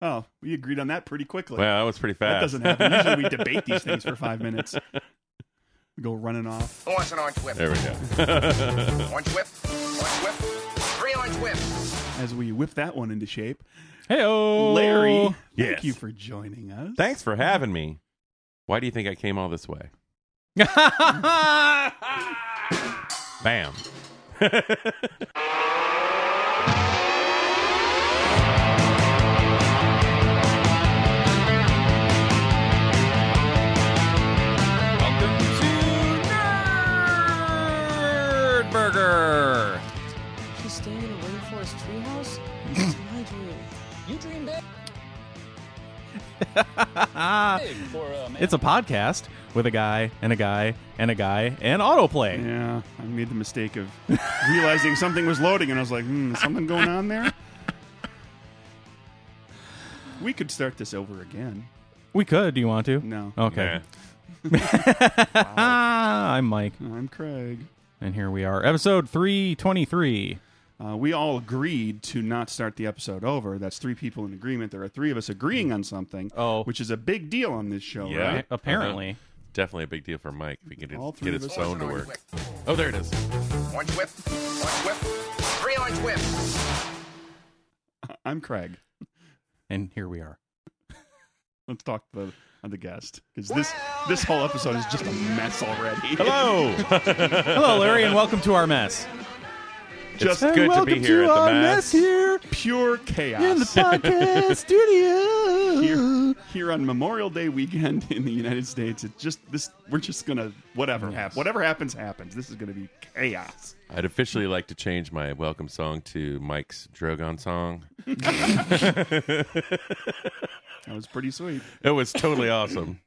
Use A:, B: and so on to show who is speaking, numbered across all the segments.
A: Oh, we agreed on that pretty quickly.
B: Wow, that was pretty fast.
A: that doesn't happen. Usually we debate these things for five minutes. We go running off.
C: Who wants an orange whip?
B: There we go.
C: Orange whip. Orange whip. Three orange whips.
A: As we whip that one into shape.
B: Hey,
A: Larry, thank
B: Oh, Yes.
A: you for joining us.
B: Thanks for having me. Why do you think I came all this way? Bam. Welcome to Nerd Burger.
D: She's staying in a rainforest treehouse? It's my dream. You dream big. big for a man.
E: It's a podcast with a guy and a guy and a guy and autoplay.
A: Yeah, I made the mistake of realizing something was loading, and I was like, hmm, is something going on there? We could start this over again.
E: We could. Do you want to?
A: No.
E: Okay. Ah, I'm Mike,
A: I'm Craig.
E: and here we are, episode 323.
A: Uh, we all agreed to not start the episode over. That's three people in agreement. There are three of us agreeing on something,
E: Oh.
A: which is a big deal on this show,
B: Yeah. Uh-huh.
A: right?
E: Apparently,
B: Definitely a big deal for Mike if he can
A: All
B: just
A: three
B: get
A: of
B: his
A: us.
C: Who wants
B: phone
C: an
B: to
C: orange
B: work.
C: whip?
B: Oh, there it is.
C: Orange whip. Orange whip. Three orange whips.
A: I'm Craig.
E: and here we are.
A: Let's talk to the, on the guest because this this whole episode is just a mess already.
B: Hello.
E: Hello, Larry, and welcome to our mess.
A: just
B: Hey, good to be welcome here to at the our mess. mess
E: here
A: pure chaos.
E: podcast studio.
A: here, here on Memorial Day weekend in the United States. It's just this. We're just gonna whatever happens. Whatever happens, happens. This is gonna be chaos.
B: I'd officially like to change my welcome song to Mike's Drogon song.
A: That was pretty sweet.
B: It was totally awesome.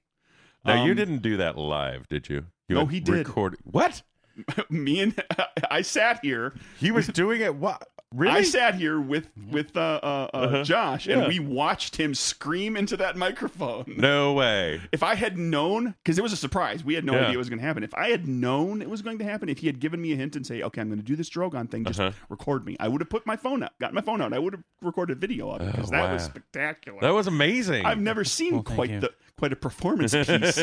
B: Now you
A: Um,
B: didn't do that live, did you? you
A: No,
B: had
A: he did.
B: Record- what?
A: Me and I sat here.
B: He was doing it. What? Really?
A: I sat here with with uh, uh, uh, Josh, and we watched him scream into that microphone.
B: no way.
A: If I had known, because it was a surprise, we had no
B: Yeah.
A: idea it was going to happen. If I had known it was going to happen, if he had given me a hint and say, "Okay, I'm going to do this Drogon thing," just
B: Uh-huh.
A: record me. I would have put my phone up, got my phone out. I would have recorded video of it because that was
B: Oh, wow.
A: spectacular.
B: That was amazing.
A: I've never seen
E: Well, thank
A: quite
E: you.
A: the quite a performance piece.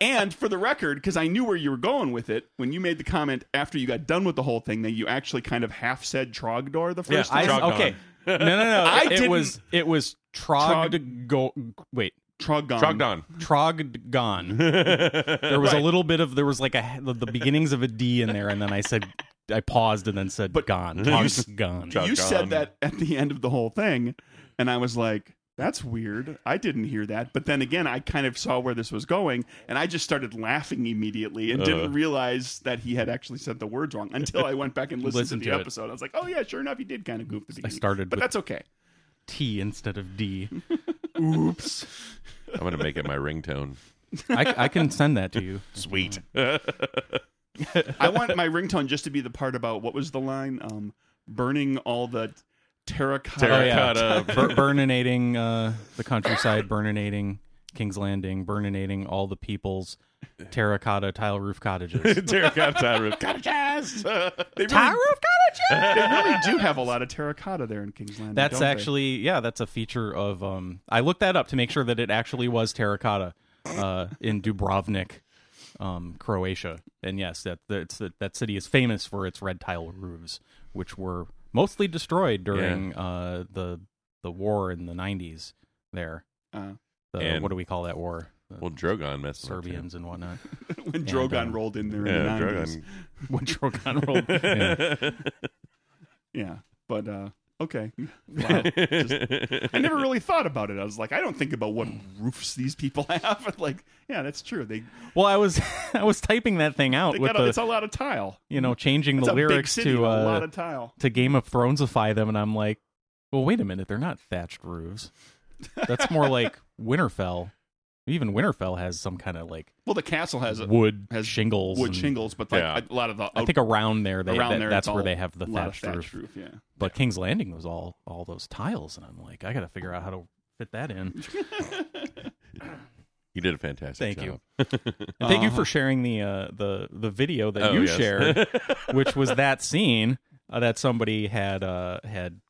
A: and for the record, because I knew where you were going with it, when you made the comment after you got done with the whole thing that you actually kind of half said Trogdor the first
B: I-
A: time.
B: Trogdon.
E: okay. No, no, no.
A: I
E: it,
A: didn't-
E: was it was trog, go wait
A: Trogon.
B: Trogdon.
E: trog gone. there was a little bit of there was like a the beginnings of a D in there, and then I said I paused and then said
A: But
E: gone
A: you s-
E: trog gone.
B: Trog-
A: You
B: Trogdon.
A: said that at the end of the whole thing, and I was like, "That's weird. I didn't hear that." But then again, I kind of saw where this was going, and I just started laughing immediately and
B: Uh.
A: didn't realize that he had actually said the words wrong until I went back and listened
E: Listen
A: to
E: to
A: the
E: it.
A: episode. I was like, "Oh yeah, sure enough, he did kind of goof the beginning."
E: started
A: but
E: with-
A: that's okay.
E: T instead of D.
A: Oops.
B: I'm gonna make it my ringtone.
E: I, I can send that to you.
B: Sweet.
A: I want my ringtone just to be the part about what was the line? Um, burning all the terracotta.
E: Oh, yeah.
B: Terracotta.
E: Bur- burninating uh, the countryside, burninating King's Landing, burninating all the people's terracotta tile roof cottages.
B: Terracotta tile roof. Got it.
A: They
E: tile
A: really,
E: roof cottages.
A: they really do have a lot of terracotta there in King's Landing.
E: That's
A: don't they?
E: actually yeah, that's a feature of um I looked that up to make sure that it actually was terracotta uh in Dubrovnik, um Croatia. And yes, that that's that city is famous for its red tile roofs which were mostly destroyed during uh the the war in the 90s there.
A: Uh.
E: The,
B: And-
E: what do we call that war? The
B: Well, Drogon messed with it.
E: Serbians and whatnot.
A: when Drogon
E: And, uh,
A: rolled in there in
B: Yeah,
A: the
B: Drogon.
A: 90s.
E: when Drogon rolled. Yeah.
A: Yeah, but uh, okay. Wow. Just- I never really thought about it. I was like, I don't think about what roofs these people have. like, yeah, that's true. They
E: Well, I was I was typing that thing out
A: they
E: with
A: got a, it's
E: the
A: a lot of tile.
E: you know changing
A: It's
E: the
A: a big
E: lyrics
A: city,
E: to
A: with
E: uh,
A: a lot of tile.
E: to Game of Thronesify them, and I'm like, well, wait a minute, they're not thatched roofs. That's more like Winterfell. Even Winterfell has some kind of like
A: Well, the castle has a,
E: wood
A: has
E: shingles.
A: wood
E: and
A: shingles, but like
B: Yeah.
A: a lot of the
E: I think around there, they,
A: around
E: that-
A: there
E: that's
A: it's
E: where
A: all
E: they have
A: a
E: the
A: lot of
E: thatched, roof.
A: roof. Yeah.
E: But King's Landing was all all those tiles, and I'm like, I got to figure out how to fit that in.
B: You did a fantastic
E: Thank
B: job.
E: you. And thank you for sharing the uh, the the video that
B: Uh-huh. Oh,
E: you
B: yes.
E: shared, which was that scene uh, that somebody had uh, had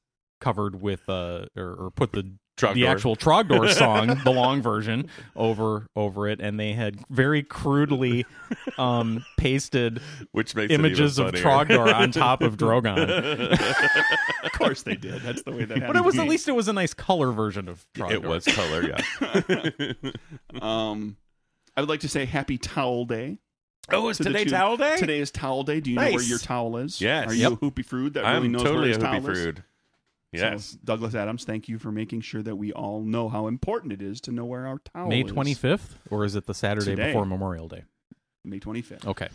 E: covered with uh or, or put the
B: Trogdor.
E: the actual Trogdor song, the long version, over over it, and they had very crudely um pasted
B: which makes
E: images
B: it
E: of
B: even
E: Trogdor on top of Drogon.
A: Of course they did. That's the way that happened.
E: But it was at least it was a nice color version of Trogdor.
B: It was color, yeah.
A: Um, I would like to say Happy Towel Day.
B: oh, it's
A: to the two- Today is Towel Day. Do you know where
B: Nice.
A: your towel is?
B: Yes.
A: Are you
B: Yep.
A: a hoopy fruit that really
B: I'm
A: knows where
B: totally a
A: his
B: hoopy
A: towel is?
B: fruit. Yes.
A: So, Douglas Adams, thank you for making sure that we all know how important it is to know where our towel
E: May
A: Oh, is.
E: twenty fifth, or is it the Saturday
A: Today.
E: before Memorial Day?
A: May 25th.
B: Oh.
E: Okay.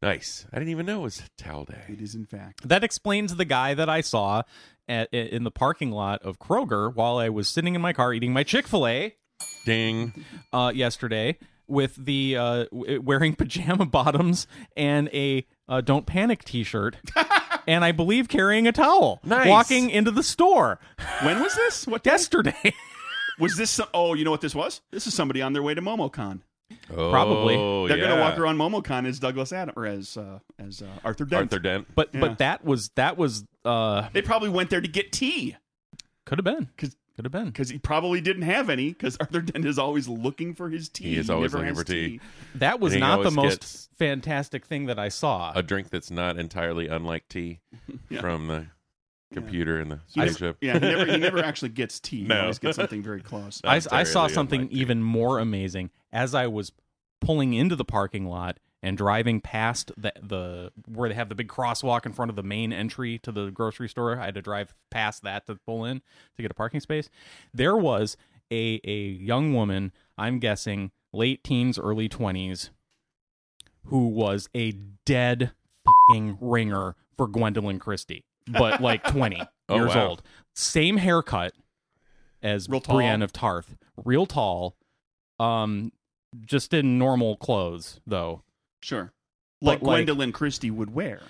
B: Nice. I didn't even know it was towel day.
A: It is, in fact.
E: That explains the guy that I saw at, in the parking lot of Kroger while I was sitting in my car eating my Chick fil A
B: Ding.
E: uh, yesterday with the uh, w- wearing pajama bottoms and a uh, Don't Panic t shirt. and I believe carrying a towel.
B: Nice.
E: Walking into the store
A: When was this? What day?
E: yesterday.
A: Was this? Some, oh, you know what this was? This is somebody on their way to MomoCon.
B: Oh,
E: Probably.
A: They're
B: yeah.
A: going to walk around MomoCon as Douglas Adams or as uh, as uh, Arthur Dent.
B: Arthur Dent.
E: but
A: Yeah.
E: but that was that was uh
A: They probably went there to get tea
E: could have been
A: 'Cause-
E: could have been
A: because he probably didn't have any because Arthur Dent is always looking for his tea.
B: He is always
A: never
B: looking
A: has
B: for tea.
E: that was
B: And he
E: not the
B: always
E: most
B: gets-
E: fantastic thing that I saw.
B: A drink that's not entirely unlike tea
A: Yeah.
B: from the computer and the
A: He never-
B: spaceship.
A: yeah, he never, he never actually gets tea. He
B: No.
A: always gets something very close.
E: I, I saw
B: Entirely
E: something
B: unlike tea.
E: even more amazing as I was pulling into the parking lot and driving past the, the where they have the big crosswalk in front of the main entry to the grocery store. I had to drive past that to pull in to get a parking space. There was a a young woman, I'm guessing late teens, early 20s, who was a dead fucking ringer for Gwendolyn Christie, but like 20
B: Oh,
E: years
B: wow.
E: old. Same haircut as
A: Real tall.
E: Brienne of Tarth, real tall, um, just in normal clothes though.
A: Sure. Like,
E: But, like-
A: Gwendolyn Christie would wear.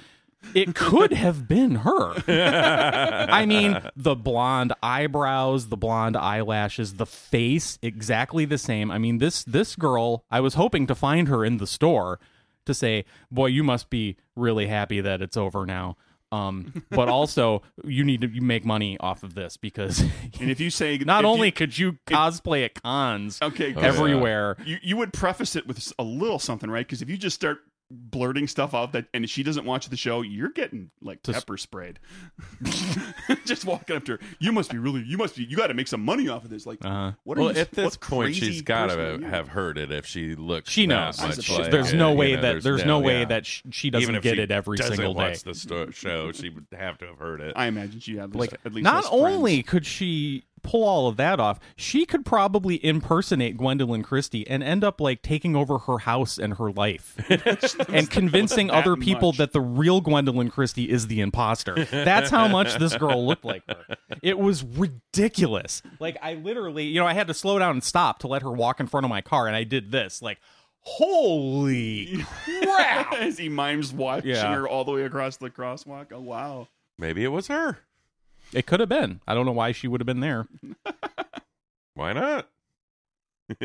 E: It could have been her. I mean, the blonde eyebrows, the blonde eyelashes, the face exactly the same. I mean, this this girl, I was hoping to find her in the store to say, "Boy, you must be really happy that it's over now." Um, but also, you need to you make money off of this because
A: And if you say
E: not
A: if you-
E: only could you cosplay at cons
A: okay,
B: Oh,
A: every
E: everywhere,
A: you you would preface it with a little something, right? Because if you just start blurting stuff out that and she doesn't watch the show, you're getting like
E: To s-
A: pepper sprayed. just walking up to her, you must be really, you must be, you got to make some money off of this. Like,
E: Uh-huh.
A: what? Are
B: well,
A: you,
B: at this
A: what
B: point,
A: crazy
B: she's got
A: person
B: to
A: are you?
B: have heard it if she looks.
E: she knows.
B: that much
E: She-
B: like
E: there's
B: it,
E: no
B: you
E: way
B: know,
E: that there's, no, way
B: yeah.
E: that sh- she doesn't
B: Even if
E: get
B: she
E: it every
B: doesn't
E: single day.
B: watch the sto- show, she would have to have heard it.
A: I imagine she had
E: like
A: at least
E: not
A: has friends.
E: only could she pull all of that off she could probably impersonate gwendolyn christie and end up like taking over her house and her life and convincing
A: That
E: other people
A: much.
E: that the real gwendolyn christie is the imposter that's how much this girl looked like her it was ridiculous like i literally you know i had to slow down and stop to let her walk in front of my car and i did this like holy crap
A: as he mimes watching
E: Yeah.
A: her all the way across the crosswalk. Oh wow!
B: Maybe it was her.
E: it could have been i don't know why she would have been there
B: Why not?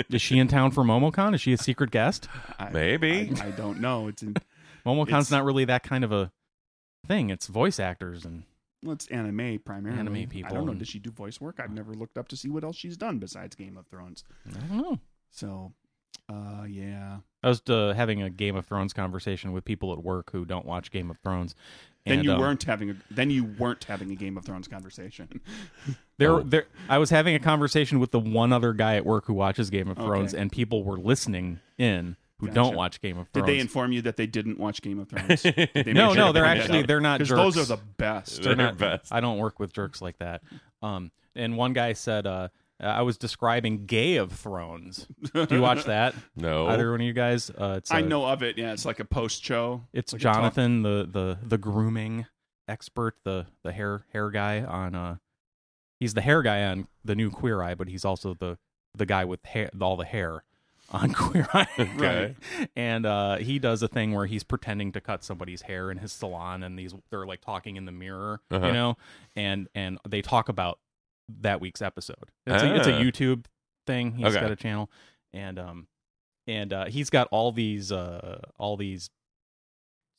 E: is she in town for momocon is she a secret guest
A: I,
B: Maybe.
A: I, I don't know. It's in,
E: MomoCon's
A: It's-
E: not really that kind of a thing. It's voice actors and
A: well, it's anime primarily.
E: Anime
A: I
E: people
A: don't know.
E: and-
A: Does she do voice work? I've never looked up to see what else she's done besides Game of Thrones.
E: I don't know.
A: So, uh, yeah.
E: I was uh, having a Game of Thrones conversation with people at work who don't watch Game of Thrones.
A: Then
E: and,
A: you
E: um,
A: weren't having a then you weren't having a Game of Thrones conversation.
E: there.
B: Oh.
E: There, I was having a conversation with the one other guy at work who watches Game of Thrones,
A: Okay.
E: and people were listening in who
A: Gotcha.
E: don't watch Game of
A: Did
E: Thrones.
A: they inform you that they didn't watch Game of Thrones? Did they make
E: No,
A: sure
E: no,
A: to
E: they're
A: point
E: actually-
A: that out?
E: they're not
A: 'Cause those are
E: jerks.
A: the best.
B: They're
E: They're not-
B: best.
E: I don't work with jerks like that. Um, and one guy said, uh, "I was describing Gay of Thrones." Do you watch that?
B: No.
E: Either one of you guys? Uh, it's
A: I
E: a-
A: know of it. Yeah, it's like a post show.
E: It's Jonathan, the the the grooming expert, the the hair hair guy on uh, he's the hair guy on the new Queer Eye, but he's also the the guy with hair, all the hair on Queer Eye,
B: Okay.
E: and uh, he does a thing where he's pretending to cut somebody's hair in his salon, and these they're like talking in the mirror,
B: Uh-huh.
E: you know, and and they talk about that week's episode. It's, a, it's a
B: Ah.
E: YouTube thing. He's
B: Okay.
E: got a channel, and um, and uh, he's got all these uh all these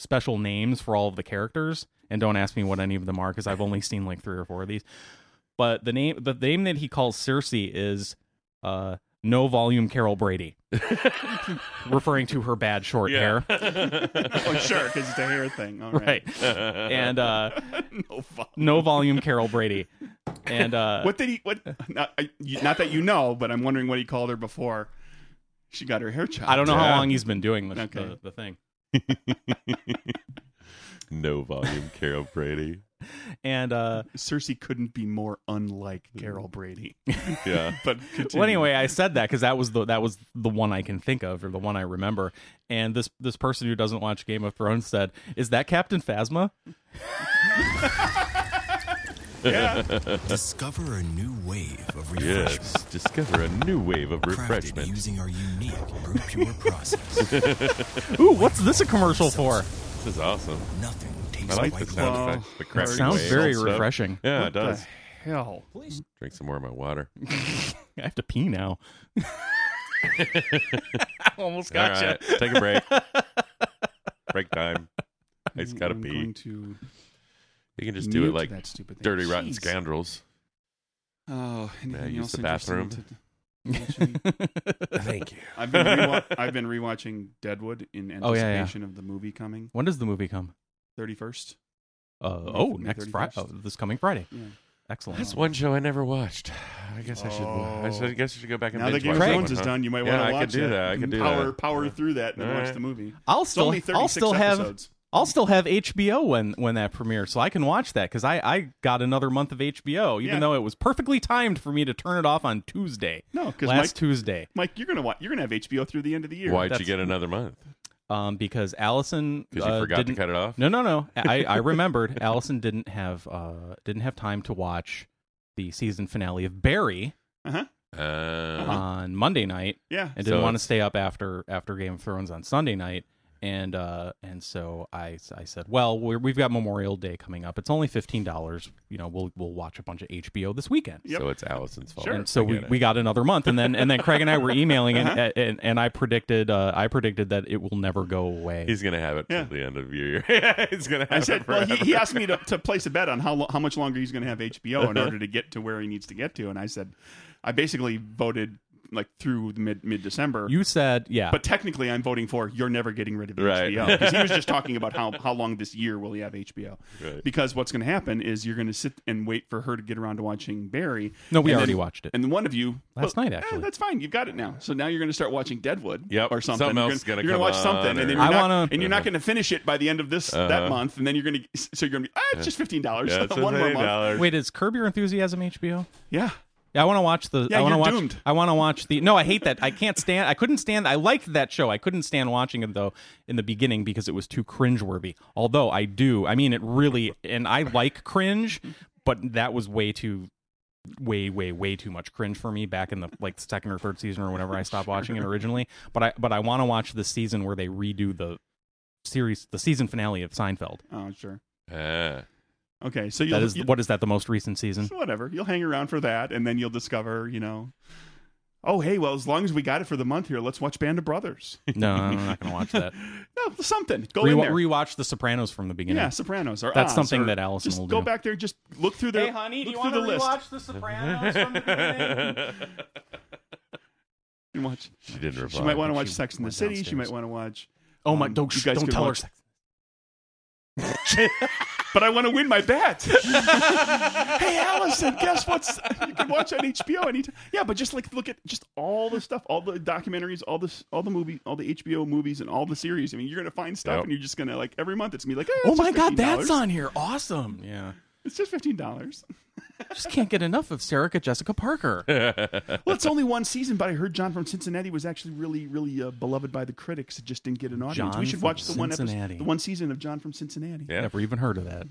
E: special names for all of the characters and don't ask me what any of them are because I've only seen like three or four of these. But the name the name that he calls Circe is uh, no volume Carol Brady, referring to her bad short hair.
A: oh, sure, because it's a hair thing. All
E: Right.
A: right.
E: and uh,
A: no volume.
E: no volume Carol Brady. And uh,
A: What did he? What? Not, I, you- not that you know, but I'm wondering what he called her before she got her hair chopped.
E: I don't know
B: Yeah.
E: how long he's been doing the,
A: Okay.
E: the, the thing.
B: no volume, Carol Brady.
E: And uh,
A: Cersei couldn't be more unlike
B: Hmm.
A: Carol Brady.
B: Yeah.
A: But
E: well,
A: continue.
E: anyway, I said that because that was the that was the one I can think of or the one I remember. And this this person who doesn't watch Game of Thrones said, "Is that Captain Phasma?"
F: Discover a new wave of refreshment.
B: Yes. Discover a new wave of
F: Crafted
B: refreshment.
F: using our unique brew pure process.
E: Ooh, what's this a commercial for?
B: This is awesome.
F: Nothing
B: I
F: tastes
B: like the
F: like
B: sound
F: love.
A: Wow.
B: effect. The crafty
E: Sounds
B: wave
E: very
B: also.
E: refreshing.
B: Yeah,
A: what
B: it does.
A: The hell.
B: Drink some more of my water.
E: I have to pee now. Almost
B: All right, take a break. break time. I just gotta
A: I'm
B: pee.
A: Going to
B: You can just do it
A: mute
B: like
A: that stupid thing.
B: dirty, rotten
A: Jeez.
B: scoundrels.
A: Oh, anything
B: use
A: else
B: the
A: interesting to-
B: Thank you.
A: I've been rewa- I've been rewatching Deadwood in anticipation
E: Oh, yeah, yeah.
A: of the movie coming
E: when does the movie come?
A: thirty first.
E: Uh, oh, next Friday. Oh, this coming Friday.
A: Yeah.
E: Excellent.
B: That's one show I never watched. I guess I should. I, should, I guess I should go back and
A: Oh. Now that Game
B: binge
A: of
B: watch
E: Craig.
B: that
A: Thrones
B: one,
A: is
B: huh?
A: done, you might
B: Yeah,
A: want
B: I
A: to
B: could
A: watch
B: do
A: it.
B: that. I could do
A: power,
B: that.
A: Power
B: Yeah.
A: through that and then
B: All
A: watch
B: right.
A: the movie.
E: I'll
A: It's
E: still
A: only
E: I'll
A: 36
E: still have
A: episodes.
E: I'll still have HBO when when that premieres, so I can watch that because I I got another month of HBO, even
A: Yeah.
E: though it was perfectly timed for me to turn it off on Tuesday.
A: No, because
E: last
A: Mike,
E: Tuesday,
A: Mike, you're gonna watch, you're gonna have HBO through the end of the year.
B: Why'd you
E: That's-
B: get another month?
E: um, because Allison
B: Because you
E: uh,
B: forgot to
E: didn't-
B: cut it off.
E: No, no, no. I I remembered Allison didn't have uh didn't have time to watch the season finale of Barry
A: Uh-huh.
B: Uh,
E: on Monday night.
A: Yeah.
E: and
B: So
E: didn't want to
B: it's-
E: stay up after after Game of Thrones on Sunday night. And uh, and so I, I said, well, we're, we've got Memorial Day coming up. It's only fifteen dollars. You know, we'll we'll watch a bunch of HBO this weekend.
A: Yep.
B: So it's Allison's fault.
A: Sure.
E: And so
B: I
E: we,
B: get it. Uh-huh.
E: we got another month, and then and then Craig and I were emailing, and and, and I predicted uh, I predicted that it will never go away.
B: He's gonna have it
A: Yeah.
B: till the end of the year. He's gonna have
A: I
B: it
A: said, well,
B: forever.
A: he, he asked me to, to place a bet on how lo- how much longer he's going to have HBO in order to get to where he needs to get to, and I said, I basically voted like through the mid mid December.
E: you said, yeah,
A: But technically, I'm voting for you're never getting rid of
B: Right.
A: HBO because he was just talking about how, how long this year will he have HBO.
B: Right.
A: Because what's going to happen is you're going to sit and wait for her to get around to watching Barry.
E: no, we
A: and
E: already
A: then-
E: watched it.
A: And one of you
E: Last
A: well,
E: night,
A: eh,
E: actually.
A: that's fine. You've got it now. So now you're going to start watching Deadwood,
B: Yep.
A: or something.
B: Something
A: You're
B: else
A: gonna-
B: gonna
A: you're gonna
B: come
A: watch something,
B: on,
A: and then
B: or-
A: you're
E: I
A: not,
E: wanna-
A: and you're not going to finish it by the end of this that
B: Uh-huh.
A: month, and then you're going to so you're going to be ah, it's just fifteen dollars,
B: Yeah, it's
A: one more month.
B: $8.
E: Wait, is Curb Your Enthusiasm HBO?
A: Yeah,
E: Yeah, I want to watch the.
A: Yeah,
E: I want to
A: you're
E: watch.
A: doomed.
E: I want to watch the. No, I hate that. I can't stand. I couldn't stand. I liked that show. I couldn't stand watching it though in the beginning because it was too cringeworthy. Although I do. I mean, it really. And I like cringe, but that was way too, way, way, way too much cringe for me back in the like second or third season or whenever I stopped watching it originally. But I. But I want to watch the season where they redo the series, the season finale of Seinfeld.
A: oh sure,
B: Ah.
A: okay. So you'll,
E: That is
A: you'll-
E: what is that? The most recent season.
A: so whatever. You'll hang around for that, and then you'll discover, you know. Oh hey, well as long as we got it for the month here, let's watch Band of Brothers.
E: No, I'm not going to watch that.
A: No, something. Go in
E: Rewa
A: there.
E: rewatch The Sopranos from the beginning.
A: yeah, Sopranos. Or
E: That's
A: Oz,
E: something
A: or
E: that Allison
A: just
E: will
A: go
E: do.
A: back there. Just look through the. look through the list
E: The Sopranos from the beginning?
A: and watch?
B: she didn't reply.
A: She might want to watch
E: she
A: Sex in the
E: went
A: City. She
E: downstairs.
A: might want to watch.
E: Oh my!
A: Um,
E: Don't,
A: you
E: sh-
A: guys
E: don't
A: can
E: tell
A: watch-
E: her.
A: But I want to win my bet. hey, Allison, guess what's you can watch on HBO anytime. Yeah, but just like look at just all the stuff, all the documentaries, all this, all the movie, all the HBO movies, and all the series. I mean, you're gonna find stuff,
B: Yep.
A: and you're just gonna like every month it's gonna be like, eh,
E: Oh
A: it's
E: my
A: just
E: God,
A: $15.
E: that's on here! Awesome. Yeah.
A: It's just fifteen dollars.
E: Just can't get enough of Sarah Jessica Parker.
A: Well, it's only one season, but I heard John from Cincinnati was actually really, really uh, beloved by the critics. It just didn't get an audience.
E: John
A: we should
E: from
A: watch the one
E: Cincinnati.
A: episode, the one season of John from Cincinnati.
B: Yeah.
E: Never even heard of that.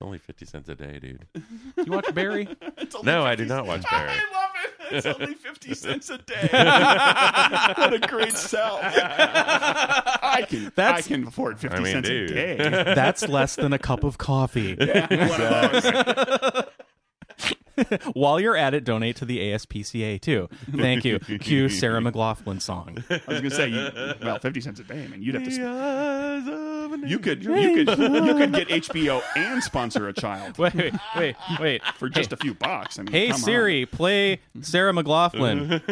B: Only 50 cents a day, dude.
E: You watch Barry?
A: It's only
B: No, I do
A: 50
B: not watch
A: I
B: Barry.
A: love it. It's only 50 cents a day. what a great sell. I can, I
E: That's-
A: can afford 50
B: I mean,
A: cents
B: dude.
A: a day.
E: That's less than a cup of coffee.
A: One of those.
E: While you're at it, donate to the ASPCA too. Thank you. Cue Sarah McLaughlin song.
A: I was going to say, you, well, 50 cents a day, man. You'd have to. Sp-
B: eyes of an
A: You could you could you could get HBO and sponsor a child
E: Wait, wait, wait, wait.
A: for just a few bucks. I mean,
E: Hey
A: come on.
E: Siri, play Sarah McLaughlin.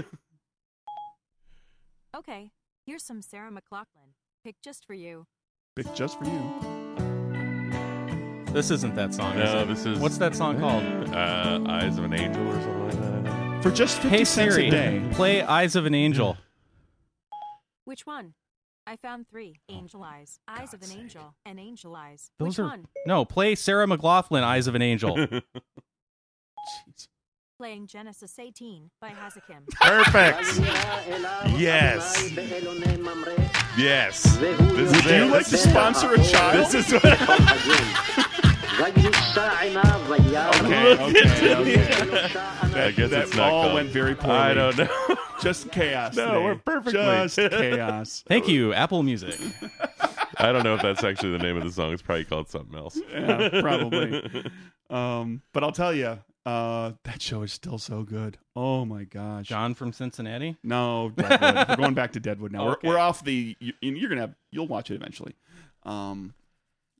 G: Okay, here's some Sarah McLaughlin. Picked just for you.
A: Pick just for you.
E: this isn't that song. is
B: No,
E: it?
B: this is
E: What's that song called?
B: Uh, Eyes of an Angel or something like that. I don't know.
A: For just fifty
E: Hey
A: cents
E: Siri,
A: a day.
E: play Eyes of an Angel.
G: Which one? I found three.
E: Oh,
G: Angel eyes, eyes of an angel, and angel eyes.
E: Those
G: Which
E: are
G: one?
E: no. Play Sarah McLaughlin, Eyes of an Angel.
A: Jeez.
G: Playing Genesis 18 by Hazakim.
B: Perfect. Yes. Yes. This
A: Would
B: is
A: you
B: it.
A: like to sponsor a child?
B: This is what. Okay. okay. I guess
A: that
B: it's not
A: all
B: called-
A: went very poorly.
B: I don't know.
A: Just chaos.
B: No,
A: today.
B: we're perfectly-
A: Just chaos.
E: Thank you, Apple Music.
B: I don't know if that's actually the name of the song. It's probably called something else.
A: Yeah, probably. Um, but I'll tell you, uh, that show is still so good. Oh my gosh.
E: John from Cincinnati.
A: No, Deadwood. we're going back to Deadwood now.
E: Okay.
A: We're, we're off the. You, you're gonna have. You'll watch it eventually, um,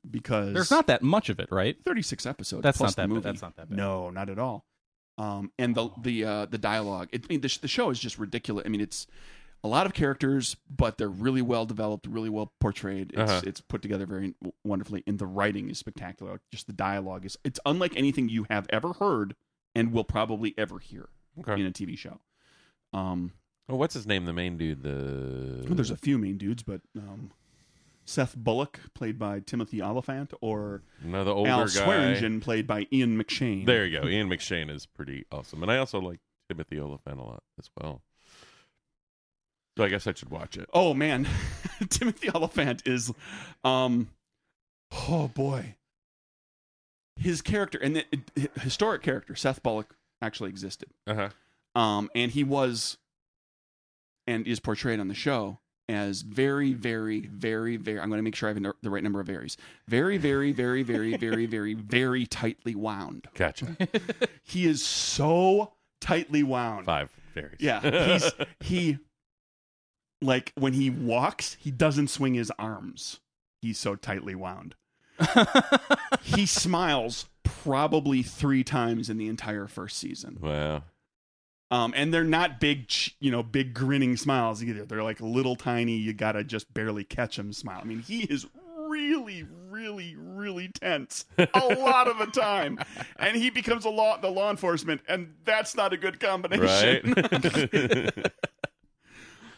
A: because
E: There's not that much of it, right?
A: 36 episodes.
E: That's
A: plus
E: not that
A: the
E: bad.
A: movie.
E: That's not that bad.
A: No, not at all. Um, and the the uh, the dialogue. It, I mean, the, sh- the show is just ridiculous. I mean, it's a lot of characters, but they're really well developed, really well portrayed. It's
B: Uh-huh.
A: it's put together very w- wonderfully, and the writing is spectacular. Just the dialogue is it's unlike anything you have ever heard and will probably ever hear in
B: Okay.
A: a TV show. Um,
B: Oh, what's his name? The main dude. The
A: well, there's a few main dudes, but um, Seth Bullock, played by Timothy Oliphant, or
B: no, the older
A: Al
B: guy.
A: Swearingen, played by Ian McShane.
B: There you go. Ian McShane is pretty awesome, and I also like Timothy Oliphant a lot as well. So I guess I should watch it.
A: Oh man, Timothy Oliphant is, um, oh boy, his character and the hi- historic character Seth Bullock actually existed,
B: Uh huh.
A: um, and he was, and is portrayed on the show as very, very, very, very. I'm going to make sure I have the- the right number of varies. Very, very, very, very, very, very, very tightly wound.
B: Gotcha.
A: He is so tightly wound.
B: Five fairies.
A: Yeah, he's he like when he walks, he doesn't swing his arms. He's so tightly wound. he smiles probably three times in the entire first season.
B: wow.
A: Um, and they're not big, ch- you know, big grinning smiles either. They're like little tiny. You gotta just barely catch him smile. I mean, he is really, really, really tense a lot of the time, and he becomes a law the law enforcement, and that's not a good combination.
B: Right.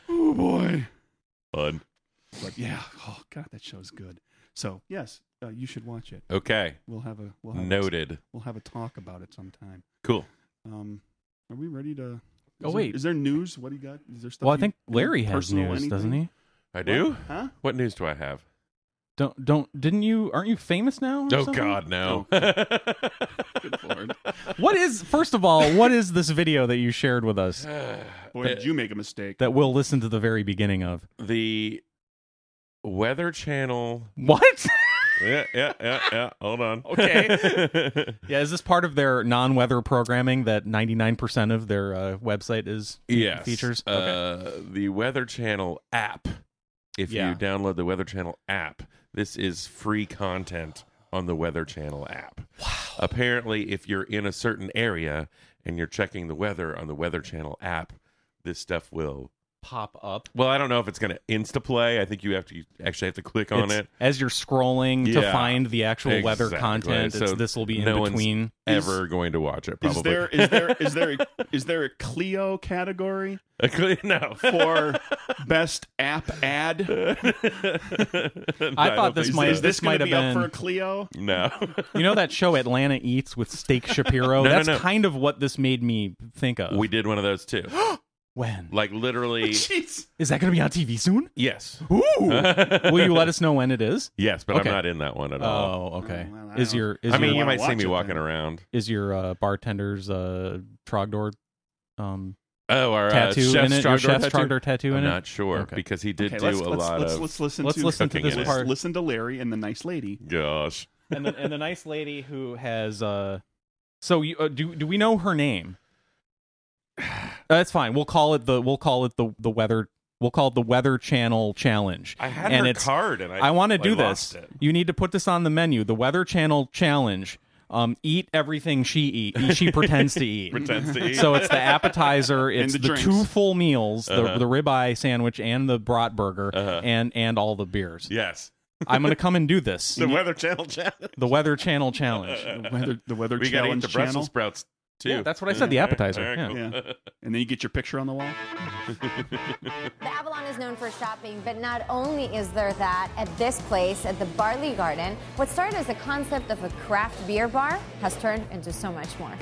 A: Oh boy.
B: Fun.
A: But yeah, oh god, that show's good. So yes, uh, you should watch it.
B: Okay.
A: We'll have a we'll have a-
B: Noted.
A: we'll have a talk about it sometime.
B: Cool.
A: Um, are we ready to? is
E: Oh,
A: there-
E: wait.
A: is there news? What do you got? Is there stuff?
E: well, I
A: you-
E: think Larry
A: any
E: has
A: personal
E: news,
A: anything?
E: doesn't he?
B: I do.
A: What? Huh?
B: What news do I have?
E: Don't don't didn't you? Aren't you famous now? or
B: Oh
E: something?
B: God, no.
A: Good lord.
E: What is first of all? What is this video that you shared with us
A: Boy, did you make a mistake.
E: that we'll listen to the very beginning of?
B: the Weather Channel.
E: What?
B: Yeah, yeah, yeah, yeah. Hold on.
E: Okay. Yeah, is this part of their non-weather programming that 99% of their uh, website is
B: yes.
E: features?
B: Uh, The Weather Channel app. If
E: Yeah.
B: you download the Weather Channel app, this is free content on the Weather Channel app. Wow. Apparently, if you're in a certain area and you're checking the weather on the Weather Channel app, this stuff will.
E: Pop up
B: Well, I don't know if it's going to insta play. I think you have to you actually have to click on
E: It's-
B: it.
E: as you're scrolling to
B: Yeah.
E: find the actual weather
B: Exactly.
E: content. it's-
B: So
E: this will be in
B: no one's-
E: between.
B: Ever going to watch it? Probably.
A: Is there is there is there a, is there a Clio category
B: A cle- no.
A: for best app ad?
E: I thought this
A: Is,
E: might
A: is this,
E: might
A: going to
E: have
A: be up
E: been
A: for a Clio?
B: No.
E: you know that show Atlanta Eats with Steak
B: No,
E: Shapiro.
B: no,
E: That's
B: no.
E: kind of what this made me think of.
B: we did one of those too.
E: when
B: Like literally.
A: Jeez.
E: is that going to be on TV soon?
B: yes.
E: Ooh, will you let us know when it is?
B: Yes, but
E: Okay.
B: I'm not in that one at all.
E: Oh, okay.
A: Oh, well, I
E: is
A: don't-
E: your is
B: I mean,
E: your,
A: wanna
B: you might see
A: watch
B: me
A: it,
B: walking
A: then.
B: around.
E: is your uh, bartender's uh, Trogdor um,
B: Oh, our
E: tattoo
B: uh, chef's
E: in it? Your
B: Trogdor
E: chef's
B: tattoo?
E: Trogdor tattoo in
B: I'm
E: it?
B: not sure
E: Okay.
B: because he did
A: Okay,
B: do
A: let's,
B: a
A: let's,
B: lot
A: let's,
B: of.
A: let's listen
E: Let's
A: to
E: listen to
B: cooking
E: this
B: in it.
E: part.
A: listen to Larry and the nice lady.
B: Gosh.
E: and the, and the nice lady who has uh so you uh, do do we know her name Uh, that's fine we'll call it the we'll call it the the weather We'll call it the Weather Channel Challenge.
B: I had
E: and
B: her
E: it's,
B: card, and I
E: I want to do
B: lost
E: this.
B: it.
E: You need to put this on the menu. The Weather Channel Challenge. Um, eat everything she eat. She pretends to eat.
B: Pretends to eat.
E: So it's the appetizer, it's
A: the
E: the,
A: drinks.
E: two full meals,
B: Uh-huh.
E: the, the ribeye sandwich and the bratburger, and and all the beers.
B: yes,
E: I'm gonna come and do this.
B: the Weather Channel challenge.
E: the Weather Channel challenge.
A: The weather, the weather
B: We gotta eat
A: challenge
B: the Brussels
A: channel,
B: sprouts too.
E: Yeah, that's what I said, the appetizer,
B: All right,
E: yeah.
B: cool.
A: yeah. and then you get your picture on the wall.
H: The Avalon is known for shopping, but not only is there that at this place, at the Barley Garden, what started as the concept of a craft beer bar has turned into so much more.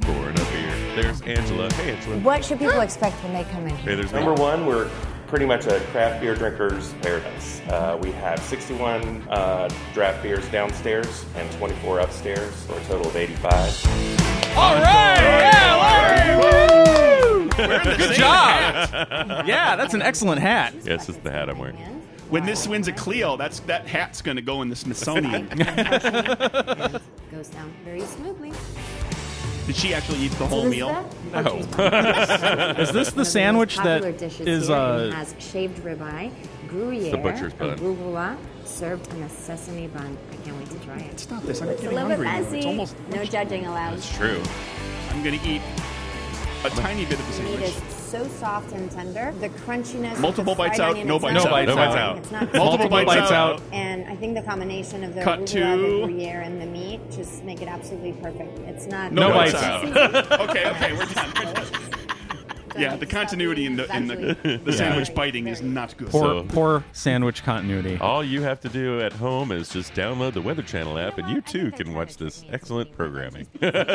B: Pouring up here. There's Angela. Hey, Angela.
H: What should people expect when they come in
B: Hey,
H: here?
B: there's
I: Number
B: me.
I: one, we're pretty much a craft beer drinker's paradise. Uh, we have 61 uh, draft beers downstairs and 24 upstairs, for a total of 85.
E: All right,
A: Good
E: job. yeah, that's an excellent hat.
B: Yes, it's the hat I'm wearing.
H: And
A: When this wins a Clio, that's that hat's going to go in the Smithsonian.
H: goes down very smoothly.
A: Did she actually eat the whole
H: Is
A: meal?
H: that-
B: No.
E: Is this the
H: One of the
E: sandwich
H: most
E: that
H: popular dishes
E: is
H: here
E: uh?
H: has shaved ribeye, gruyere,
B: butcher's bun.
H: and rucola served on a sesame bun. I can't wait to try it.
A: Stop this! I'm
H: It's a
A: getting
H: little bit
A: hungry. now. It's
H: messy.
A: almost.
H: No judging allowed.
B: It's true.
A: I'm going to eat a tiny bit of a
H: Meat
A: sandwich.
H: is so soft and tender. The crunchiness. of
A: Multiple
H: the fried
A: bites out,
H: onion,
A: no
H: it's
A: bites
H: not
E: out. No bites
H: crunchy,
E: out.
H: It's not
A: Multiple
H: crunchy.
A: bites,
E: bites
A: out.
E: out.
H: And I think the combination of the
A: Cut
H: arugula,
A: to-
H: the gruyere, and the meat just make it absolutely perfect. It's not
A: No,
E: No
A: bites,
E: bites.
A: out. okay, okay, we're done. We're done. Yeah, the continuity in the in the, the sandwich biting is not good.
E: Poor,
B: So-
E: poor sandwich continuity.
A: Uh,
B: All you have to do at home is just download the Weather Channel app, and you too can watch this excellent programming.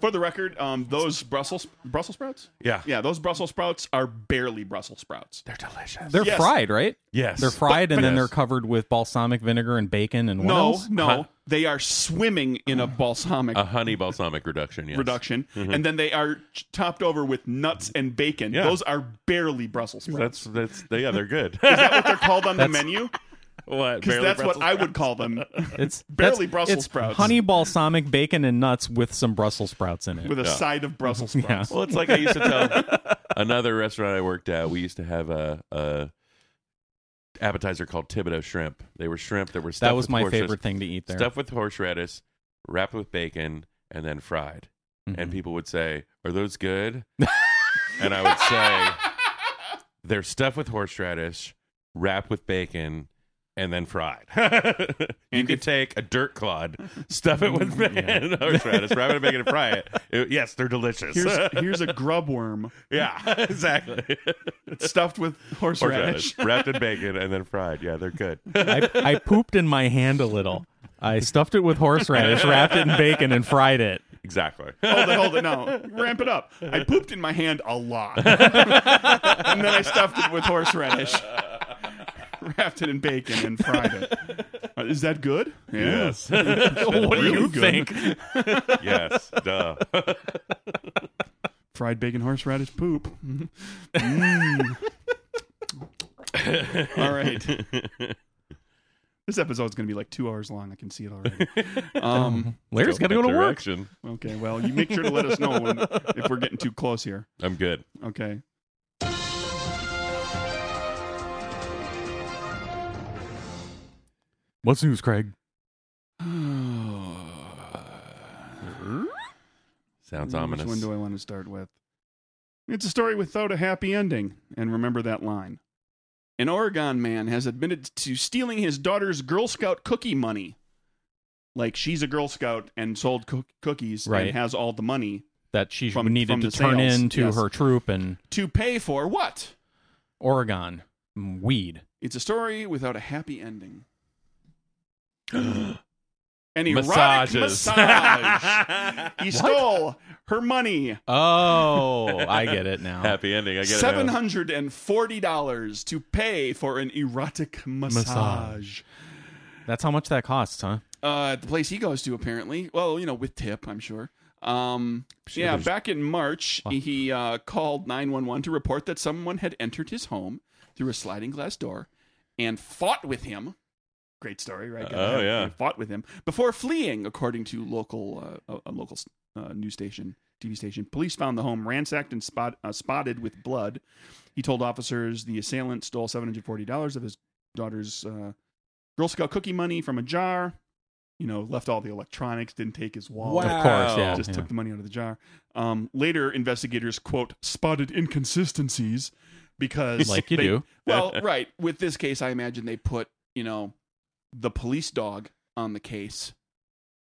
A: For the record, um, those Brussels Brussels sprouts.
B: Yeah.
A: yeah, those Brussels sprouts are barely Brussels sprouts.
B: They're delicious.
E: They're
A: Yes.
E: fried, right?
B: Yes.
E: They're fried
A: But-
E: and
A: but-
E: then they're covered with balsamic vinegar and bacon and what
A: no,
E: else?
A: no,
B: Huh?
A: they are swimming in a balsamic
B: a honey balsamic reduction. Yes. Mm-hmm.
A: reduction, and then they are ch- topped over with nuts and bacon.
B: Yeah.
A: Those are barely Brussels sprouts.
B: That's that's yeah. They're good.
A: Is that what they're called on the menu?
B: what?
A: Because that's what I would call them.
E: It's
A: Barely
E: that's-
A: Brussels
E: it's
A: sprouts.
E: Honey balsamic bacon and nuts with some Brussels sprouts in it.
A: With a side of Brussels sprouts.
B: Well, it's like I used to tell another restaurant I worked at. We used to have a, a appetizer called Thibodeau shrimp. They were shrimp that were stuffed
E: that was
B: with
E: my
B: horseradish-
E: favorite thing to eat there.
B: Stuffed with horseradish, wrapped with bacon, and then fried.
E: Mm-hmm.
B: And people would say, "Are those good?" and I would say, "They're stuffed with horseradish, wrapped with bacon." And then fried. you could take a dirt clod, stuff it with horseradish, wrap it in bacon, and fry it. It- Yes, they're delicious.
A: Here's, here's a grub worm
B: Yeah, exactly.
A: stuffed with horseradish.
B: Horseradish, wrapped in bacon and then fried. Yeah, they're good.
E: I, I pooped in my hand a little. I stuffed it with horseradish, wrapped it in bacon, and fried it.
B: exactly.
A: Hold it, hold it, no. Ramp it up. I pooped in my hand a lot. and then I stuffed it with horseradish, wrapped it in bacon, and fried it. Uh, Is that good? Yeah.
B: Yes.
E: what do
A: really
E: you
A: good.
E: think?
B: yes. Duh.
A: Fried bacon, horseradish, poop. Mm.
B: Mm.
A: All right. This episode's going to be like two hours long. I can see it already. Um,
E: Larry's got to go to work.
B: Direction.
A: okay, well, you make sure to let us know when, if we're getting too close here.
B: I'm good.
A: Okay.
E: What's news, Craig?
B: Sounds
A: Mm, Which
B: ominous.
A: one do I want to start with? It's a story without a happy ending, and remember that line. An Oregon man has admitted to stealing his daughter's Girl Scout cookie money. Like she's a Girl Scout and sold cook cookies
E: Right.
A: and has all the money
E: That she
A: From-
E: needed
A: from
E: to
A: the
E: turn
A: sales,
E: in to
A: yes.
E: her troop in
A: to pay for what?
E: Oregon. Mm, Weed.
A: It's a story without a happy ending. An erotic
B: Massages.
A: massage. he stole her money.
E: Oh, I get it now.
B: Happy ending. I get it.
A: Seven hundred and forty dollars to pay for an erotic massage,
E: Massage. That's how much that costs, huh?
A: Uh, at the place he goes to. Apparently, well, you know, with tip, I'm sure. Um,
B: Sure,
A: yeah,
B: there's-
A: back in March, he uh, called nine one one to report that someone had entered his home through a sliding glass door and fought with him Great story, right?
B: Oh,
A: Gotta have-
B: yeah.
A: Fought with him before fleeing, according to local uh, a, a local uh, news station, TV station. Police found the home ransacked and spot, uh, spotted with blood. He told officers the assailant stole seven hundred forty dollars of his daughter's uh, Girl Scout cookie money from a jar. You know, left all the electronics, didn't take his wallet.
E: Of course, yeah.
A: Just
E: yeah.
A: took the money out of the jar. Um, later, investigators quote spotted inconsistencies because
E: Like you
A: they-
E: do.
A: Well, right. With this case, I imagine they put you know the police dog on the case.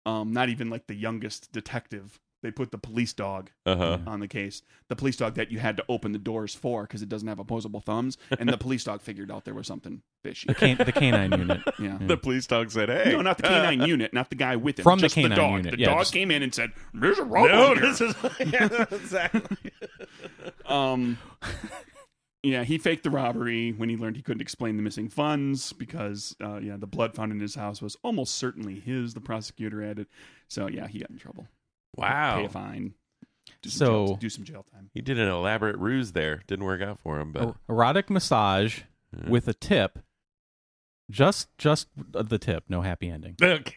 A: Um, not even like the youngest detective. They put the police dog
B: Uh huh.
E: Uh-huh.
A: on the case. The police dog that you had to open the doors for because it doesn't have opposable thumbs. And the police dog figured out there was something fishy.
E: the, can- the canine unit.
A: Yeah.
B: The police dog said, "Hey,
A: No, not the canine unit, not the guy with it.
E: From the
A: just
E: canine
A: dog.
E: unit,
A: The
E: yeah,
A: dog
E: just-
A: came in and said, "There's a robot."
B: no,
A: here."
B: this is yeah, exactly."
A: Um, yeah, he faked the robbery when he learned he couldn't explain the missing funds because, uh, yeah, the blood found in his house was almost certainly his. The prosecutor added, so yeah, he got in trouble. Pay a
B: Wow,
A: fine. Do some
E: So-
A: jail, do some jail time.
B: he did an elaborate ruse there. Didn't work out for him,
A: Oh.
B: but
E: Er- erotic massage with a tip. Just, just the tip. No happy ending.
B: look,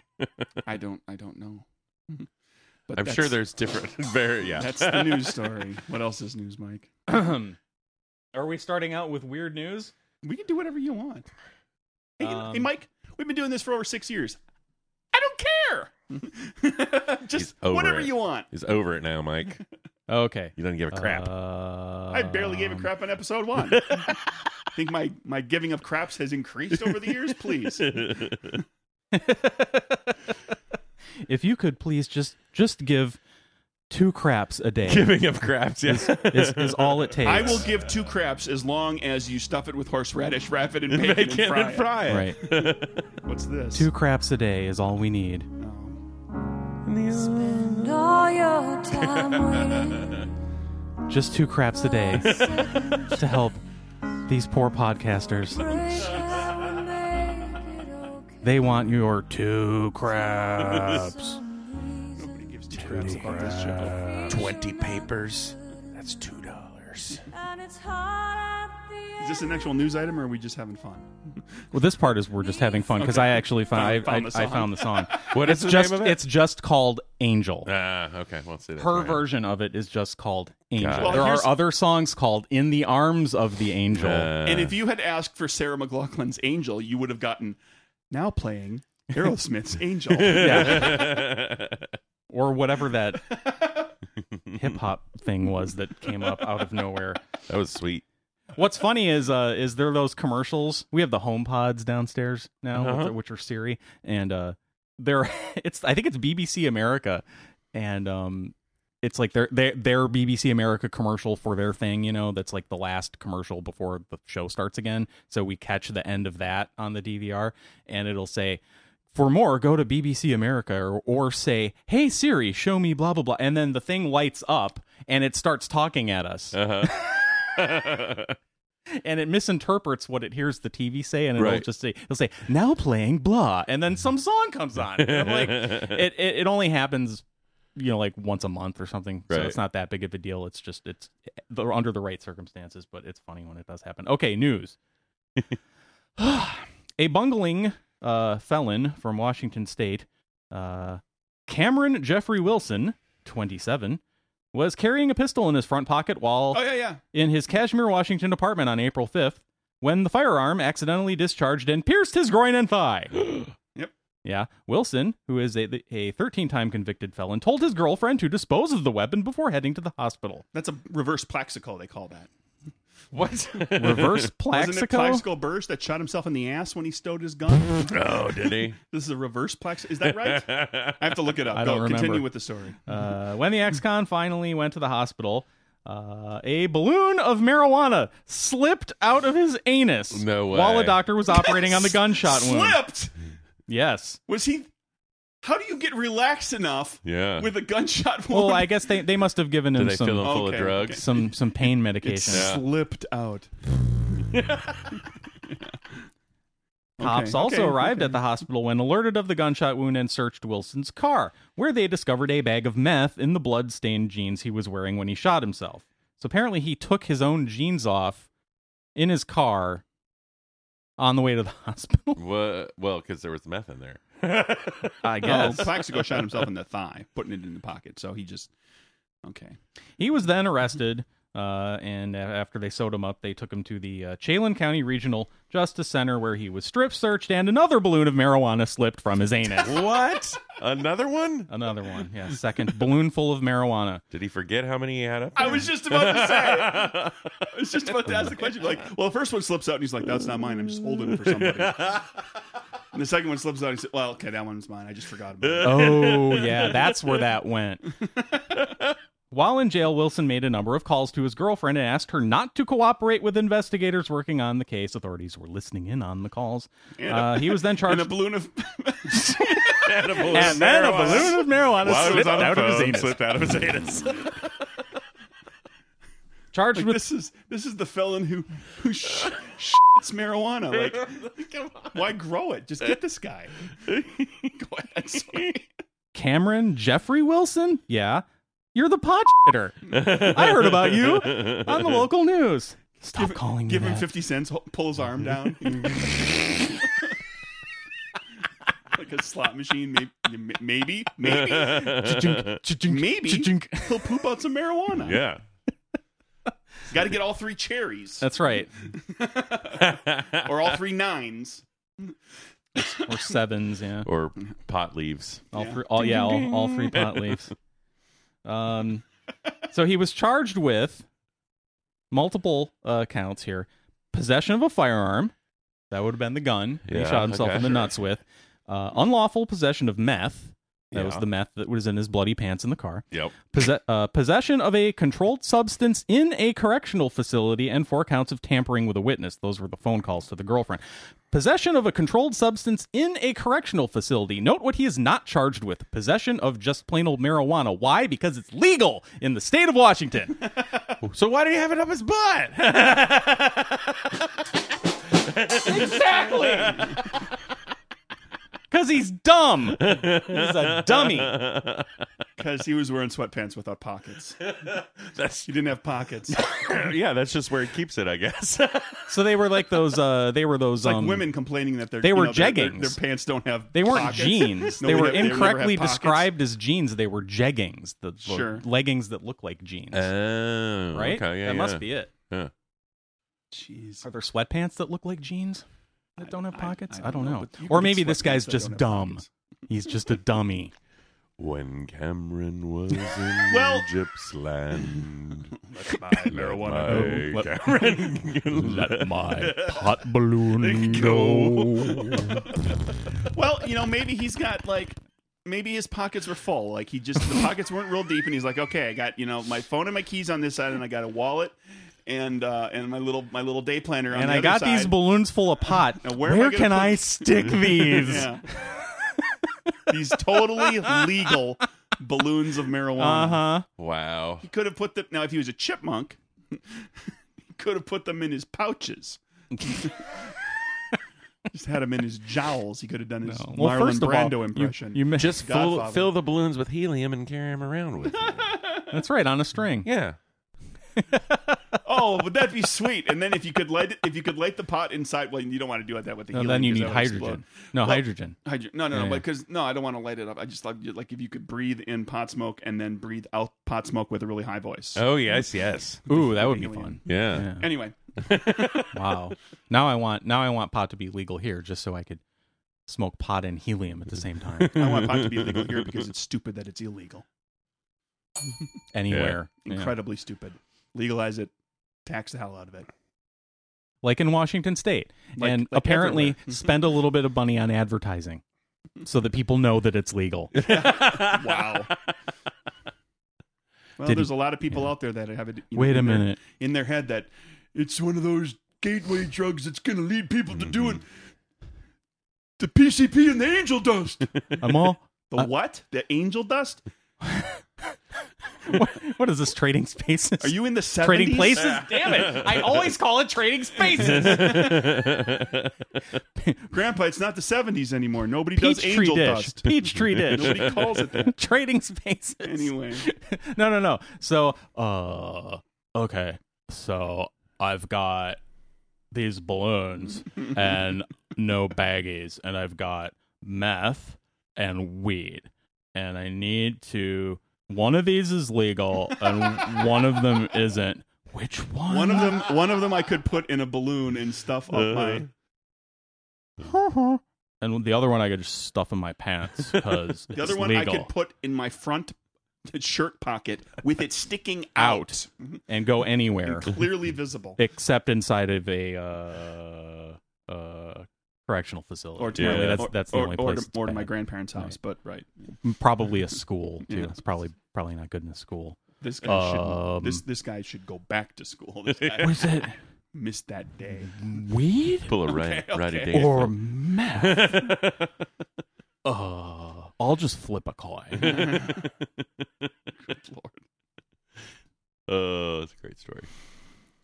A: I don't, I don't know. but
B: I'm
A: that's-
B: sure there's different. Very yeah.
A: That's the news story. What else is news, Mike?
E: Are we starting out with weird news?
A: We can do whatever you want. Hey, you-
E: Um,
A: hey, Mike, we've been doing this for over six years. I don't care. Just
B: He's over
A: whatever
B: it.
A: you want.
B: He's over it now, Mike.
E: Okay.
B: You don't give a crap.
A: Uh, I barely gave a
E: Um,
A: crap on episode one. Think my my giving of craps has increased over the years? Please,
E: if you could please just just give two craps a day
B: Giving up craps, yes.
E: is, is all it takes.
A: I will give two craps as long as you stuff it with horseradish, wrap it in bacon,
B: Bacon
A: and, fry
B: and fry it.
E: Right.
A: It. What's this?
E: Two craps a day is all we need.
A: Um,
D: Spend all your time waiting.
E: Just two craps a day to help these poor podcasters.
D: Break that will make it okay.
E: They want your two craps.
A: nobody gives two craps about this show.
B: 20 papers. That's $2.
D: And it's hard at the end.
A: Is this an actual news item, or are we just having fun?
E: Well, this part is we're just having fun because I actually found,
A: Found-
E: I,
A: found the
E: I, I
A: song.
E: found the song.
B: What
E: it's
B: is the
E: just
B: name of it?
E: it's just called Angel.
B: Ah, okay. Well, let's see. That's
E: Her
B: right.
E: version of it is just called Angel.
B: Got it.
A: Well,
E: there
A: here's-
E: are other songs called In the Arms of the Angel.
B: Uh,
A: and if you had asked for Sarah McLaughlin's Angel, you would have gotten now playing Aerosmith's Angel.
E: yeah. or whatever that hip hop thing was that came up out of nowhere.
B: that was sweet.
E: What's funny is uh is there those commercials? We have the home pods downstairs now, which, are, which are Siri, and uh they're it's I think it's BBC America, and um it's like their their their BBC America commercial for their thing, you know, that's like the last commercial before the show starts again. So we catch the end of that on the DVR, and it'll say. For more, go to BBC America or, or say, "Hey Siri, show me blah blah blah," and then the thing lights up and it starts talking at us
B: Uh huh.
E: and it misinterprets what it hears the TV say, and it'll
B: Right.
E: just say it'll say now playing blah, and then some song comes on. And I'm like, it, it it only happens, you know, like once a month or something. So
B: Right.
E: it's not that big of a deal. It's just it's they're under the right circumstances, but it's funny when it does happen. Okay, news. a bungling uh, felon from Washington State, uh, Cameron Jeffrey Wilson, 27, was carrying a pistol in his front pocket while
A: Oh yeah, yeah.
E: in his Kashmir, Washington apartment on April 5th when the firearm accidentally discharged and pierced his groin and thigh.
A: Yep.
E: Yeah. Wilson, who is a, a 13 time convicted felon, told his girlfriend to dispose of the weapon before heading to the hospital.
A: That's a reverse Plaxico. They call that.
B: what?
E: Reverse
A: Wasn't it
E: Plaxico?
A: Plaxico Burst that shot himself in the ass when he stowed his gun?
B: oh, did he?
A: this is a reverse Plaxico. Is that right? I have to look it up.
E: I
A: Go
E: don't remember.
A: continue with the story.
E: Uh, when the ex con finally went to the hospital, uh, a balloon of marijuana slipped out of his anus
B: No way.
E: while a doctor was operating on the gunshot wound.
A: Slipped.
E: Yes.
A: Was he? How do you get relaxed enough?
B: Yeah.
A: With a gunshot wound.
E: Well, Oh, I guess they, they must have given him
B: Did they
E: some
B: fill him full
A: Okay,
B: of drugs?
E: some some pain
A: it
E: medication.
B: Yeah.
A: slipped out.
E: Cops
A: Okay,
E: also
A: okay,
E: arrived
A: okay.
E: at the hospital when alerted of the gunshot wound and searched Wilson's car, where they discovered a bag of meth in the blood-stained jeans he was wearing when he shot himself. So apparently he took his own jeans off in his car on the way to the hospital.
B: Wha- Well, because there was meth in there.
E: I
A: No,
E: guess
A: Oh, Plaxico shot himself in the thigh, putting it in the pocket. So he just okay.
E: he was then arrested. Uh, and a- after they sewed him up, they took him to the uh, Chelan County Regional Justice Center, where he was strip searched, and another balloon of marijuana slipped from his anus.
B: What? Another one?
A: Uh,
E: another one, yeah, second balloon full of marijuana.
B: Did he forget how many he had up?
A: I was just about to say. I was just about to ask the question. Like, well, the first one slips out, and he's like, "That's not mine. I'm just holding it for somebody." and the second one slips out, and he said, "Well, okay, that one's mine. I just forgot about it."
E: Oh, yeah, that's where that went. While in jail, Wilson made a number of calls to his girlfriend and asked her not to cooperate with investigators working on the case. Authorities were listening in on the calls. Uh, he was then
A: And a
E: charged.
A: balloon of
B: edibles.
E: And then a balloon of marijuana
B: While he was
E: slipped
B: on the
E: out of his
B: phone,
E: anus.
B: slipped out of his anus.
E: Charged
A: like
E: with
A: this is this is the felon who who sh- shits marijuana. Like, why grow it? Just get this guy. Go ahead. Sorry.
E: Cameron Jeffrey Wilson? Yeah. You're the pot shitter. I heard about you on the local news. Stop calling me
A: Give him
E: that.
A: fifty cents. ho- Pull his arm down. Mm-hmm. Like a slot machine, maybe, maybe, maybe, maybe he'll poop out some marijuana.
B: yeah.
A: Got to get all three cherries
E: That's right.
A: or all three nines.
E: Or sevens, yeah.
B: Or pot leaves.
E: All
A: Yeah.
E: three, all yeah, all, all three pot leaves. Um, so he was charged with multiple uh, counts here: possession of a firearm, that would have been the gun that he
B: Yeah,
E: shot himself
B: okay.
E: in the nuts with, uh, unlawful possession of meth, that was
B: Yeah.
E: the meth that was in his bloody pants in the car,
B: Yep.
E: Posse- uh, possession of a controlled substance in a correctional facility and four counts of tampering with a witness. Those were the phone calls to the girlfriend. Possession of a controlled substance in a correctional facility. Note what he is not charged with possession of just plain old marijuana. Why? Because it's legal in the state of Washington.
B: So why do you have it up his butt?
E: exactly. Because he's dumb. He's a dummy.
A: Because he was wearing sweatpants without pockets.
B: That's
A: He didn't have pockets.
B: yeah. That's just where he keeps it, I guess.
E: So they were like those, uh, they were those,
A: Like
E: um,
A: women complaining that their
E: they
A: you
E: were
A: know, their- their,
E: jeggings.
A: their pants don't have.
E: They weren't
A: pockets.
E: jeans.
A: No,
E: they
A: we
E: were
A: have- never have
E: incorrectly
A: pockets.
E: described as jeans. They were jeggings, the, the
A: Sure.
E: leggings that look like jeans.
A: Mm,
B: oh,
E: right?
B: Okay, yeah, yeah.
E: that must be it.
B: Yeah.
A: Jeez.
E: Are there sweatpants that look like jeans that don't have pockets? I, don't know.
A: but you
E: Or
A: can get
E: maybe this
A: sweatpants
E: guy's
A: that
E: just
A: don't have
E: dumb.
A: pockets.
E: He's just a dummy.
B: When Cameron was in
A: Well-
B: Egypt's land,
A: That's my marijuana.
B: my Cameron,
E: my pot balloon go.
A: Well, you know, maybe he's got like. Maybe his pockets were full. Like he just the pockets weren't real deep, and he's like, "Okay, I got you know my phone and my keys on this side, and I got a wallet, and uh, and my little my little day planner on
E: and
A: the
E: I
A: other
E: got
A: side.
E: these balloons full of pot.
A: Now, where
E: where
A: am I gonna
E: can
A: put-
E: I stick these?
A: Yeah. These totally legal balloons of marijuana.
E: Uh huh.
B: wow.
A: He could have put them now if he was a chipmunk. he could have put them in his pouches. Just had them in his jowls. He could have done his
E: Well,
A: Marlon
E: first of all,
A: Brando
E: you-
A: impression.
E: You, missed.
B: Just fill,
A: Godfather.
B: fill the balloons with helium and carry him around with. You.
E: That's right on a string.
B: Yeah.
A: oh, would that be sweet? And then if you could light it, if you could light the pot inside, well, you don't want to do that with the
E: No,
A: helium
E: then you
A: 'cause
E: need
A: that would explode.
E: hydrogen. No
A: Well,
E: hydrogen.
A: Hydro- no, no,
E: Yeah,
A: no,
E: yeah.
A: because no, I don't want to light it up. I just like like if you could breathe in pot smoke and then breathe out pot smoke with a really high voice.
B: Oh yes, yes.
E: Ooh, that would be
A: helium.
E: fun.
B: Yeah.
A: Anyway,
E: Wow. Now I want now I want pot to be legal here just so I could smoke pot and helium at the same time
A: I want pot to be legal here because it's stupid that it's illegal.
E: anywhere. Yeah.
A: Incredibly stupid. Legalize it. Tax the hell out of it.
E: Like in Washington state.
A: Like-
E: and
A: like
E: apparently
A: everywhere. Mm-hmm.
E: spend a little bit of money on advertising so that people know that it's legal.
A: Wow. Well,
E: Didn't-
A: there's a lot of people
E: yeah.
A: out there that have it. you know,
E: Wait a
A: in their-
E: minute.
A: in their head that it's one of those gateway drugs that's going to lead people to doing
E: Mm-hmm.
A: the PCP and the angel dust.
E: I'm all
A: The what? The angel dust?
E: what, what is this trading spaces?
A: Are you in the 70s?
E: trading places? Damn it. I always call it trading spaces.
A: Grandpa, it's not the 70s anymore. Nobody does
E: Peach tree
A: angel
E: dish.
A: dust.
E: Peach tree dish.
A: Nobody calls it that.
E: trading spaces.
A: Anyway.
E: no, no, no. So, uh, okay. So I've got these balloons and no baggies, and I've got meth and weed, and I need to. One of these is legal, and one of them isn't. Which one?
A: One of them, one of them, I could put in a balloon and stuff up
E: Uh,
A: my.
E: and the other one I could just stuff in my pants because
A: The other one
E: legal.
A: I could put in my front shirt pocket with it sticking out,
E: and go anywhere
A: clearly visible,
E: except inside of a uh, uh, correctional facility.
A: or to
E: Really,
A: my,
E: that's
A: or,
E: that's the
A: or-
E: only
A: or
E: place. it's
A: to, or to my
E: bad.
A: grandparents' house. But right,
E: probably a school too.
A: Yeah.
E: It's probably probably not good in a school.
A: this guy
E: Um,
A: should this this guy should go back to school. This guy
E: Was it
A: missed that day.
E: weed
B: Pull a right,
A: Okay,
B: righty
A: okay.
B: dandy.
E: or meth? uh, I'll just flip a coin.
B: Oh, that's a great story.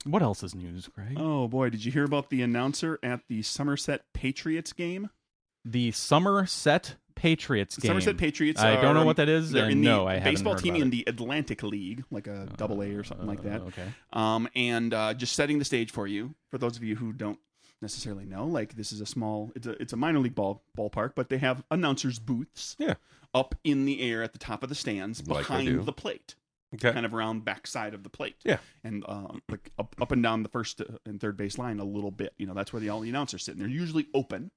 E: what else is news, Greg?
A: Oh boy, did you hear about the announcer at the Somerset Patriots game?
E: The Somerset Patriots
A: The
E: game.
A: Somerset Patriots.
E: I don't
A: are,
E: know
A: um,
E: what that is,
A: They're
E: and
A: in
E: no,
A: the
E: I haven't
A: baseball
E: heard
A: team
E: about
A: in
E: it.
A: the Atlantic League, like a double A or something like that.
E: Uh, okay.
A: um, and uh, just setting the stage for you. For those of you who don't necessarily know, like this is a small, it's a it's a minor league ball ballpark, but they have announcers booths,
B: Yeah.
A: up in the air at the top of the stands
B: Like they
A: behind
B: do.
A: the plate,
B: Okay.
A: kind of around backside of the plate,
B: Yeah.
A: and uh, like up, up and down the first uh, and third base line a little bit. You know, that's where the all the announcers sit, and they're usually open.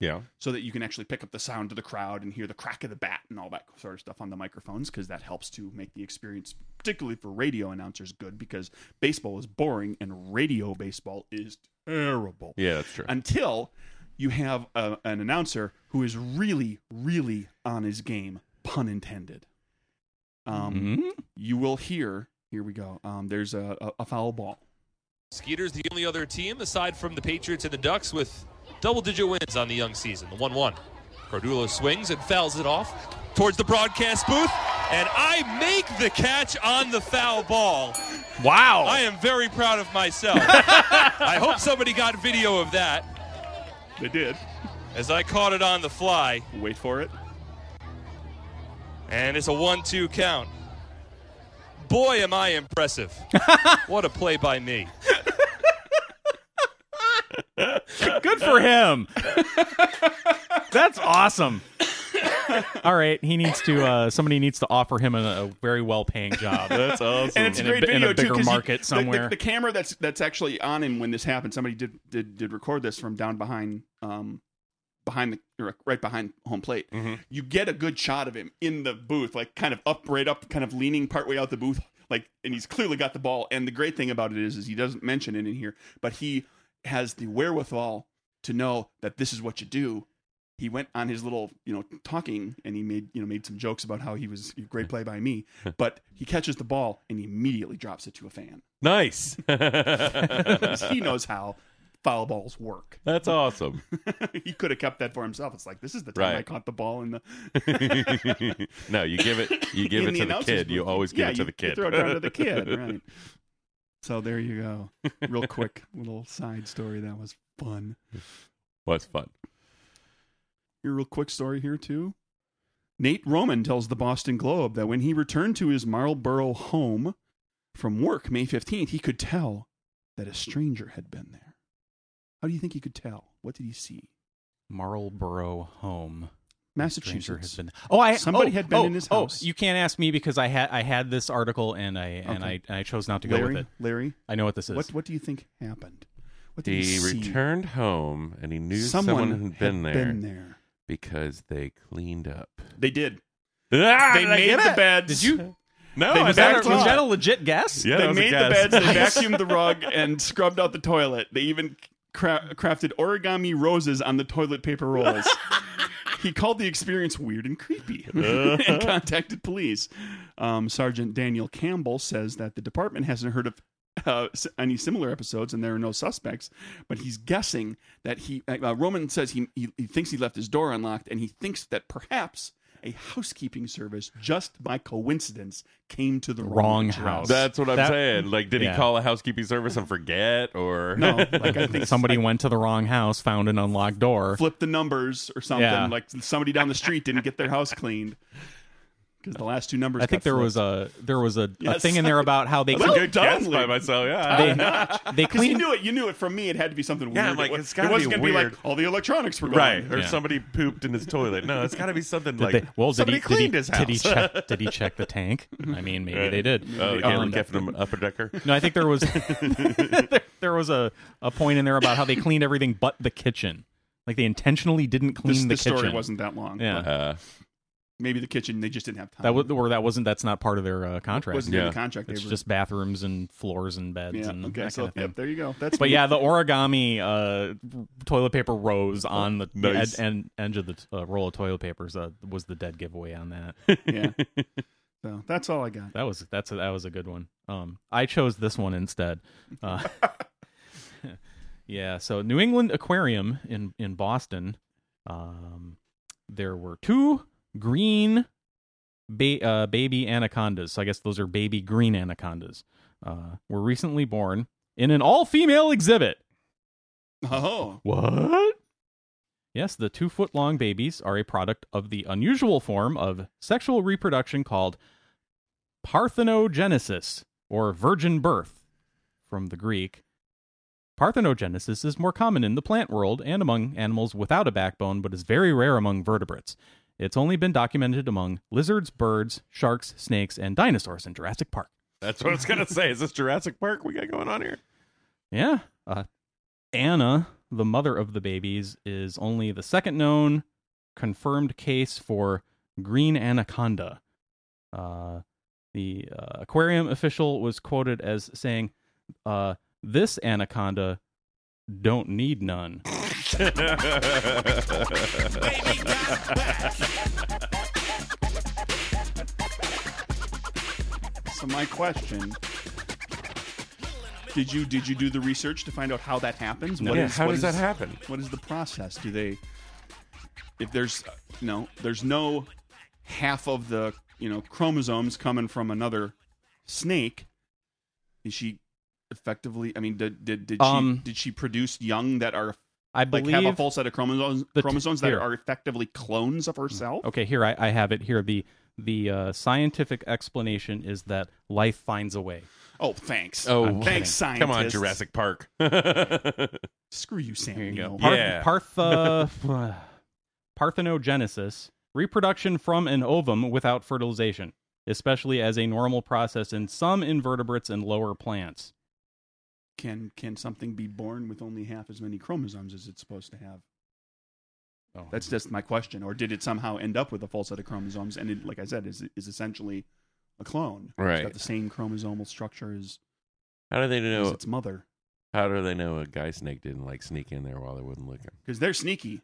B: yeah.
A: So that you can actually pick up the sound of the crowd and hear the crack of the bat and all that sort of stuff on the microphones, because that helps to make the experience, particularly for radio announcers, good. Because baseball is boring and radio baseball is terrible
B: Yeah, that's true.
A: until you have a, an announcer who is really, really on his game, pun intended. Um,
B: Mm-hmm.
A: You will hear. Here we go. Um, there's a, a, a foul ball.
J: Skeeter's the only other team aside from the Patriots and the Ducks with double-digit wins on the young season. The 1-1. Cordulo swings and fouls it off towards the broadcast booth, and I make the catch on the foul ball.
B: wow.
J: I am very proud of myself. I hope somebody got video of that
A: They did.
J: as I caught it on the fly,
A: Wait for it.
J: and it's a 1-2 count. Boy, am I impressive. what a play by me.
E: Good for him. That's awesome. All right, he needs to. Uh, somebody needs to offer him a, a very well-paying job.
B: that's awesome.
A: and it's
E: in
A: a
E: a
A: great
E: bi- in a
A: video too,
E: bigger
A: 'cause you-
E: market
A: the- the- The,
E: somewhere.
A: camera that's that's actually on him when this happened. Somebody did did did record this from down behind, um, behind the or right behind home plate.
E: Mm-hmm.
A: You get a good shot of him in the booth, like kind of up, right up, kind of leaning partway out the booth, like, and he's clearly got the ball. And the great thing about it is, is he doesn't mention it in here, but he has the wherewithal to know that this is what you do he went on his little you know talking and he made you know made some jokes about how he was great play by me but he catches the ball and he immediately drops it to a fan
B: nice.
A: 'Cause he knows how foul balls work
B: that's awesome.
A: he could have kept that for himself it's like this is the time i
B: Right.
A: caught the ball in the
B: no, you give it. You give
A: in
B: it to the
A: announcer's
B: kid. You
A: booth.
B: always give
A: Yeah,
B: it to
A: you-
B: the
A: you
B: kid.
A: throw it down to the kid right so there you go real quick little side story that was fun
B: Well, it's fun.
A: Your real quick story here too. Nate Roman tells the Boston Globe that when he returned to his Marlborough home from work May 15th, he could tell that a stranger had been there. How do you think he could tell? What did he see?
E: Marlborough home. Stranger has
A: Massachusetts.
E: been. Oh, I
A: Somebody
E: oh,
A: had been
E: oh,
A: in his
E: oh,
A: house.
E: you can't ask me because I had I had this article and I and
A: Okay.
E: I and I chose not to go
A: Larry,
E: with it.
A: Larry,
E: I know what this is.
A: what what do you think happened? What did he,
B: He
A: see?
B: returned home and he knew someone, had been there
A: Been there.
B: because they cleaned up.
A: They did.
B: Ah,
A: They
B: did I
A: made
B: get
A: the
B: it?
A: beds.
B: Did you? No,
A: They
B: I
E: was that,
A: backed
E: a, was
A: up.
E: that a legit guess?
B: Yeah,
A: they
B: that was a
A: made the
B: guess.
A: beds, they vacuumed the rug, and scrubbed out the toilet. They even cra- crafted origami roses on the toilet paper rolls. he called the experience weird and creepy and contacted police. Um, Sergeant Daniel Campbell says that the department hasn't heard of. Uh, s- any similar episodes, and there are no suspects. But he's guessing that he uh, Roman says he, he he thinks he left his door unlocked, and he thinks that perhaps a housekeeping service, just by coincidence, came to the
E: Wrong
A: wrong, address.
E: house.
B: That's what I'm
E: That-
B: saying. Like, did
E: Yeah.
B: he call a housekeeping service and forget, or
E: Oh,
A: No, like I think
E: Somebody went to the wrong house, found an unlocked door.
A: flipped the numbers or something.
E: Yeah.
A: Like somebody down the street didn't get their house cleaned. because the last two numbers.
E: I think
A: got
E: there was
A: flipped.
E: a there was a, a
A: Yes.
E: thing in there about how they
A: Well
E: clean-
A: done,
B: by
A: Luke.
B: myself. Yeah.
E: they, they
A: 'Cause you
E: clean
A: knew it. You knew it from me. It had to be something
B: Yeah,
A: weird.
B: like,
A: it, wa-
B: it's gotta
A: it wasn't
B: be
A: gonna be
B: weird.
A: like all the electronics were gone.
B: Right. Or
E: Yeah.
B: somebody pooped in his toilet. No, it's got to be something like
E: Did they- well, did
B: somebody
E: he,
B: cleaned
E: did he,
B: his house.
E: Did he, check, did he check the tank? I mean, maybe they did.
B: Oh, they
E: Um,
B: kept him upper decker.
E: no, I think there was there, there was a, a point in there about how they cleaned everything but the kitchen. Like they intentionally didn't clean
A: This,
E: the
A: this
E: kitchen.
A: story wasn't that long.
E: Yeah.
A: but
B: Uh,
A: Maybe the kitchen. They just didn't have time.
E: that was, or that wasn't. That's not part of their uh, contract.
A: um, wasn't in
B: Yeah.
A: the contract.
E: It's
A: they were-
E: just bathrooms and floors and beds
A: yeah.
E: and
A: Okay.
E: that
A: So
E: kind of thing.
A: yep, there you go. That's
E: But
A: me.
E: yeah, the origami uh, toilet paper rose on the
B: Nice.
E: ed- end, end of the uh, roll of toilet papers uh, was the dead giveaway on that.
A: yeah. So that's all I got.
E: That was that's a, that was a good one. Um, I chose this one instead. Uh, yeah, so New England Aquarium in in Boston. Um, there were two green ba- uh, baby anacondas. So I guess those are baby green anacondas. Uh, were recently born in an all female exhibit.
A: Oh,
E: What? Yes, the two foot long babies are a product of the unusual form of sexual reproduction called parthenogenesis, or virgin birth, from the Greek. Parthenogenesis is more common in the plant world and among animals without a backbone, but is very rare among vertebrates. It's only been documented among lizards, birds, sharks, snakes, and dinosaurs in Jurassic Park.
B: that's what I was going to say. Is this Jurassic Park we got going on here?
E: Yeah. Uh, Anna, the mother of the babies, is only the second known confirmed case for green anaconda. Uh, the uh, aquarium official was quoted as saying, uh, This anaconda don't need none.
A: so my question. Did you did you do the research to find out how that happens? What
B: Yeah,
A: is-
B: how
A: what
B: does
A: is-
B: that happen?
A: What is the process? Do they if there's no there's no half of the you know chromosomes coming from another snake? Is she effectively? I mean, did did did she
E: Um,
A: did she produce young that are
E: I
A: like
E: believe.
A: have a full set of chromosomes
E: the t-
A: chromosomes that
E: here. Oh.
A: are effectively clones of herself?
E: okay, here, I, I have it here. The, the uh, scientific explanation is that life finds a way.
A: Oh, thanks.
B: Oh,
A: thanks, scientists.
B: Come on, Jurassic Park. That's
A: Screw you, Sam.
E: There you go.
A: Neill.
E: Parth-
B: Yeah.
E: partha- parthenogenesis, reproduction from an ovum without fertilization, especially as a normal process in some invertebrates and lower plants.
A: Can can something be born with only half as many chromosomes as it's supposed to have?
E: Oh.
A: That's just my question. Or did it somehow end up with a full set of chromosomes? And it, like I said, is is essentially a clone.
B: Right.
A: It's got the same chromosomal structure as,
B: how do they
A: as
B: know?
A: its mother
B: How do they know a guy snake didn't like sneak in there while they wasn't looking?
A: because they're sneaky,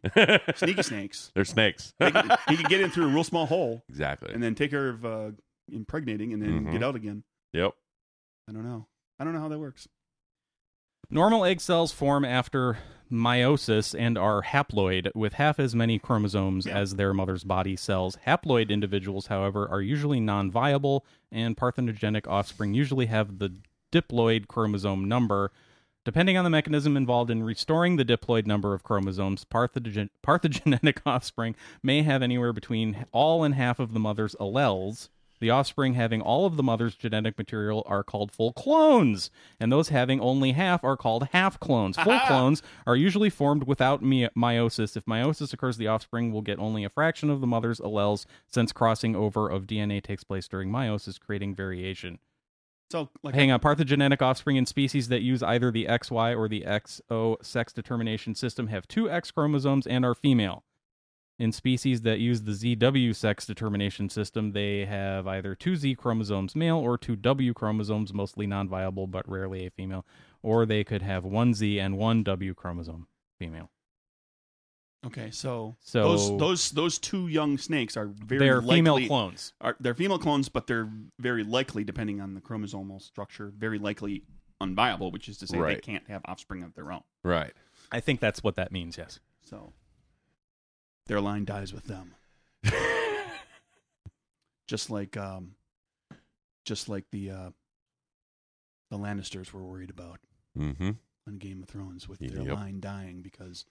A: sneaky snakes.
B: They're snakes.
A: They can, he could get in through a real small hole
B: exactly.
A: and then take care of uh, impregnating and then
B: Mhm.
E: Mm-hmm.
A: get out again.
B: yep.
A: I don't know. I don't know how that works.
E: Normal egg cells form after meiosis and are haploid with half as many chromosomes
A: Yeah.
E: as their mother's body cells. Haploid individuals, however, are usually non viable, and parthenogenic offspring usually have the diploid chromosome number. Depending on the mechanism involved in restoring the diploid number of chromosomes, parthogen- parthogenic offspring may have anywhere between all and half of the mother's alleles. The offspring having all of the mother's genetic material are called full clones, and those having only half are called half clones. Full clones are usually formed without me- meiosis. If meiosis occurs, the offspring will get only a fraction of the mother's alleles since crossing over of DNA takes place during meiosis, creating variation.
A: So like
E: Hang on, parthogenic offspring in species that use either the XY or the XO sex determination system have two X chromosomes and are female. In species that use the ZW sex determination system, they have either two Z chromosomes male or two W chromosomes, mostly non viable but rarely a female, or they could have one Z and one W chromosome female.
A: Okay, so,
E: So-
A: those those those two young snakes are very
E: They're
A: likely,
E: female clones.
A: Are, they're female clones, but they're very likely, depending on the chromosomal structure, very likely unviable, which is to say they
B: Right.
A: can't have offspring of their own.
B: Right.
E: I think that's what that means, yes.
A: So their line dies with them. just like um, just like the uh, the Lannisters were worried about
B: Mm-hmm.
A: on Game of Thrones with their
B: Yep.
A: line dying because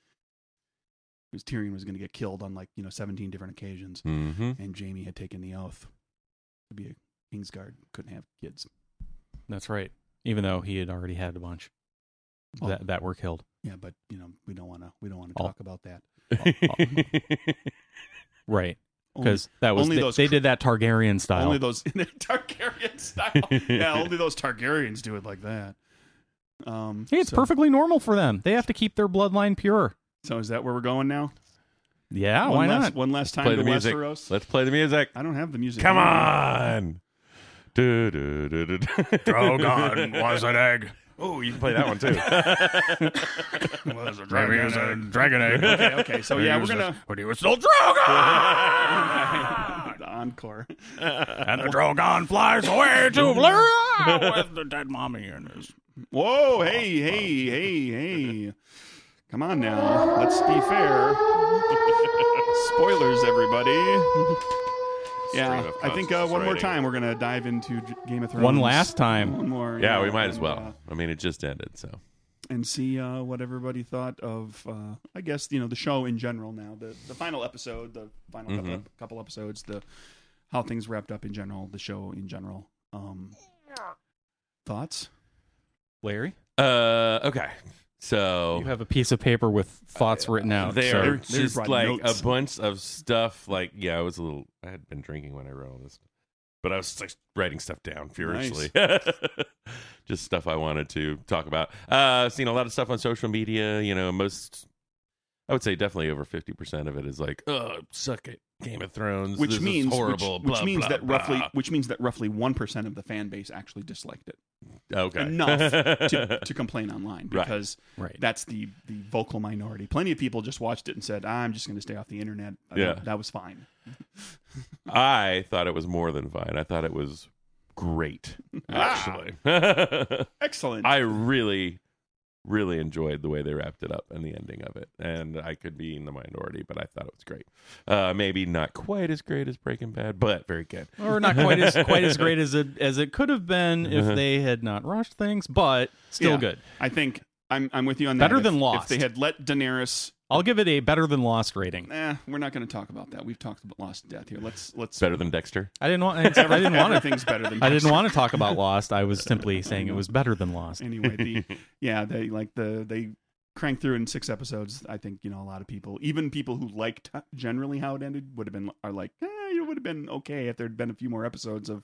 A: because Tyrion was going to get killed on like you know seventeen different occasions.
B: Mm-hmm.
A: and Jamie had taken the oath to be a Kingsguard. Couldn't have kids.
E: That's right. Even though he had already had a bunch
A: Well-
E: that that were killed.
A: Yeah, but you know we don't want to. We don't want to
E: All-
A: talk about that.
E: Right.
A: Only-
E: Because that was
A: only
E: they,
A: those
E: they
A: cr-
E: did that Targaryen style.
A: Only those Targaryen style. yeah, only those Targaryens do it like that. Um,
E: hey, it's
A: so-
E: perfectly normal for them. They have to keep their bloodline pure.
A: So is that where we're going now?
E: Yeah,
A: one
E: why
A: last,
E: not?
A: One last time
B: Oh, play
A: to
B: the music.
A: Westeros.
B: Let's play the music.
A: I don't have the music.
B: Come on. Do, do, do, do, do. Drogon Oh, was an egg. Oh, you can play that one too.
A: was a dragon egg.
B: dragon egg.
A: Okay, okay. So yeah, we're gonna
B: But he was still Drogon.
A: the encore.
E: And the Drogon flies away to Valyria with the dead mommy in his.
A: Whoa! Hey, hey, hey, hey! Come on now. Let's be fair. Spoilers, everybody. Yeah,
B: up
A: I think uh, one more
B: writing.
A: time we're gonna dive into J- Game of Thrones.
E: One last time.
A: One more.
B: Yeah, we
A: yeah,
B: might as
A: and, uh,
B: well. I mean, it just ended, so
A: and see uh, what everybody thought of. Uh, I guess you know the show in general. Now the the final episode, the final
B: Mm-hmm.
A: couple, couple episodes, the how things wrapped up in general, the show in general. Um, thoughts?
E: Larry,
B: Uh, okay. So
E: you have a piece of paper with thoughts written out.
B: there
A: They're-
E: So.
A: they're
B: just
A: brought
B: like
A: notes.
B: a bunch of stuff. Like, yeah, I was a little. I had been drinking when I wrote all this, but I was like writing stuff down furiously. just stuff I wanted to talk about. Uh, seen a lot of stuff on social media. You know, most. I would say definitely over fifty percent of it is like, oh, suck it, Game of Thrones,
A: Which
B: this is
A: means
B: horrible,
A: Which, which
B: blah,
A: means
B: blah,
A: that
B: blah."
A: roughly, which means that roughly one percent of the fan base actually disliked it
B: okay
A: enough to, to complain online
B: Right.
A: because
E: Right.
A: that's the the vocal minority. Plenty of people just watched it and said, "I'm just going to stay off the internet." Uh,
B: Yeah.
A: that was fine.
B: I thought it was more than fine. I thought it was great,
A: Ah.
B: actually.
A: Excellent.
B: I really, really enjoyed the way they wrapped it up and the ending of it. And I could be in the minority, but I thought it was great. Uh, maybe not quite as great as Breaking Bad, but very good.
E: or not quite as quite as great as it as it could have been if they had not rushed things, but still
A: Yeah.
E: good.
A: I think I'm I'm with you on that.
E: Better
A: If-
E: than Lost.
A: If they had let Daenerys,
E: I'll give it a better than Lost rating.
A: eh, we're not going to talk about that. We've talked about Lost and Death here. Let's let's.
B: It's better than Dexter.
E: I didn't want. I didn't want to.
A: Everything's better than.
E: I didn't want to talk about Lost. I was simply saying it was better than Lost.
A: anyway. The, yeah, they like the they cranked through in six episodes. I think you know a lot of people, even people who liked generally how it ended, would have been are like, eh, it would have been okay if there had been a few more episodes of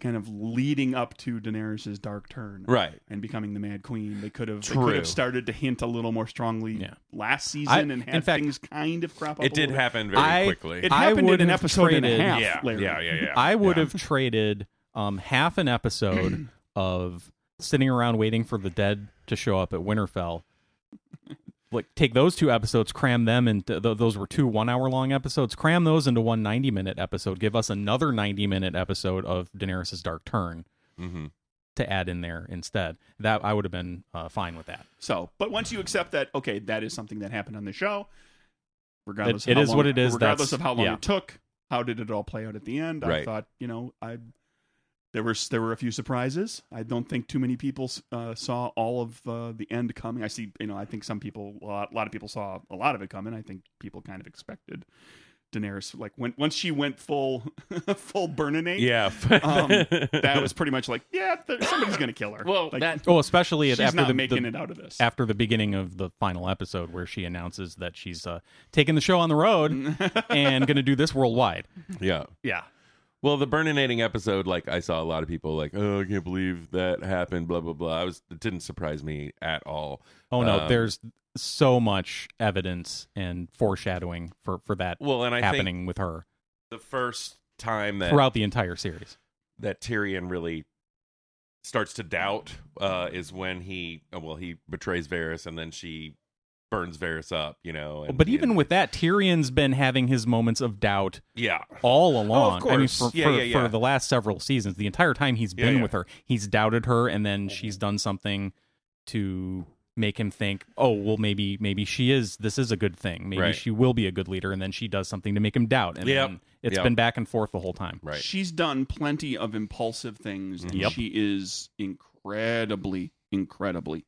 A: kind of leading up to Daenerys's dark turn,
B: Right.
A: and becoming the Mad Queen. They could have they could
B: True.
A: have started to hint a little more strongly
E: Yeah.
A: last
E: I-
A: season and
E: in
A: had
E: fact,
A: things kind of crop up.
B: It
A: a
B: did
A: little bit.
B: happen very
E: I-
B: quickly.
A: It
E: I
A: happened in
E: would
A: an
E: have
A: episode and
E: traded-
A: a half.
B: yeah,
A: Larry.
B: yeah, yeah, yeah.
E: I would
B: Yeah.
E: have traded um, half an episode of sitting around waiting for the dead to show up at Winterfell. Like take those two episodes, cram them into th- those were two one-hour long episodes. Cram those into one 90-minute episode. Give us another 90-minute episode of Daenerys's dark turn
A: Mm-hmm.
B: Mhm.
E: to add in there instead. That I would have been uh, fine with that.
A: So, but once you accept that, okay, that is something that happened on the show. Regardless, of
E: It- it
A: how
E: is
A: long-
E: what it is,
A: Regardless
E: that's-
A: of how long
E: yeah.
A: it took, how did it all play out at the end? I
B: Right.
A: thought, you know, I there were there were a few surprises. I don't think too many people uh, saw all of uh, the end coming. I see, you know, I think some people, a lot, a lot of people saw a lot of it coming. I think people kind of expected Daenerys, like when once she went full full Burnanate,
B: Yeah.
A: um, that was pretty much like, yeah, th- somebody's gonna kill her. Well, like,
E: Oh, especially at
A: she's
E: after
A: not
E: the,
A: making
E: the-
A: it out of this.
E: after the beginning of the final episode where she announces that she's uh, taking the show on the road and going to do this worldwide.
B: yeah.
A: yeah.
B: Well, the burninating episode, like I saw a lot of people like, oh, I can't believe that happened, blah blah blah. I was it didn't surprise me at all.
E: Oh no,
B: Um,
E: there's so much evidence and foreshadowing for for that
B: Well, and I
E: happening
B: think
E: with her
B: the first time that
E: throughout the entire series.
B: that Tyrion really starts to doubt uh,
A: Mm-hmm.
B: is when he uh, well he betrays Varys and then she burns Varys up, you know. And,
E: But even
B: and-
E: with that, Tyrion's been having his moments of doubt
B: yeah,
E: all along. I mean,
B: Oh, course.
E: for,
B: Yeah,
E: for,
B: yeah, yeah.
E: for the last several seasons, the entire time he's
B: Yeah, Mm-hmm.
E: been
B: yeah.
E: with her, he's doubted her, and then she's done something to make him think, oh, well, maybe, maybe she is. This is a good thing. Maybe
B: Right.
E: she will be a good leader, and then she does something to make him doubt, and
B: Yep.
E: then it's
B: Yep.
E: been back and forth the whole time.
B: right,
A: She's done plenty of impulsive things, and
E: Yep.
A: she is incredibly, incredibly.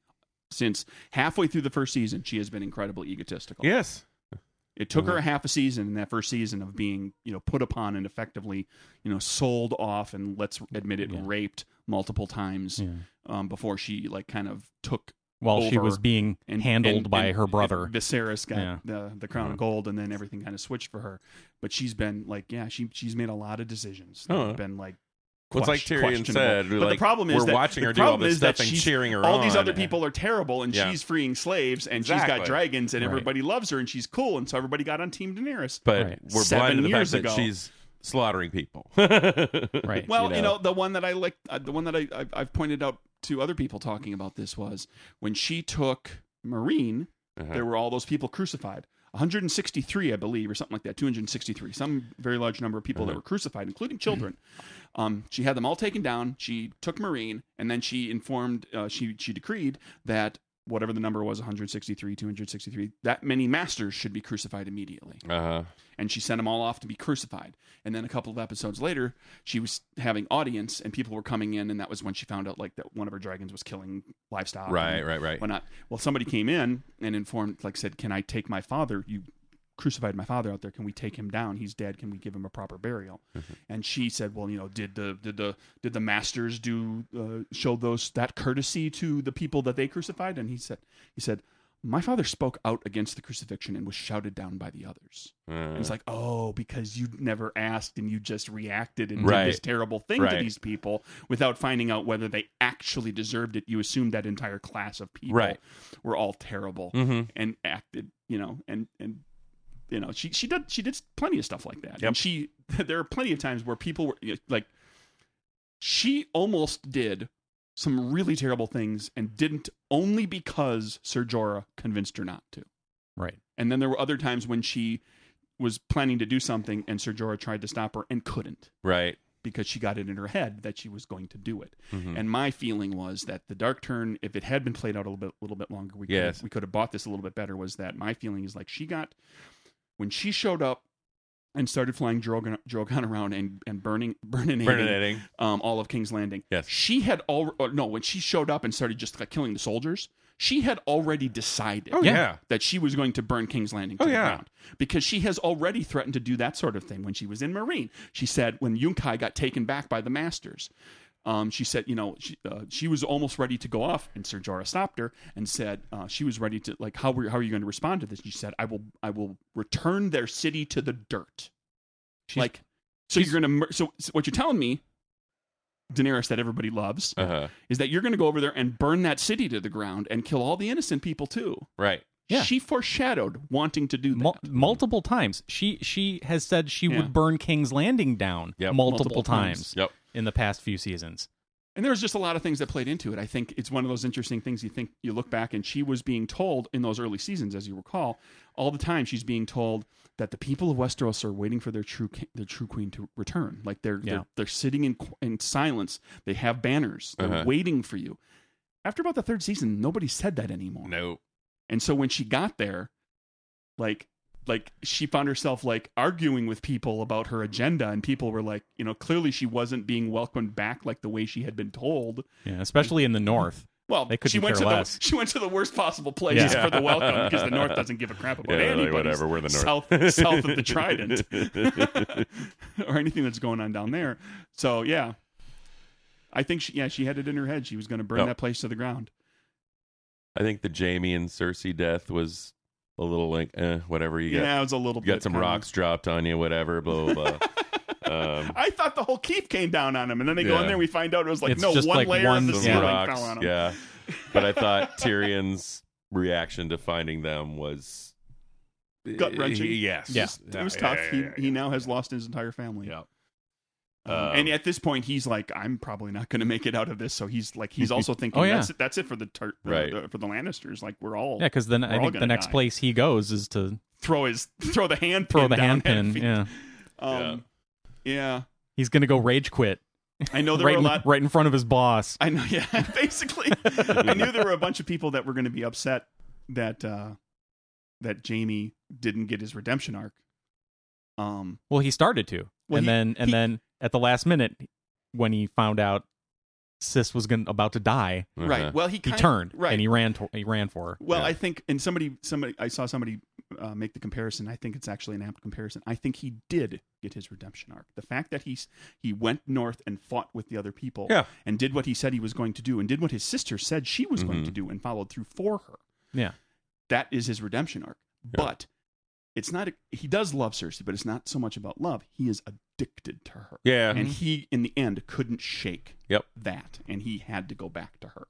A: Since halfway through the first season, she has been incredibly egotistical.
B: yes,
A: It took
E: Mm-hmm.
A: her a half a season in that first season of being, you know, put upon and effectively, you know, sold off and let's admit it, raped multiple times um, before she like kind of took
E: While she
A: over
E: was being handled by her brother.
A: And Viserys got
E: Yeah.
A: the the crown of gold, and then everything kind of switched for her. But she's been like, yeah, she she's made a lot of decisions. that have
B: Huh.
A: Been like.
B: Well, it's like
A: quest-
B: Tyrion
A: questionable.
B: said,
A: but the
B: like,
A: problem is
B: we're
A: that-
B: watching
A: the
B: her do all
A: problem
B: this
A: is that
B: stuff and
A: she's-
B: cheering her
A: All these
B: on.
A: other people are terrible, and
B: Yeah.
A: she's freeing slaves, and she's got
B: Exactly.
A: dragons, and
E: Right.
A: everybody loves her, and she's cool, and so everybody got on Team Daenerys.
B: but
E: Right.
B: we're blind
A: Seven
B: to the fact
A: years
B: that
A: ago.
B: she's slaughtering people. right.
E: Right.
A: Well, you know, the one that I like, uh, the one that I, I I've pointed out to other people talking about this was when she took Marine. There were all those people crucified. 163, I believe, or something like that. 263, some very large number of people that were crucified, including children. Um, she had them all taken down. She took Marine, and then she informed, uh, she she decreed that whatever the number was, 163, 263, that many masters should be crucified immediately
B: Uh-huh.
A: and she sent them all off to be crucified. And then a couple of episodes later, she was having audience, and people were coming in, and that was when she found out like that one of her dragons was killing livestock.
B: Right,
A: and
B: right, right.
A: Whatnot. Well, somebody came in and informed, like, said, "Can I take my father? You crucified my father out there. Can we take him down? He's dead. Can we give him a proper burial?"
B: Mm-hmm.
A: And she said, "Well, you know, did the did the did the masters do uh, show those that courtesy to the people that they crucified?" And he said, he said. My father spoke out against the crucifixion and was shouted down by the others.
B: Mm.
A: And it's like, oh, because you never asked and you just reacted and
B: Right.
A: did this terrible thing to
B: Right.
A: these people without finding out whether they actually deserved it. You assumed that entire class of people
B: Right.
A: were all terrible
B: Mhm.
A: and acted, you know, and and you know, she she did she did plenty of stuff like that.
B: Yep.
A: And she there are plenty of times where people were you know, like she almost did some really terrible things and didn't only because Ser Jorah convinced her not to.
E: Right.
A: And then there were other times when she was planning to do something and Ser Jorah tried to stop her and couldn't
B: Right.
A: because she got it in her head that she was going to do it.
B: Mm-hmm.
A: And my feeling was that the dark turn, if it had been played out a little bit, little bit longer, we
B: Yes.
A: could, we could have bought this a little bit better. Was that my feeling is like she got when she showed up and started flying Drogon, Drogon around and and burning burning
B: Bernadette.
A: um, all of King's Landing.
B: Yes.
A: she had all no when she showed up and started just like killing the soldiers. She had already decided
B: Oh, yeah.
A: that she was going to burn King's Landing to
B: Oh,
A: the
B: yeah.
A: ground because she has already threatened to do that sort of thing when she was in Marine. She said when Yunkai got taken back by the Masters, um, she said, you know, she, uh, she was almost ready to go off, and Ser Jorah stopped her and said uh, she was ready to like, how were, how are you going to respond to this? She said, I will, I will return their city to the dirt.
E: She's-
A: like, so you're going to, mur- so, so what you're telling me, Daenerys, that everybody loves,
B: Uh-huh.
A: is that you're going to go over there and burn that city to the ground and kill all the innocent people too.
B: Right.
E: Yeah.
A: She foreshadowed wanting to do that.
E: Mul-
B: Mm-hmm.
E: multiple times. She she has said she
A: Yeah.
E: would burn King's Landing down
B: Yep.
E: multiple,
A: Multiple
E: times,
A: times.
B: Yep.
E: in the past few seasons.
A: And there was just a lot of things that played into it. I think it's one of those interesting things you think you look back and she was being told in those early seasons, as you recall, all the time she's being told that the people of Westeros are waiting for their true ki- their true queen to return. Like they're
E: Yeah.
A: they're, they're sitting in qu- in silence. They have banners. They're
B: Uh-huh.
A: waiting for you. After about the third season, nobody said that anymore.
B: No.
A: And so when she got there, like like she found herself like arguing with people about her agenda and people were like, you know, clearly she wasn't being welcomed back like the way she had been told.
E: Yeah, especially in
B: Mm-hmm.
E: the north.
A: Well,
E: They couldn't
A: she went
E: care
A: to
E: less.
A: the she went to the worst possible place
E: Yeah.
A: for the welcome because the North doesn't give a crap about
B: Yeah, they're like,
A: anybody.
B: whatever, we're the
A: south
B: North.
A: south of the Trident or anything that's going on down there. So yeah, I think she, yeah she had it in her head she was going to burn
B: Yep.
A: that place to the ground.
B: I think the Jamie and Cersei death was a little like, eh, whatever you
A: Yeah,
B: got.
A: it was a little.
B: You got
A: bit
B: some
A: kinda-
B: rocks dropped on you, whatever, blah, blah, blah. um,
A: I thought the whole keep came down on him, and then they go
B: Yeah.
A: in there. and We find out it was like
E: It's
A: no
E: just
A: one
E: like
A: layer
E: one
A: of the
E: little
A: ceiling
B: rocks,
A: fell on him.
B: Yeah. But I thought Tyrion's reaction to finding them was eh,
A: Gut-wrenching?
B: Yes.
A: It was, it was tough.
B: Yeah,
A: he,
B: yeah, yeah,
A: he now has lost his entire family.
B: Yeah.
A: Um,
E: Uh,
B: Um,
A: and at this point, he's like, "I'm probably not going to make it out of this." So he's like, he's also thinking,
E: Oh, yeah.
A: "That's it. That's it for the, tur- the-
B: Right.
A: the- for the Lannisters. Like we're all
E: Yeah, because then
A: We're
E: I
A: all
E: think the
A: gonna
E: next
A: die.
E: place he goes is to
A: throw his throw the hand
E: throw
A: pin
E: the
A: down at
E: handpin.
A: feet.
E: Yeah,
A: Um,
B: Uh-huh.
A: yeah.
E: he's gonna go rage quit
A: I know there
E: right
A: were a
E: in,
A: lot.
E: right in front of his boss.
A: I know. Yeah, basically, I knew there were a bunch of people that were going to be upset that uh, that Jamie didn't get his redemption arc. Um,
E: Well, he started to,
A: Well,
E: and
A: he-
E: then and
A: he-
E: then at the last minute when he found out Sis was gonna about to die,
B: Uh-huh.
A: right. Well, he
E: he
A: kind
E: turned
A: right
E: and he ran to, he ran for her.
A: Well,
B: Yeah.
A: I think, and somebody, somebody, I saw somebody uh, make the comparison. I think it's actually an apt comparison. I think he did get his redemption arc. The fact that he's he went north and fought with the other people,
B: Yeah.
A: and did what he said he was going to do, and did what his sister said she was going
B: Mhm.
A: to do, and followed through for her.
E: Yeah.
A: That is his redemption arc.
B: Yeah.
A: But it's not. he does love Cersei, but it's not so much about love. He is addicted to her.
B: Yeah.
A: And he, in the end, couldn't shake
B: Yep.
A: that, and he had to go back to her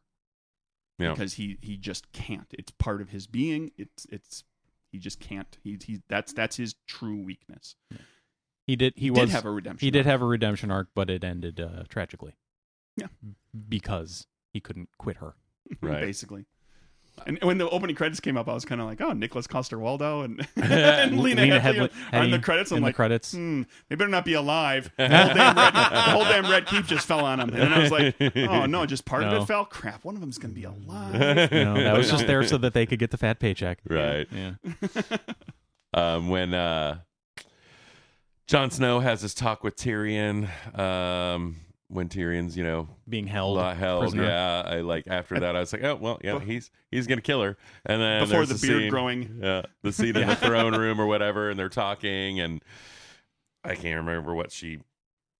B: Yeah.
A: because he he just can't. It's part of his being. It's it's he just can't. He he that's that's his true weakness.
E: He did. He
A: did
E: was,
A: have a redemption
E: He
A: arc.
E: did have a redemption arc, but it ended uh, tragically.
A: Yeah.
E: because he couldn't quit her.
B: Right.
A: Basically. And when the opening credits came up, I was kind of like, "Oh, Nicholas Coster Waldo and,
E: L-
A: and Lena,
E: Lena
A: Headey
E: Headey-
A: are in the
E: Headey
A: credits." I'm
E: in the
A: like,
E: credits.
A: "Hmm, they better not be alive." The whole damn red, the whole damn red keep just fell on them, and I was like, "Oh no, just part of
E: No.
A: it fell. Crap, one of them's gonna be alive."
E: You know, that was just there so that they could get the fat paycheck.
B: Right.
E: Yeah.
B: um, when uh, Jon Snow has his talk with Tyrion, um, when Tyrion's you know
E: Being held.
B: lot held,
E: prisoner.
B: yeah. I like after that, I was like, oh well, yeah, he's he's gonna kill her, and then
A: Before
B: there's
A: the
B: a
A: beard
B: scene-
A: growing.
B: yeah, the scene in the throne room or whatever, and they're talking, and I can't remember what she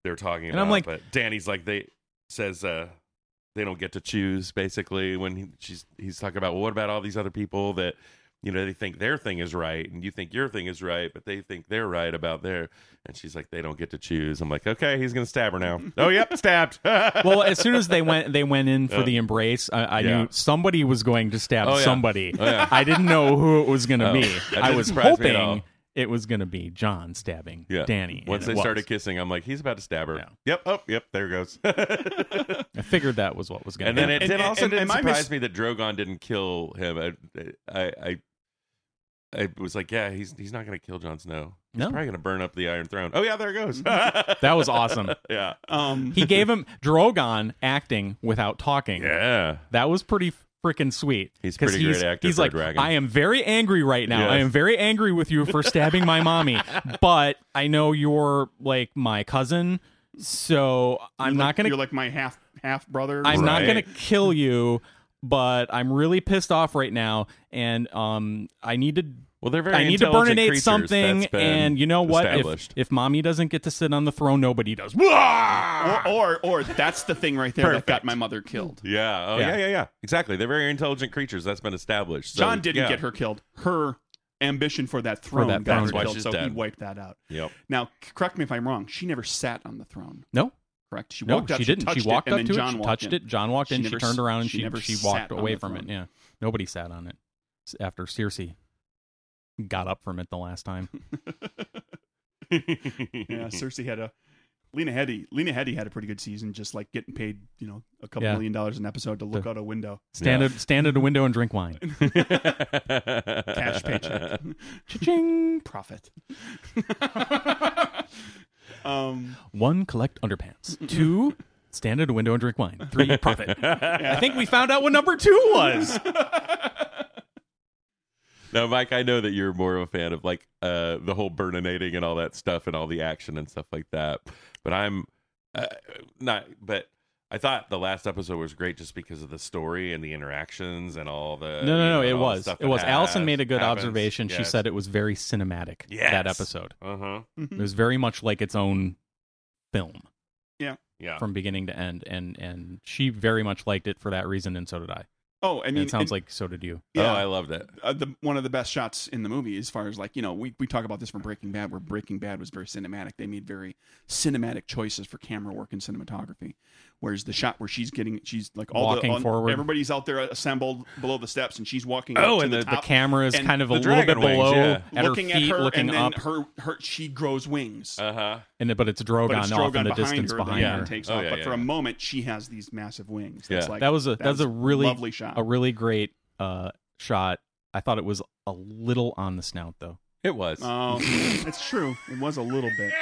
B: they're talking
E: And
B: about,
E: I'm like-
B: but Danny's like they says uh they don't get to choose basically when he, she's he's talking about well what about all these other people that you know they think their thing is right and you think your thing is right but they think they're right about their and she's like they don't get to choose i'm like okay he's gonna stab her now oh yep stabbed
E: well, as soon as they went, they went in for the embrace. I, I
B: yeah.
E: knew somebody was going to stab
B: Oh, yeah.
E: somebody.
B: Oh, yeah.
E: I didn't know who it was going to
B: Oh,
E: be.
B: that
E: I
B: didn't
E: was
B: surprise me at all.
E: hoping it was going to be John stabbing
B: yeah
E: Danny. and
B: once
E: it
B: they
E: was.
B: started kissing i'm like he's about to stab her
E: Yeah.
B: yep oh yep there goes
E: I figured that was what was going
B: And
E: to.
B: then
E: happen.
B: it,
A: And-
B: it also
A: and-
B: didn't
A: and my mis-
B: surprise me that Drogon didn't kill him. I, I, I, I was like, yeah, he's he's not going to kill Jon Snow. He's
E: No. Mm-hmm.
B: probably going to burn up the Iron Throne. Oh yeah, there it goes.
E: that was awesome.
B: yeah,
A: Um,
E: He gave him Drogon acting without talking.
B: yeah.
E: That was pretty freaking sweet.
B: He's
E: 'Cause
B: pretty great actor
E: He's
B: for a
E: like,
B: dragon.
E: I am very angry right now.
B: Yes.
E: I am very angry with you for stabbing my mommy, but I know you're like my cousin, so I'm
A: you're
E: not
A: like-
E: gonna.
A: You're like my half half brother.
E: I'm not
B: Right.
E: gonna kill you, but I'm really pissed off right now, and um, I need to.
B: Well, they're very.
E: I need to
B: intelligent
E: burninate
B: creatures.
E: something,
B: That's been
E: and you know what? If,
B: Established.
E: if mommy doesn't get to sit on the throne, nobody does.
A: or, or or that's the thing right there that got my mother killed.
B: yeah, oh, yeah,
E: Yeah.
B: yeah, yeah, Exactly. They're very intelligent creatures. That's been established. So,
A: John didn't
B: yeah.
A: get her killed. Her ambition for that throne
E: that
A: got
E: throne.
A: her
E: That's
B: why
A: killed,
B: she's
A: so he
B: dead.
A: wiped that out.
B: Yep.
A: Now, c- correct me if I'm wrong. She never sat on the throne.
E: No,
A: Correct? She
E: no,
A: walked up.
E: she didn't. She,
A: touched
E: walked
A: it,
E: up
A: and
E: to
A: then
E: it.
A: John
E: she
A: walked in.
E: touched it. John walked
A: She
E: in.
A: never
E: she turned
A: s-
E: around and
A: she
E: she
A: never
E: she
A: sat
E: walked
A: on
E: away
A: the
E: from it.
A: throne.
E: Yeah, nobody sat on it. S- After Cersei got up from it the last time.
A: Yeah, Cersei had a. Lena Headey. Lena Headey had a pretty good season, just like getting paid, you know, a couple
E: Yeah.
A: million dollars an episode to look
E: The-
A: out a window.
E: Stand at stand at a window and drink wine.
A: Cash paycheck.
E: Cha-ching.
A: Profit. um,
E: One, collect underpants. Two, stand at a window and drink wine. Three, profit. I think we found out what number two was.
B: Uh, Now, Mike, I know that you're more of a fan of like uh, the whole burninating and all that stuff and all the action and stuff like that. But I'm uh, not. But I thought the last episode was great just because of the story and the interactions and all the
E: No, no, no.
B: you know,
E: It
B: all the
E: was.
B: stuff
E: It was.
B: that
E: Allison
B: has-
E: made a good
B: happens.
E: observation. She
B: Yes.
E: said it was very cinematic.
B: Yes.
E: That episode.
B: Uh-huh.
A: Hmm. mm-hmm.
E: It was very much like its own film.
B: Yeah.
E: from beginning to end and and she very much liked it for that reason and so did i
A: oh, I
E: and
A: mean,
E: it sounds
A: and-
E: like so did you
A: yeah.
B: Oh, I loved it.
A: uh, the one of the best shots in the movie as far as like you know we, we talk about this from breaking bad where breaking bad was very cinematic they made very cinematic choices for camera work and cinematography whereas the shot where she's getting she's like all
E: Walking
A: the all-
E: forward.
A: everybody's out there assembled below the steps and she's walking
B: Oh,
A: up to
B: and the-
E: the
A: top,
E: camera is
A: and
E: kind of a
B: the
E: little bit
B: dragon wings,
E: below
B: yeah.
E: at her
A: looking
E: feet
A: at her
E: looking
A: and
E: up
A: then her her she grows wings
B: Uh huh.
E: and it- but it's drogon,
A: but it's
E: oh off
A: Drogon
E: in the
A: behind
E: distance
A: her
E: behind
A: that
B: yeah,
E: her
A: takes
B: Oh,
A: off
B: yeah,
A: but for
B: yeah.
A: a moment she has these massive wings that's
B: Yeah.
A: like
E: that was a that was a really
A: lovely shot
E: a really great uh shot i thought it was a little on the snout though
B: It was.
A: oh it's true it was a little bit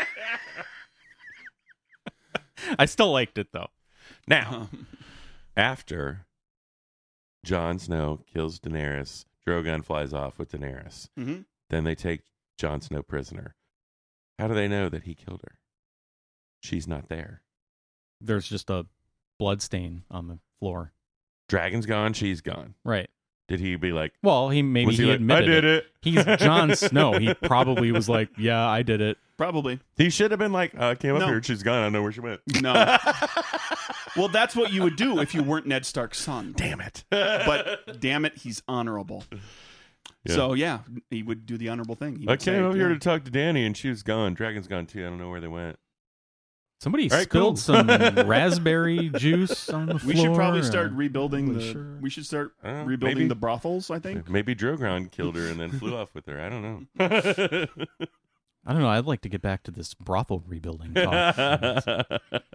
E: i still liked it though
B: now,
A: Um,
B: after Jon Snow kills Daenerys, Drogon flies off with Daenerys.
A: hmm
B: Then they take Jon Snow prisoner. How do they know that he killed her? She's not there.
E: there's just a blood stain on the floor
B: Dragon's gone. She's gone.
E: right
B: Did he be like,
E: Well, he maybe
B: Was he
E: he
B: like,
E: admitted
B: "I did it."
E: He's Jon Snow. He probably was like, "Yeah, I did it."
A: Probably.
B: he should have been like, I came up
A: No.
B: here and she's gone. I don't know where she went.
A: No. well, that's what you would do if you weren't Ned Stark's son.
B: Damn it.
A: But damn it, he's honorable.
B: Yeah.
A: So yeah, he would do the honorable thing. He
B: I
A: would say,
B: came up here
A: yeah.
B: to talk to Danny and she was gone. Dragon's gone too. I don't know where they went.
E: Somebody
B: All right, cool.
E: spilled some raspberry juice on the floor.
A: We should probably start
E: and-
A: rebuilding
E: Holy
A: the.
E: sure.
A: We should start
B: I don't know,
A: rebuilding
B: Uh, maybe.
A: the brothels. I think.
B: Maybe Drogon killed her and then flew off with her. I don't know.
E: I don't know. I'd like to get back to this brothel rebuilding
A: Oh,
E: talk.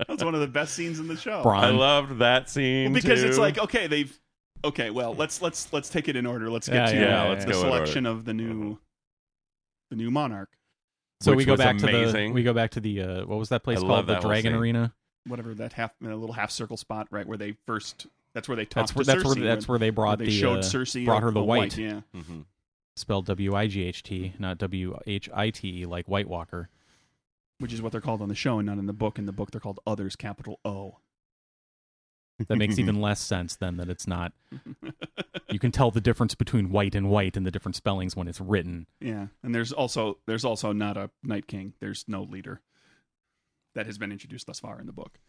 A: That's one of the best scenes in the show.
E: Bron-
B: I loved that scene
A: Um, Well, because it's
B: too.
A: like oh, okay, they've okay. Well, let's let's let's take it in order. Let's get
E: Yeah,
A: to
E: yeah, yeah,
A: the
E: yeah.
B: Let's go in
A: selection of the new the new monarch,
E: so we
B: which
E: go
B: was
E: back to
B: amazing.
E: the we go back to the uh, what was that place
B: I love
E: called?
B: that
E: the
B: whole
E: Dragon
B: scene.
E: Arena.
A: whatever that half in a little half circle spot, right where they first. That's where they talked
E: That's where
A: to
E: that's where
A: Cersei,
E: that's
A: when-
E: where they brought
A: they
E: the
A: showed
E: uh,
A: Cersei
E: brought her the white,
A: Yeah,
B: Mhm.
E: spelled W I G H T, not W H I T E like White Walker.
A: which is what they're called on the show and not in the book. In the book, they're called others, capital O.
E: That makes even less sense then that it's not. You can tell the difference between white and white and the different spellings when it's written.
A: Yeah, and there's also there's also not a Night King. There's no leader that has been introduced thus far in the book.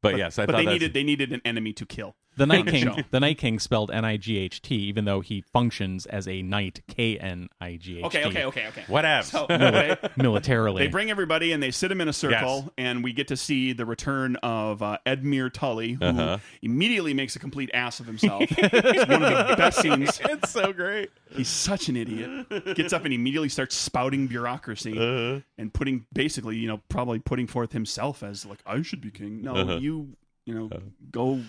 B: But, yes, I
A: but
B: thought
A: they
B: that's-
A: needed they needed an enemy to kill.
E: The Night
A: the show.
E: King, the Night King spelled N I G H T, even though he functions as a knight K N I G H T.
A: Okay, okay, okay, okay.
B: whatevs.
A: So anyway,
E: Militarily,
A: They bring everybody and they sit him in a circle, and we get to see the return of uh, Edmure Tully, who
B: Uh-huh.
A: immediately makes a complete ass of himself. it's one of the best scenes.
B: it's so great.
A: He's such an idiot. Gets up and immediately starts spouting bureaucracy
B: Uh,
A: and putting, basically, you know, probably putting forth himself as like I should be king. No,
B: Uh-huh.
A: you, you know, go.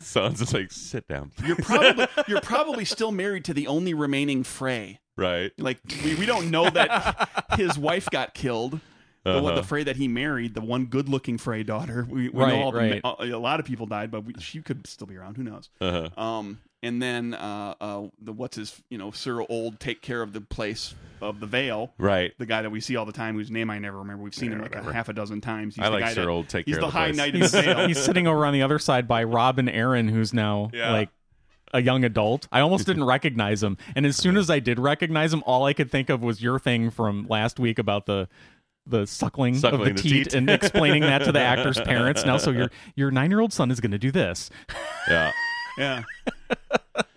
B: Sans is like, sit down.
A: You're probably you're probably still married to the only remaining Frey.
B: right.
A: Like we, we don't know that his wife got killed. The, one, the
B: Uh-huh.
A: Frey that he married, the one good-looking Frey daughter. We, we
E: Right,
A: know all the,
E: right.
A: a- a lot of people died, but we, she could still be around. Who knows?
B: Uh-huh.
A: Um, and then uh, uh, the what's his you know Sir Old take care of the place of the Vale.
B: Right.
A: The guy that we see all the time, whose name I never remember. We've seen him like a half a dozen times. He's
B: I
A: the
B: like
A: guy
B: Sir
A: that-
B: Old Take
A: He's
B: Care
A: the
B: of the
A: High
B: Place.
A: Knight of
E: he's,
A: the Vale.
E: he's sitting over on the other side by Rob and Aaron, who's now
B: Yeah.
E: like a young adult. I almost didn't recognize him, and as soon as I did recognize him, all I could think of was your thing from last week about the the suckling,
B: Suckling
E: of
B: the
E: the, teat,
B: teat.
E: and explaining that to the actor's parents. Now, so your your nine year old son is going to do this.
B: Yeah.
A: Yeah.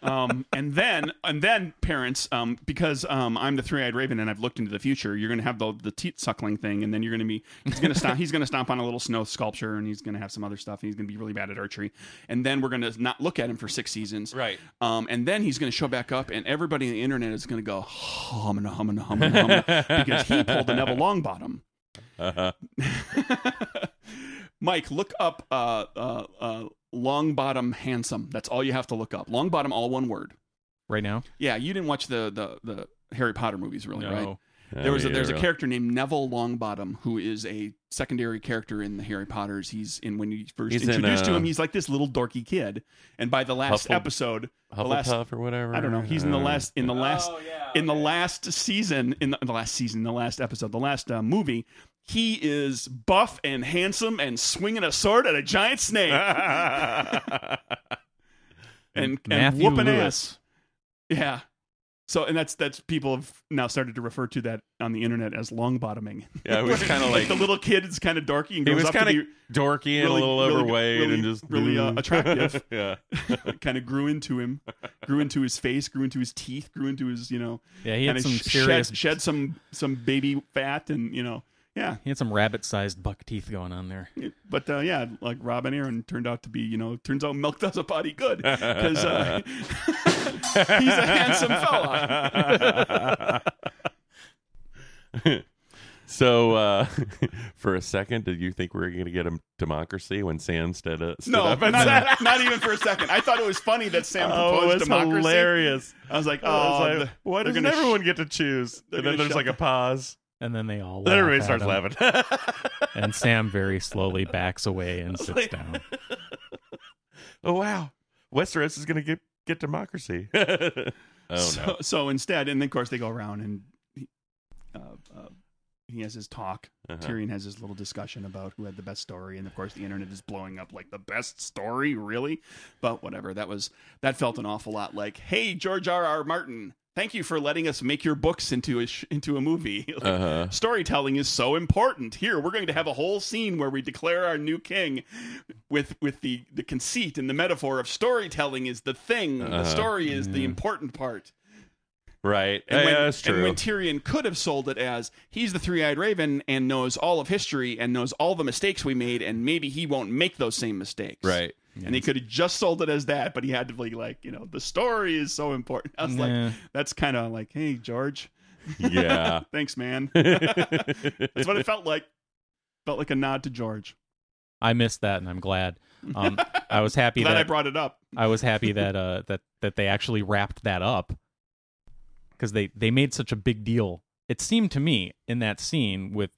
A: um, and then and then parents, um, because um, I'm the three eyed raven and I've looked into the future. You're gonna have the the teat suckling thing, and then you're gonna be he's gonna stomp he's gonna stomp on a little snow sculpture, and he's gonna have some other stuff, and he's gonna be really bad at archery. And then we're gonna not look at him for six seasons,
J: Right.
A: Um, and then he's gonna show back up, and everybody on the internet is gonna go hummin hummin hummin hummin because he pulled the Neville Longbottom.
B: Uh-huh.
A: Mike, look up uh, uh, uh, Longbottom handsome. That's all you have to look up. Longbottom, all one word.
E: Right now,
A: Yeah, you didn't watch the the, the Harry Potter movies, really, right? There
B: Oh,
A: was a,
B: yeah,
A: there's a
B: really.
A: character named Neville Longbottom who is a secondary character in the Harry Potter's. He's in when you first
B: He's in,
A: introduced to
B: uh,
A: him, he's like this little dorky kid, and by the last
B: Huffle-
A: episode, the last
B: Hufflepuff or whatever.
A: I don't know. He's in the
B: Uh,
A: last in the last in the last season in the, in the last season, the last episode, the last uh, movie. He is buff and handsome and swinging a sword at a giant snake
E: Ah,
A: and, and
E: Matthew
A: whooping
E: Lewis.
A: ass. Yeah. So and that's that's people have now started to refer to that on the internet as long bottoming.
B: Yeah, it was kind of like,
A: the little kid is kind of dorky and goes
B: he was
A: up to
B: kind of
A: be
B: dorky and
A: really-
B: a little
A: really-
B: overweight
A: really-
B: and just
A: really, uh, attractive.
B: yeah.
A: kind of grew into him, grew into his face, grew into his teeth, grew into his you know
E: yeah, he had
A: kinda
E: some
A: sh-
E: serious.
A: shed, shed some some baby fat and you know yeah
E: he had some rabbit-sized buck teeth going on there.
A: but uh, yeah like Rob and Aaron turned out to be you know turns out milk does a body good because uh, he's a handsome fella
B: So, uh, for a second, did you think we were going to get a democracy when Sam stood, uh, stood
A: no
B: up? and said-
A: not, not even for a second I thought it was funny that Sam
B: Oh,
A: proposed
B: it was
A: democracy
B: hilarious.
A: I was like oh
B: I was like,
A: the-
B: why
A: they're
B: doesn't
A: gonna sh-
B: everyone get to choose? And
A: gonna
B: then there's
A: shut
B: like a pause.
E: And then they all.
B: Then
E: laugh
B: everybody
E: at
B: starts
E: him.
B: laughing.
E: and Sam very slowly backs away and sits down.
B: oh wow, Westeros is going to get get democracy. oh no.
A: so, so instead and then of course they go around and uh, uh, he has his talk. Tyrion has his little discussion about who had the best story, and of course, the internet is blowing up like the best story, really. But whatever, that was that felt an awful lot like, hey, George R. R. Martin, thank you for letting us make your books into a sh- into a movie. Like, Storytelling is so important. Here, we're going to have a whole scene where we declare our new king, with with the the conceit and the metaphor of storytelling is the thing. The story is the important part.
B: Right.
A: And,
B: yeah,
A: when,
B: that's
A: and
B: true.
A: when Tyrion could have sold it as he's the three eyed raven and knows all of history and knows all the mistakes we made, and maybe he won't make those same mistakes.
B: right.
A: And he could have just sold it as that, but he had to be like, you know, the story is so important. I was
E: Yeah.
A: like, that's kind of like, hey, George,
B: Yeah.
A: thanks, man. that's what it felt like. Felt like a nod to George.
E: I missed that, and I'm glad. Um, I was happy
A: Glad
E: that
A: I brought it up.
E: I was happy that uh that that they actually wrapped that up because they they made such a big deal. It seemed to me in that scene with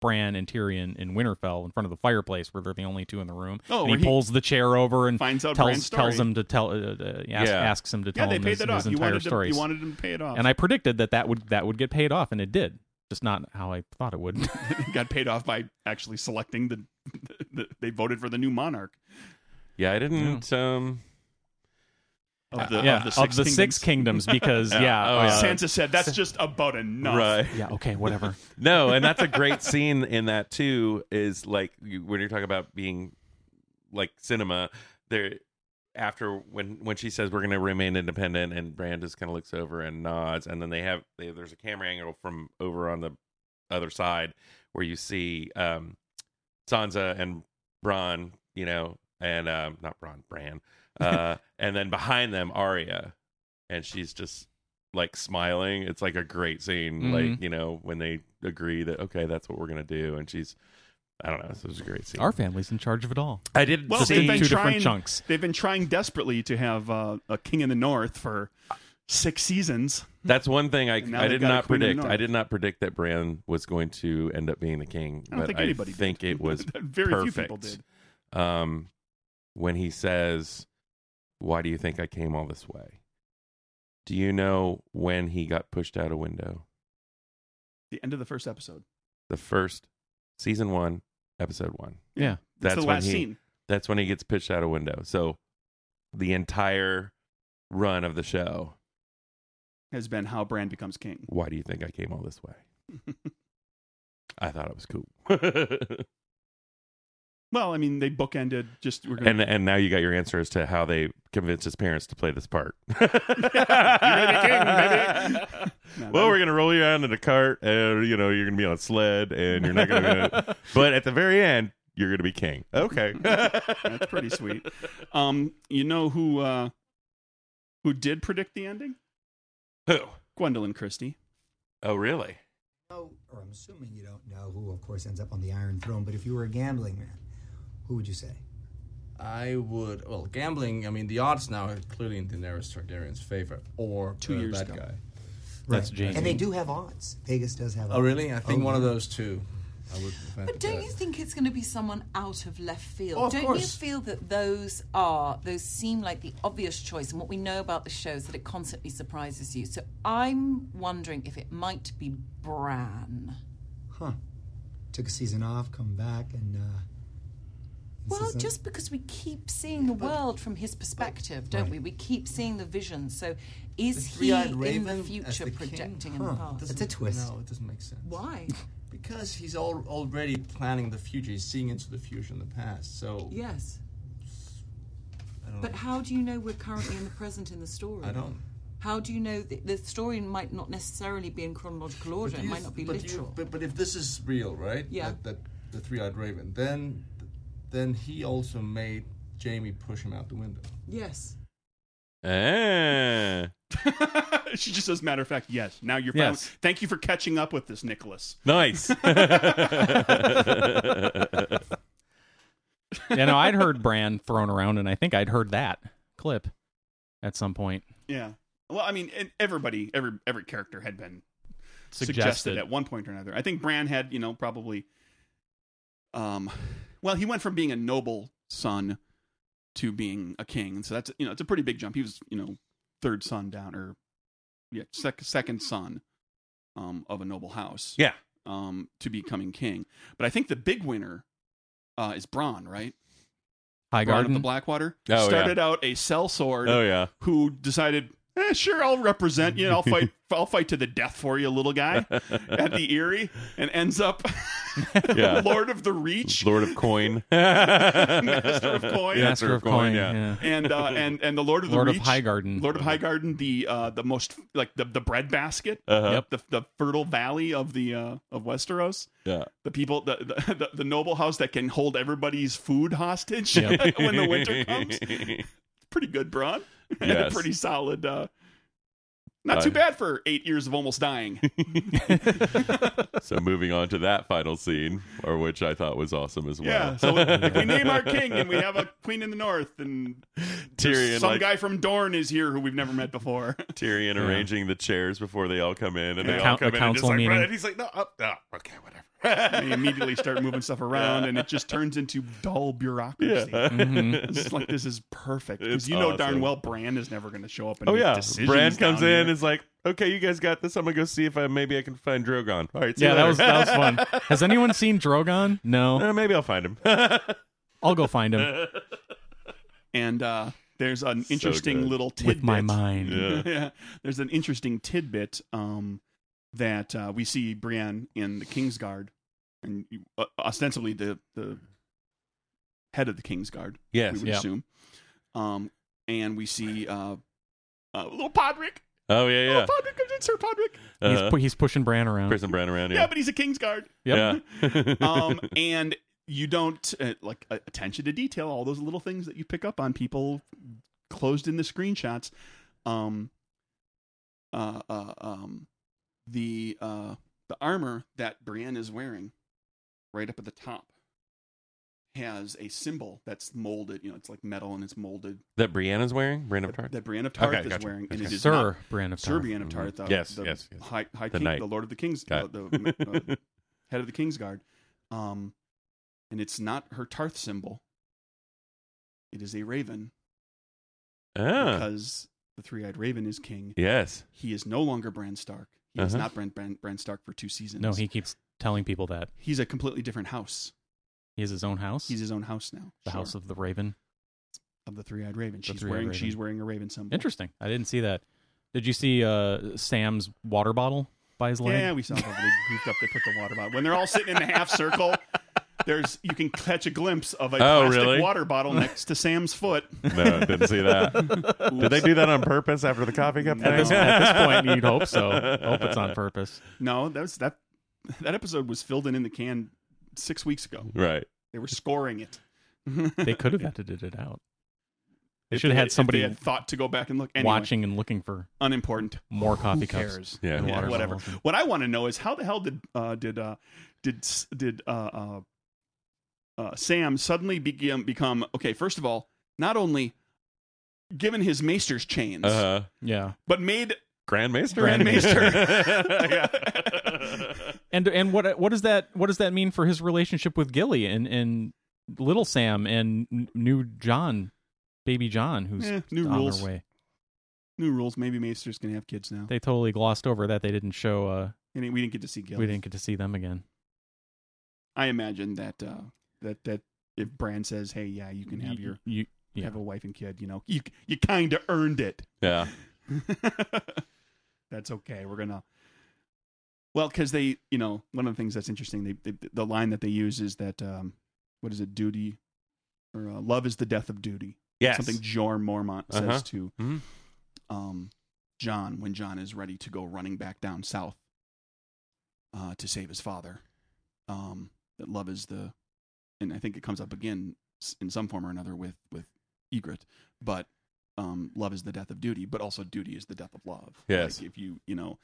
E: Bran and Tyrion in Winterfell in front of the fireplace where they're the only two in the room.
A: Oh,
E: and
A: where
E: he
A: he
E: pulls the chair over and
A: finds out Bran's
E: tells
A: story.
E: tells him to tell uh, uh, ask,
B: Yeah.
E: asks him to
A: Yeah,
E: tell
A: they
E: him
A: paid
E: his,
A: that off.
E: his
A: You
E: entire
A: wanted, to,
E: story.
A: you wanted him to pay it off.
E: and I predicted that that would that would get paid off, and it did. Just not how I thought it would.
A: got paid off by actually selecting the, the they voted for the new monarch.
B: Yeah, I didn't. Um,
A: of the,
E: yeah,
A: of the six, kingdoms.
E: kingdoms, because yeah,
B: Oh,
E: uh,
A: Sansa said that's just about enough.
B: right.
E: yeah, okay, whatever.
B: No, and that's a great scene in that too. Is like you, when you're talking about being like cinema. There, after when when she says we're going to remain independent, and Brand just kind of looks over and nods, and then they have they, there's a camera angle from over on the other side where you see um Sansa and Bron, you know, and um not Bron, Bran, uh, and then behind them Arya, and she's just like smiling. It's like a great scene, like you know when they agree that okay, that's what we're gonna do, and she's. I don't know. This was a great scene.
E: Our family's in charge of it all.
B: I did
A: Well,
E: Just
A: they've
E: in
A: been
E: two different
A: trying.
E: chunks.
A: They've been trying desperately to have uh, a king in the north for six seasons.
B: That's one thing I,
A: And now
B: I
A: they've
B: did
A: got a
B: not
A: queen in the
B: predict. I
A: north.
B: did not predict that Bran was going to end up being the king.
A: I don't
B: but
A: think anybody
B: I
A: did.
B: think it was
A: Very few
B: perfect.
A: people did.
B: Um, when he says, "Why do you think I came all this way?" Do you know when he got pushed out a window?
A: The end of the first episode.
B: The first season one, episode one.
E: Yeah.
B: That's
A: it's the
B: when
A: last
B: he,
A: scene.
B: That's when he gets pushed out a window. So the entire run of the show.
A: Has been how Bran becomes king.
B: Why do you think I came all this way? I thought it was cool.
A: Well, I mean, they bookended just we're
B: and
A: gonna.
B: and now you got your answer as to how they convinced his parents to play this part.
A: No,
B: Well,
A: that-
B: we're gonna roll you around in a cart, and you know you're gonna be on a sled, and you're not gonna. but at the very end, you're gonna be king. Okay.
A: that's pretty sweet. Um, you know who uh, who did predict the ending?
B: Who?
A: Oh, Gwendolyn Christie.
B: Oh, really?
K: know, or I'm assuming you don't know who, of course, ends up on the Iron Throne, but if you were a gambling man, who would you say?
L: I would. Well, gambling. I mean, the odds now are clearly in Daenerys Targaryen's favor, or
A: Two
L: uh,
A: years
L: that
A: ago.
L: guy.
E: That's Jamie.
K: And they do have odds. Vegas does have odds.
L: Oh, really? I think
K: Oh,
L: one of
K: yeah.
L: those two. I would.
M: But don't you think it's going to be someone out of left field?
A: Oh, of
M: don't you
A: course.
M: feel that those are those seem like the obvious choice? And what we know about the show is that it constantly surprises you. So I'm wondering if it might be Bran.
K: Huh. Took a season off, come back, and. uh this
M: Well,
K: is a-
M: just because we keep seeing the world from his perspective, don't we? We keep seeing the vision. So is he
L: three-eyed
M: in
L: raven
M: the
L: as
M: future
L: the king?
M: projecting in the
K: Huh.
M: past?
K: That's a twist.
L: No, it doesn't make sense.
M: Why?
L: Because he's all, already planning the future. He's seeing into the future in the past. So
M: Yes.
L: I don't.
M: But
L: know.
M: how do you know we're currently in the present in the story?
L: I don't.
M: How do you know the, the story might not necessarily be in chronological
L: But
M: order?
L: do
M: It
L: you
M: might
L: th-
M: not be
L: but do you-
M: literal.
L: but, but if this is real, right?
M: Yeah.
L: That, that the three-eyed raven, then then he also made Jamie push him out the window.
M: yes.
B: Eh.
A: she just says, matter of fact, yes. Now you're finally-
E: Yes.
A: Thank you for catching up with this, Nicholas.
B: Nice.
E: yeah, no, I'd heard Bran thrown around, and I think I'd heard that clip at some point.
A: Yeah. Well, I mean, and everybody, every every character had been suggested.
E: Suggested.
A: at one point or another. I think Bran had, you know, probably. Um, well, he went from being a noble son to being a king, and so that's you know it's a pretty big jump. He was you know third son down, or yeah, sec- second son um, of a noble house.
B: yeah.
A: um, to becoming king. But I think the big winner uh, is Braun, right?
E: High
A: Braun of
E: Garden?
A: the Blackwater
E: Oh, yeah.
A: started out a sellsword.
E: Oh, yeah.
A: who decided. Eh, sure, I'll represent you. and I'll fight. I'll fight to the death for you, little guy, at the Erie, and ends up
B: Yeah.
A: Lord of the Reach,
B: Lord of Coin,
A: Master of Coin,
E: Master of Coin, yeah.
A: and uh, and and the Lord of the
E: Lord of
A: Reach,
E: Highgarden.
A: Lord of Highgarden, the uh, the most like the the breadbasket,
B: Uh-huh. Yep.
A: the the fertile valley of the uh, of Westeros,
B: Yeah.
A: the people, the, the the- the noble house that can hold everybody's food hostage
B: Yep.
A: when the winter comes. Pretty good, Braun. And a
B: Yes.
A: pretty solid. Uh, not
B: Uh,
A: too bad for eight years of almost dying.
B: so moving on to that final scene, or which I thought was awesome as well.
A: Yeah. So if we name our king and we have a queen in the north and there's
B: Tyrion,
A: some
B: like-
A: guy from Dorne is here who we've never met before.
B: Tyrion
A: Yeah.
B: arranging the chairs before they all come in, and
A: Yeah.
B: they all
A: Count-
B: come
A: the
B: in and just
A: council
B: like,
A: meeting.
B: right, and he's like, no, up, no, okay, whatever.
A: they immediately start moving stuff around
B: Yeah.
A: and it just turns into dull bureaucracy.
B: Yeah.
E: Mm-hmm.
B: Mhm.
A: It's like this is perfect.
B: It's
A: Because you know darn
B: awesome.
A: well Bran is never gonna show up and
B: Oh
A: make
B: yeah,
A: decisions
B: Brand
A: down
B: comes in,
A: here.
B: is like, okay, you guys got this. I'm gonna go see if I maybe I can find Drogon. All right, see
E: Yeah,
B: you
E: that
B: later.
E: was that was fun. Has anyone seen Drogon? No.
B: Uh, maybe I'll find him.
E: I'll go find him.
A: and uh there's an interesting
E: good.
A: little tidbit
E: With my mind. Yeah.
A: Yeah. There's an interesting tidbit um, that uh, we see Brienne in the Kingsguard, and you- uh, ostensibly the the head of the Kingsguard.
B: Yes.
A: we would
B: Yeah.
A: assume. Um, and we see uh, uh, little Podrick.
B: Oh yeah, yeah. Uh-huh.
A: Little Podrick comes in, Sir Podrick.
E: He's, pu- he's pushing Bran around.
B: Prison Brand around.
A: Yeah,
B: Yeah,
A: but he's a Kingsguard.
E: Yep.
B: Yeah.
A: um, and you don't uh, like uh, attention to detail all those little things that you pick up on people closed in the screenshots um uh, uh um the uh the armor that Brienne is wearing right up at the top has a symbol that's molded you know it's like metal and it's molded
B: that Brianna's wearing. Brienne of Tarth.
A: that Brienne of Tarth
B: Okay,
A: is
B: gotcha.
A: wearing, and
B: Okay.
A: it is
B: Sir
A: not-
B: Brienne of
A: Sir
B: Tarth.
A: Brienne of
B: Mhm.
A: Tarth, the,
B: Yes,
A: the
B: yes, yes.
A: High, high
B: The
A: king,
B: knight.
A: the Lord of the Kings,
B: Got
A: uh,
B: it.
A: the uh, head of the King's Guard, um, and it's not her Tarth symbol. It is a raven
B: Ah.
A: because the three-eyed raven is king.
B: Yes.
A: he is no longer Bran Stark. He is
E: Uh-huh.
A: not Bran, Bran, Bran Stark for two seasons.
E: No, he keeps telling people that.
A: he's a completely different house.
E: He has his own house.
A: He's his own house now.
E: the
A: Sure.
E: House of the Raven.
A: of the three-eyed raven.
E: The
A: She's
E: three-eyed
A: wearing
E: raven.
A: she's wearing a raven symbol.
E: Interesting. I didn't see that. Did you see uh, Sam's water bottle by his leg?
A: Yeah, we saw how they goofed up. They put the water bottle when they're all sitting in the half circle. There's you can catch a glimpse of a
B: Oh,
A: plastic
B: really?
A: water bottle next to Sam's foot.
B: No, didn't see that. Did they do that on purpose after the coffee cup?
E: At this,
B: thing?
E: at this point, you'd hope so. Hope it's on purpose.
A: No, that was that. That episode was filled in in the can six weeks ago.
B: Right.
A: They were scoring it.
E: They could have edited it out. They
A: If
E: should have had
A: if
E: somebody
A: they had thought to go back and look. Anyway,
E: watching and looking for
A: unimportant
E: more coffee
A: Who
E: cups.
A: cares?
E: and
A: Yeah,
E: water
A: whatever.
E: bottles.
A: What I want to know is how the hell did uh, did uh, did s- did uh, uh, uh, Sam suddenly become become okay? First of all, not only given his maester's chains,
B: Uh-huh.
E: Yeah.
A: but made
B: Grand Maester.
A: Grand Maester.
E: And and what what does that what does that mean for his relationship with Gilly and and little Sam and n- new John, baby John, who's
A: Eh, new
E: on
A: rules.
E: their way.
A: New rules. Maybe maesters can have kids now.
E: They totally glossed over that. They didn't show. Uh,
A: And we didn't get to see Gilly.
E: we didn't get to see them again.
A: I imagine that uh, that that if Bran says, "Hey, yeah, you can have your
E: you
A: have a wife and kid," you know, you you kind of earned it.
B: Yeah.
A: That's okay. We're gonna. Well, because they, you know, one of the things that's interesting, they, they the line that they use is that um, what is it, duty, or uh, love is the death of duty.
B: Yes.
A: something Jor Mormont says
B: Uh-huh.
A: to
B: Mhm.
A: um, John when John is ready to go running back down south uh, to save his father. Um, that love is the, and I think it comes up again s- in some form or another with with Egret, but um, love is the death of duty, but also duty is the death of love.
B: Yes.
A: like if you you know,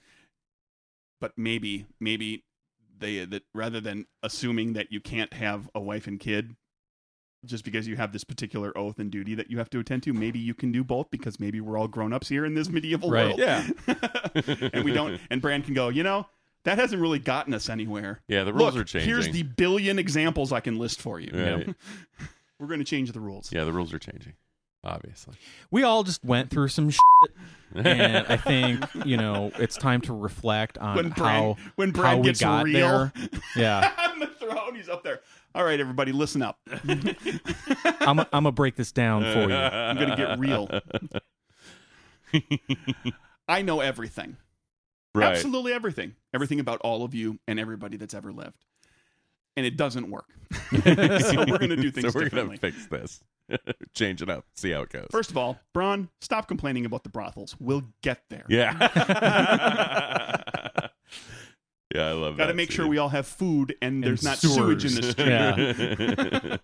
A: but maybe maybe they that rather than assuming that you can't have a wife and kid just because you have this particular oath and duty that you have to attend to maybe you can do both because maybe we're all grown-ups here in this medieval
B: Right.
A: world
B: Yeah.
A: and we don't and brand can go you know that hasn't really gotten us anywhere
B: Yeah, the rules
A: Look,
B: are changing.
A: here's the billion examples i can list for you
B: Right.
A: we're going to change the rules
B: Yeah, the rules are changing. obviously.
E: we all just went through some shit, and I think you know it's time to reflect on
A: When Brad-
E: how
A: when
E: how
A: Brad
E: we
A: gets
E: got
A: real.
E: there. Yeah,
A: on the throne. He's up there. All right, everybody, listen up.
E: I'm i I'm gonna break this down for you.
A: I'm gonna get real. I know everything.
B: Right.
A: Absolutely everything. Everything about all of you and everybody that's ever lived. And it doesn't work. so we're going to do things
B: so we're
A: differently.
B: gonna fix this. Change it up. See how it goes.
A: First of all, Braun, stop complaining about the brothels. We'll get there.
B: Yeah. yeah, I love that.
A: Got to make sure we all have food and, there's not sewage in the street.
B: Yeah.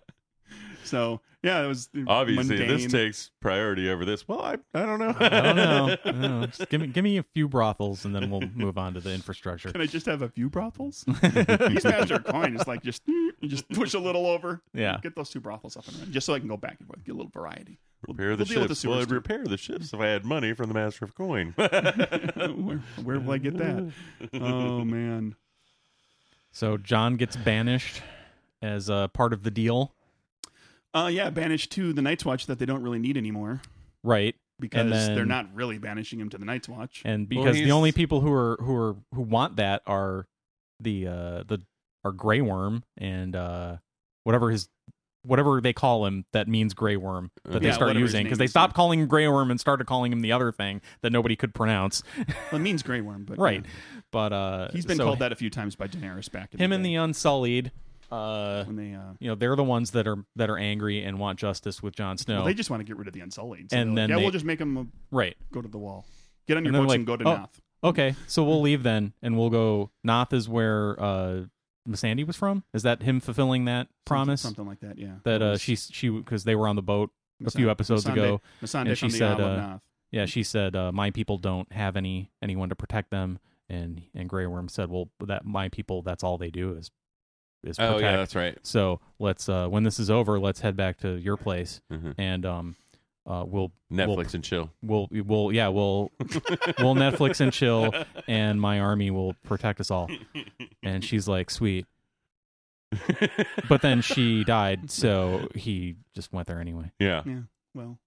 A: so, yeah, it was
B: Obviously,
A: mundane.
B: this takes priority over this. Well, I I don't know.
E: I don't know. I don't know. Just give me give me a few brothels, and then we'll move on to the infrastructure.
A: Can I just have a few brothels? These guys are coin. It's like just you just push a little over.
B: Yeah.
A: Get those two brothels up and running, just so I can go back and forth, get a little variety.
B: Repair the
A: we'll deal with the
B: ships. Well,
A: sewers,
B: I'd
A: too.
B: repair the ships if I had money from the Master of Coin.
A: where, where will I get that? Oh man.
E: So John gets banished as a part of the deal,
A: Uh, yeah, banished to the Night's Watch that they don't really need anymore
E: right?
A: because
E: And then-
A: they're not really banishing him to the Night's Watch.
E: and because the only people who are who are who want that are the uh the are gray worm and uh whatever his whatever they call him that means gray worm that they
A: Yeah,
E: start
A: whatever his
E: using because
A: name
E: they
A: is,
E: stopped calling him gray worm and started calling him the other thing that nobody could pronounce
A: well, it means Grey Worm, but
E: right
A: yeah.
E: but uh
A: he's been
E: so
A: called that a few times by Daenerys back. In
E: him
A: the
E: and the unsullied uh
A: when they uh
E: you know they're the ones that are that are angry and want justice with Jon Snow
A: well, they just want to get rid of the Unsullied. So
E: And
A: they're like,
E: then
A: yeah,
E: they-
A: we'll just make him
E: right
A: go to the wall. Get on your
E: And then
A: boats
E: like,
A: and go to
E: "Oh,
A: Noth.
E: Okay, so we'll leave then, and we'll go. Noth is where uh, Missandei was from. Is that him fulfilling that promise?
A: something like that, yeah.
E: That uh, she she because they were on the boat a few
A: Missandei-
E: episodes ago,
A: Missandei- Missandei
E: and she
A: from the
E: said,
A: Isle of
E: uh,
A: Noth.
E: "Yeah, she said uh, my people don't have any anyone to protect them." And and Grey Worm said, "Well, that my people, that's all they do is." Is
B: Oh, yeah,
E: protect.
B: that's right.
E: So let's uh, when this is over, let's head back to your place and um, uh, we'll
B: Mm-hmm. Netflix
E: we'll-
B: and chill.
E: We'll we'll yeah we'll we'll Netflix and chill, and my army will protect us all. And she's like, sweet. but then she died, so he just went there anyway.
B: Yeah.
A: Yeah. Well,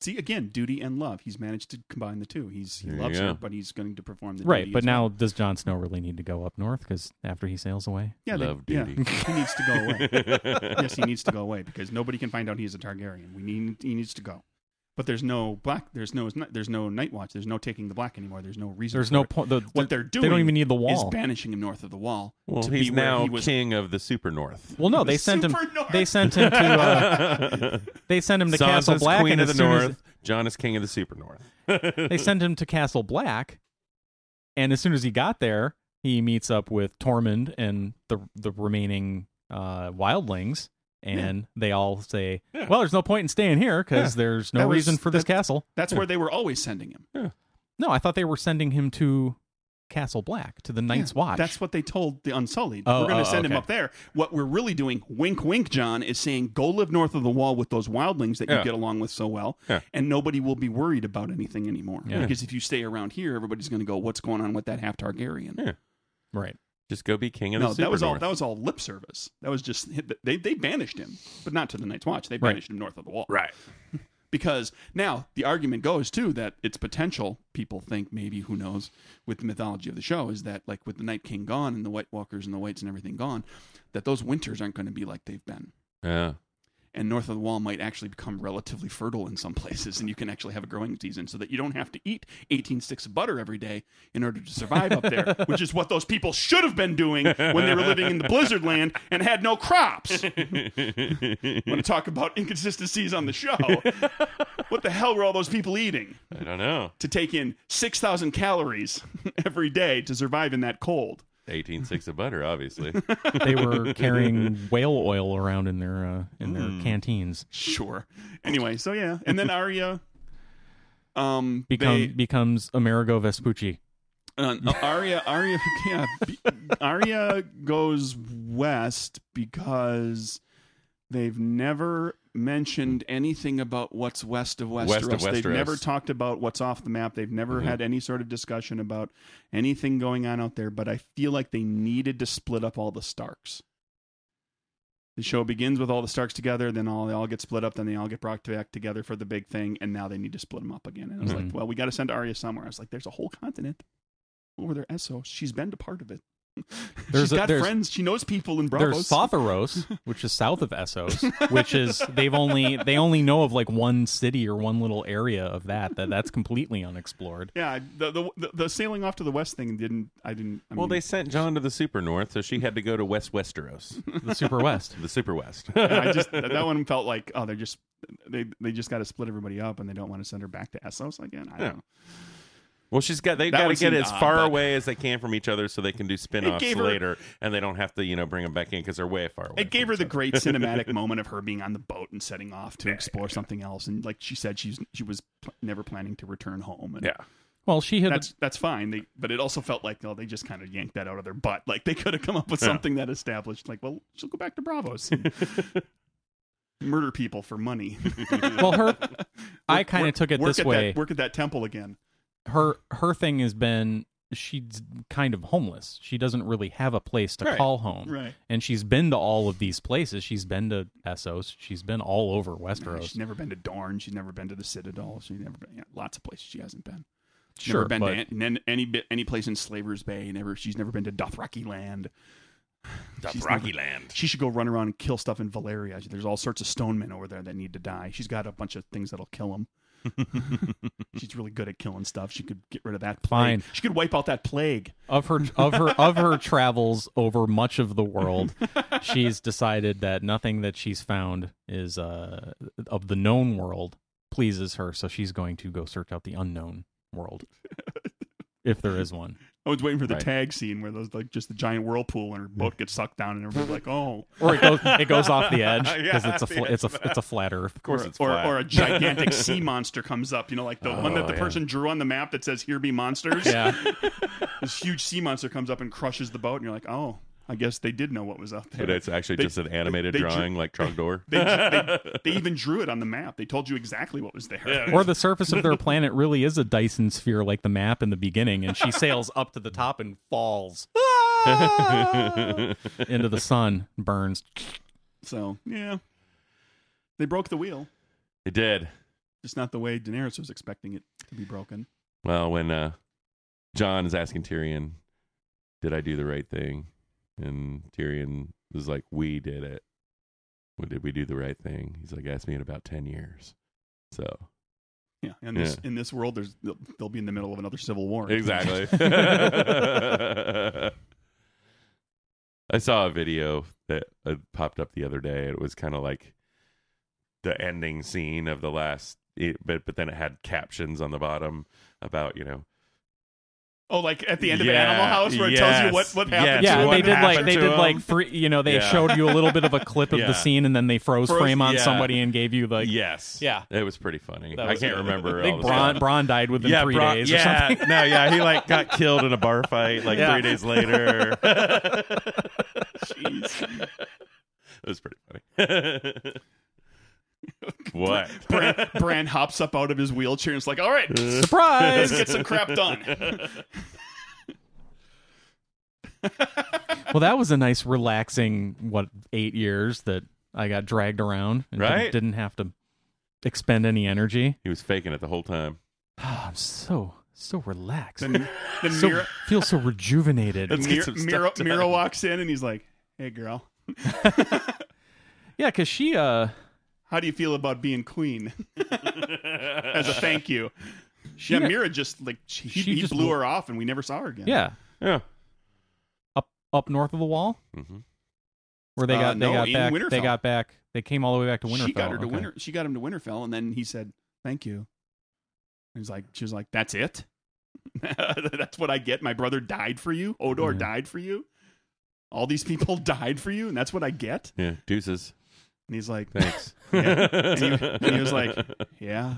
A: see again, duty and love. He's managed to combine the two. He's he
E: There you
A: loves
E: go.
A: her, but he's going to perform the
E: Right,
A: duty
E: but
A: as
E: now
A: well.
E: does Jon Snow really need to go up north? Because after he sails away,
A: Yeah, they- yeah, he needs to go away. yes, he needs to go away because nobody can find out he's a Targaryen. We need he needs to go. But there's no black. There's no. There's no Night Watch. There's no taking the black anymore. There's no reason.
E: There's
A: for
E: no
A: it.
E: point- the-
A: what they're
E: they
A: doing.
E: don't even need the
A: Is
E: wall.
A: banishing him north of the wall.
B: Well,
A: to
B: he's
A: be where
B: now
A: he was
B: king of the Super North.
E: Well, no, they sent him. They sent him to. Uh, they sent him to Castle
B: Sansa's
E: Black.
B: Queen
E: and
B: of
E: as
B: the
E: soon
B: North.
E: as-
B: John is king of the Super North.
E: they send him to Castle Black, and as soon as he got there, he meets up with Tormund and the the remaining uh, wildlings, and they all say,
A: Yeah.
E: "Well, there's no point in staying here because
A: Yeah.
E: there's
A: That
E: no
A: was-
E: reason for this
A: that-
E: castle."
A: That's where they were always sending him.
E: No, I thought they were sending him to Castle Black to the Night's
A: Yeah,
E: Watch.
A: That's what they told the Unsullied.
E: Oh,
A: we're going to
E: oh,
A: send him
E: okay.
A: up there. What we're really doing, wink, wink, John, is saying go live north of the wall with those wildlings that
B: Yeah.
A: you get along with so well,
B: Yeah.
A: and nobody will be worried about anything anymore.
B: Yeah.
A: Because if you stay around here, everybody's going to go, "What's going on with that half Targaryen?"
B: Yeah.
E: Right.
B: Just go be king of
A: No,
B: the Super
A: that was all.
B: North.
A: That was all lip service. That was just they they banished him, but not to the Night's Watch. They
B: Right.
A: banished him north of the wall,
B: right?
A: Because now the argument goes too that its potential people think maybe who knows with the mythology of the show is that like with the Night King gone and the White Walkers and the Whites and everything gone, that those winters aren't going to be like they've been.
B: Yeah.
A: And north of the wall might actually become relatively fertile in some places, and you can actually have a growing season so that you don't have to eat 18 sticks of butter every day in order to survive up there, which is what those people should have been doing when they were living in the blizzard land and had no crops. Want to talk about inconsistencies on the show? what the hell were all those people eating
B: I don't know.
A: to take in 6,000 calories every day to survive in that cold?
B: Eighteen six of butter, obviously.
E: they were carrying whale oil around in their uh, in their
A: Hmm.
E: canteens.
A: Sure. Anyway, so yeah, and then Arya um
E: Become
A: they-
E: becomes Amerigo Vespucci.
A: Uh, no, Arya, Arya, yeah, be- Arya goes west because they've never mentioned anything about what's west of Westeros.
B: West of
A: They've
B: Westeros.
A: never talked about what's off the map. They've never
B: Mhm.
A: had any sort of discussion about anything going on out there. But I feel like they needed to split up all the Starks The show begins with all the Starks together, then all they all get split up, then they all get brought back together for the big thing, and now they need to split them up again. And I was like,
B: Mm-hmm.
E: Mhm.
A: well, we got to send Arya somewhere. I was like, there's a whole continent over there, Essos. She's been to part of it.
E: There's
A: She's
E: a-
A: got
E: there's-
A: friends. She knows people in Bravos.
E: There's Sothoros, which is south of Essos, which is they've only they only know of like one city or one little area of that that that's completely unexplored.
A: Yeah, the, the the the sailing off to the west thing didn't. I didn't. I
B: well,
A: mean,
B: they sent John to the Super North, so she had to go to West Westeros,
E: the Super West,
B: the Super West.
A: yeah, I just that that one felt like oh they're just they they just got to split everybody up and they don't want to send her back to Essos again. I don't
B: Yeah.
A: know.
B: Well, she's got they
A: That
B: got to
A: one
B: get
A: seemed
B: as
A: odd,
B: far
A: but-
B: away as they can from each other, so they can do spin-offs
A: gave her-
B: later, and they don't have to you know bring them back in because they're way far away.
A: It gave her the great cinematic
B: moment.
A: moment of her being on the boat and setting off to explore something else, and like she said, she's she was pl- never planning to return home. And
B: Yeah.
E: Well, she had
A: that's that's fine. They, but it also felt like no, they just kind of yanked that out of their butt. Like they could have come up with
B: Yeah.
A: something that established like, well, she'll go back to Bravos, and murder people for money.
E: Well, her- I
A: Work-
E: kinda
A: work-
E: took it
A: work
E: this
A: at
E: way.
A: That, work at that temple again.
E: her her thing has been she's kind of homeless. She doesn't really have a place to
A: Right.
E: call home.
A: Right.
E: And she's been to all of these places. She's been to Essos. She's been all over Westeros.
A: She's never been to Dorne. She's never been to the Citadel. She's never been yeah, lots of places she hasn't been. She's
E: Sure,
A: never been
E: but-
A: to an- nen- any bit- any place in Slaver's Bay. Never. She's never been to Dothraki Land. She's never-
B: Dothraki Land.
A: She should go run around and kill stuff in Valeria. There's all sorts of stonemen over there that need to die. She's got a bunch of things that'll kill them. She's really good at killing stuff. She could get rid of that plague.
E: Fine.
A: She could wipe out that plague.
E: Of her of her of her travels over much of the world, she's decided that nothing that she's found is uh of the known world pleases her, so she's going to go search out the unknown world. if there is one.
A: I was waiting for the
E: Right.
A: tag scene where there's like just the giant whirlpool and her boat gets sucked down and everybody's like, oh,
E: Or it goes it goes off the edge because
A: Yeah,
E: it's a
A: the
E: fl- it's a
A: edge.
E: it's a flat earth. Of
A: or, or, or a gigantic sea monster comes up. You know, like the one that the
E: yeah.
A: person drew on the map that says "Here be monsters."
E: Yeah.
A: this huge sea monster comes up and crushes the boat, and you're like, "Oh, I guess they did know what was up there."
B: But it's actually
A: They-
B: just an animated
A: they drew-
B: drawing, like Trogdor.
A: They, they, they even drew it on the map. They told you exactly what was there.
E: or the surface of their planet really is a Dyson sphere like the map in the beginning, and she sails up to the top and falls into the sun, burns.
A: So yeah, they broke the wheel.
B: it did.
A: Just not the way Daenerys was expecting it to be broken.
B: Well, when uh, John is asking Tyrion, "Did I do the right thing?" and Tyrion is like, "We did it. Well, did we do the right thing?" He's like, "Ask me in about ten years." So
A: Yeah, and this,
B: Yeah.
A: in this world, there's they'll, they'll be in the middle of another civil war.
B: Exactly. I saw a video that uh, popped up the other day. It was kind of like the ending scene of the last, it, but but then it had captions on the bottom about you know
A: oh, like at the end of
B: Yeah,
A: Animal House, where it tells you what
B: yes,
A: what happened.
B: yes.
A: to
E: Yeah,
A: him,
E: they
A: what
E: did like
A: happened
E: they
A: to
E: did
A: him.
E: like three. You know, they
B: Yeah.
E: showed you a little bit of a clip of
B: Yeah.
E: the scene, and then they froze,
B: Froze-
E: frame on
B: yeah.
E: somebody and gave you like
B: yes,
E: yeah.
B: it was pretty funny.
E: That
B: I
E: was
B: can't
E: good.
B: remember.
E: I think
B: all the
E: Bron,
B: stuff.
E: Bron died within three
B: Bron-
E: days or
B: yeah,
E: something.
B: no, yeah, he like got killed in a bar fight like
E: Yeah.
B: three days later.
A: Jeez.
B: It was pretty funny. what?
A: Bran, Bran hops up out of his wheelchair and is like, "All right, let's
E: Surprise!
A: get some crap done."
E: well, that was a nice, relaxing what eight years that I got dragged around and didn't-
B: Right?
E: didn't, have to expend any energy.
B: He was faking it the whole time.
E: I'm so so relaxed.
A: then then
E: so,
A: Mira,
E: feel so rejuvenated.
B: Let's get
A: Mira,
B: some stuff
A: Mira,
B: done.
A: Mira walks in and he's like, "Hey, girl,
E: Yeah, because she uh
A: how do you feel about being queen?" As a thank you.
E: she
A: yeah, Mira just like she, he-
E: she
A: he
E: just
A: blew
E: blew-
A: her off, and we never saw her again.
E: yeah
B: Yeah.
E: up up north of the wall
B: hmm
E: where they
A: Uh,
E: got they
A: no,
E: got
A: in
E: back they
A: Winterfell.
E: got back they came all the way back to Winterfell.
A: she got her to
E: okay.
A: Winter. She got him to Winterfell, and then he said, "Thank you." And he's like, she was like, "That's it. That's what I get. My brother died for you. Odor
E: Yeah.
A: died for you." All these people died for you, and that's what I get.
B: Yeah. Deuces.
A: And he's like,
B: Thanks.
A: Yeah. And he, and he was like, yeah.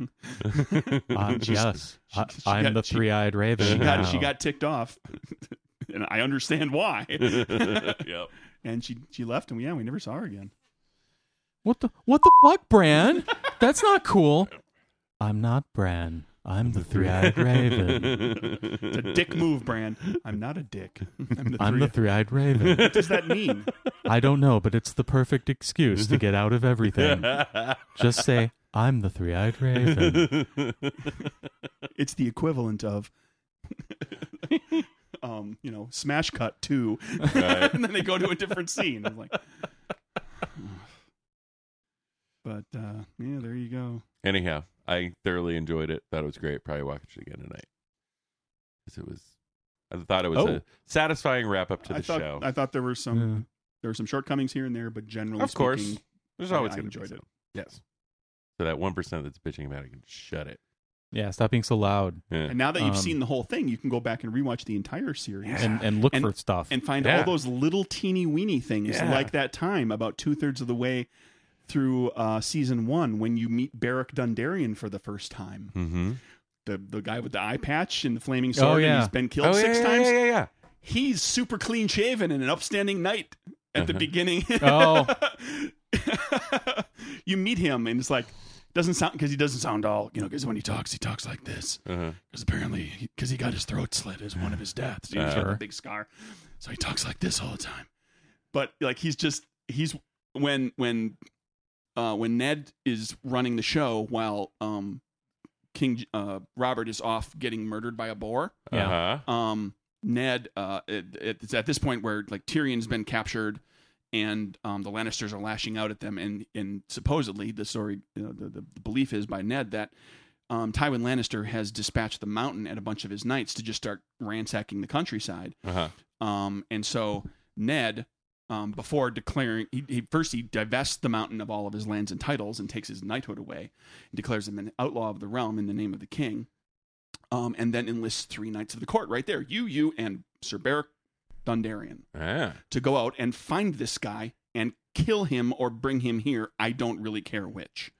E: Uh, yes, I,
A: she
E: I'm
A: got-
E: the
A: she-
E: three-eyed raven.
A: She
E: now.
A: got she got ticked off, and I understand why.
B: yep.
A: and she she left, and yeah, we never saw her again.
E: what the what the fuck, Bran? That's not cool. I'm not Bran. I'm the three-eyed raven.
A: it's a dick move, Brand. I'm not a dick. I'm
E: I'm the three-eyed raven.
A: What does that mean?
E: I don't know, but it's the perfect excuse to get out of everything. Just say, I'm the three-eyed raven.
A: it's the equivalent of, um, you know, smash cut two,
B: Right.
A: and then they go to a different scene. I'm like, but uh, yeah, there you go.
B: Anyhow, I thoroughly enjoyed it. Thought it was great. Probably watch it again tonight. 'Cause it was, I thought it was
A: Oh.
B: a satisfying wrap up to the
A: I thought
B: show.
A: I thought there were some there were some shortcomings here and there, but generally,
B: Of course.
A: speaking,
B: There's
A: I-
B: always
A: I
B: gonna be
A: enjoyed it.
B: some. Yes. so that one percent that's bitching about it can shut it.
E: Yeah, stop being so loud.
A: And now that you've
E: Um,
A: seen the whole thing, you can go back and rewatch the entire series
E: And- and look for stuff.
A: and find
E: Yeah.
A: all those little teeny weeny things
E: Yeah.
A: like that time about two thirds of the way through uh, season one when you meet Barrack Dundarian for the first time,
B: Mm-hmm.
A: the the guy with the eye patch and the flaming
B: Oh,
A: sword, and
B: yeah.
A: he's been killed
B: Oh, yeah,
A: six
B: yeah,
A: times.
B: yeah, yeah, yeah.
A: He's super clean shaven and an upstanding knight at the
B: Uh-huh.
A: beginning.
B: Oh.
A: you meet him and it's like doesn't sound because he doesn't sound all you know because when he talks he talks like this
B: because
A: apparently because he got his throat slit as one of his deaths he's got
B: Sure.
A: a big scar so he talks like this all the time but like he's just he's when when uh when ned is running the show while um king uh robert is off getting murdered by a boar
E: uh-huh.
B: Yeah.
A: um ned uh it, it's at this point where like tyrion's been captured and um, the Lannisters are lashing out at them, and and supposedly the story, you know, the, the, the belief is by Ned that um, Tywin Lannister has dispatched the Mountain and a bunch of his knights to just start ransacking the countryside,
B: Uh-huh.
A: um, and so Ned, um, before declaring, he, he first he divests the mountain of all of his lands and titles and takes his knighthood away, and declares him an outlaw of the realm in the name of the king, um, and then enlists three knights of the court right there, you, you, and Sir Beric Dundarian,
B: Ah.
A: to go out and find this guy and kill him or bring him here. I don't really care which.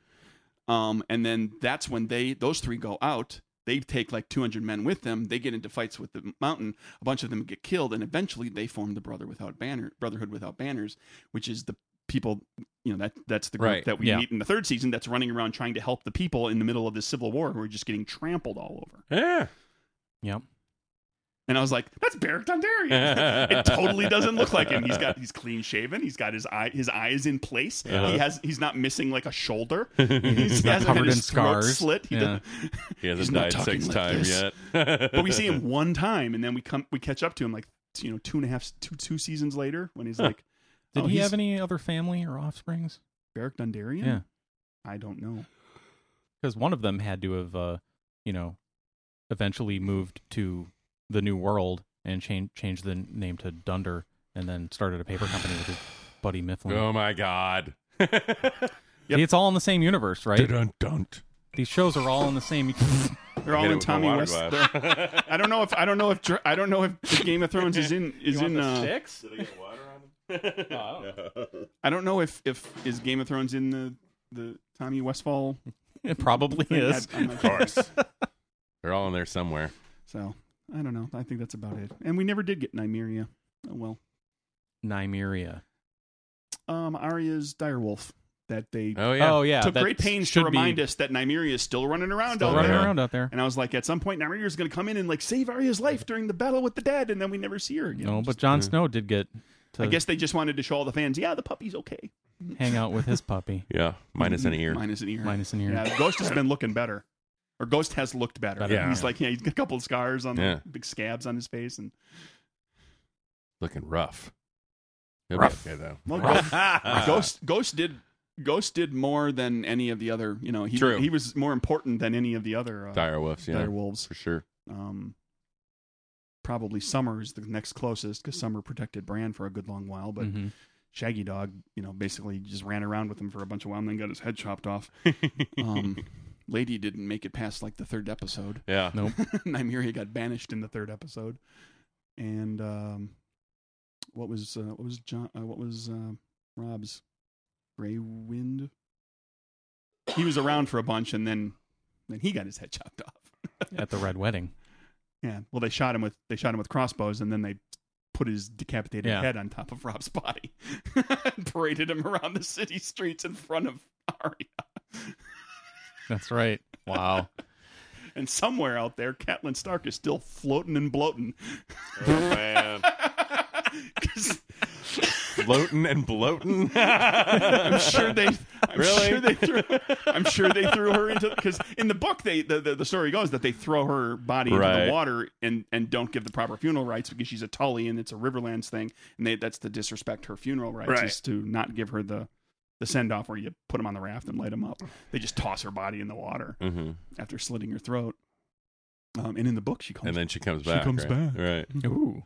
A: Um, and then that's when they those three go out. They take like 200 men with them. They get into fights with the mountain. A bunch of them get killed, and eventually they form the Brother Without Banner Brotherhood Without Banners, which is the people you know that that's the group
B: Right,
A: that we
B: yeah.
A: meet in the third season that's running around trying to help the people in the middle of this civil war who are just getting trampled all over.
B: Yeah.
A: Oh,
E: Yep.
A: And I was like, "That's Barrack Dondarrion. it totally doesn't look like him. He's got he's clean shaven. He's got his eye his eye is in place.
B: Uh-huh.
A: He has he's not missing like a shoulder.
B: He's
A: he
B: not
A: hasn't
B: covered
A: had his
B: in
A: throat
B: scars.
A: slit. He,
B: Yeah.
A: doesn't-
B: He hasn't
A: he's not
B: died
A: talking
B: six
A: like
B: times
A: this.
B: yet.
A: but we see him one time, and then we come we catch up to him like you know two and a half two two seasons later when he's
E: Huh.
A: like,
E: Did
A: oh,
E: he
A: he's
E: have any other family or offsprings?
A: Barrack Dondarrion?
E: Yeah.
A: I don't know.
E: Because one of them had to have, uh, you know, eventually moved to the New World and cha- changed the name to Dunder and then started a paper company with his buddy Mifflin.
B: Oh my god.
E: See, it's all in the same universe, right? These shows are all in the same.
A: They're all in Tommy West. they're- I don't know if I don't know if Dr- I don't know if the Game of Thrones is in is in uh, I don't know if if is Game of Thrones in the the Tommy Westfall.
E: It probably
A: thing?
E: is.
A: I- I'm not sure.
B: They're all in there somewhere.
A: So I don't know. I think that's about it. And we never did get Nymeria. Oh well.
E: Nymeria.
A: Um, Arya's direwolf that they
E: Oh, yeah. Oh, yeah,
A: took
E: that
A: great pains to
E: should be-
A: remind us that Nymeria is still running around
E: Still
A: out
E: running
A: there.
E: around out there.
A: And I was like, at some point, Nymeria is going to come in and like save Arya's life during the battle with the dead, and then we never see her again.
E: No, but Jon Snow did get to
A: I guess they just wanted to show all the fans, yeah, the puppy's okay. Mm-hmm.
E: hang out with his puppy.
B: Yeah, minus an ear.
A: Minus an ear.
E: Minus an ear.
A: Yeah, Ghost has been looking better. Or Ghost has looked better.
B: Better, Yeah.
A: He's
B: yeah.
A: like, yeah, he's got a couple of scars on
B: Yeah.
A: the big scabs on his face, and
B: Looking rough. He'll be
A: Rough.
B: okay, though.
A: Well, Ghost,
B: Uh,
A: Ghost Ghost did Ghost did more than any of the other. You know, he
B: True.
A: he was more important than any of the other uh,
B: Direwolves, yeah.
A: direwolves.
B: For sure.
A: Um, probably Summer is the next closest because Summer protected Bran for a good long while,
B: Mm-hmm.
A: but.
E: Mhm.
A: Shaggy Dog, you know, basically just ran around with him for a bunch of while and then got his head chopped off. Um, Lady didn't make it past like the third episode.
B: Yeah.
E: Nope.
A: Nymeria got banished in the third episode, and um, what was uh, what was John? Uh, what was uh, Rob's Grey Wind? He was around for a bunch, and then then he got his head chopped off.
E: At the Red Wedding.
A: yeah, well, they shot him with they shot him with crossbows, and then they put his decapitated
E: Yeah.
A: head on top of Rob's body, and paraded him around the city streets in front of Arya.
E: That's right. Wow.
A: and somewhere out there, Catelyn Stark is still floating and bloating.
B: Oh, man. Floating and bloating.
A: I'm sure they. I'm
B: Really?
A: sure they threw. I'm sure they threw her into because in the book they the, the, the story goes that they throw her body into
B: Right.
A: the water and and don't give the proper funeral rites because she's a Tully and it's a Riverlands thing and they, that's to disrespect her funeral rites
B: Right.
A: is to not give her the the send off where you put them on the raft and light them up. They just toss her body in the water
B: Mhm.
A: after slitting her throat. Um, and in the book she comes
B: And then she comes back.
A: She comes
B: right?
A: back.
B: Right.
A: Ooh.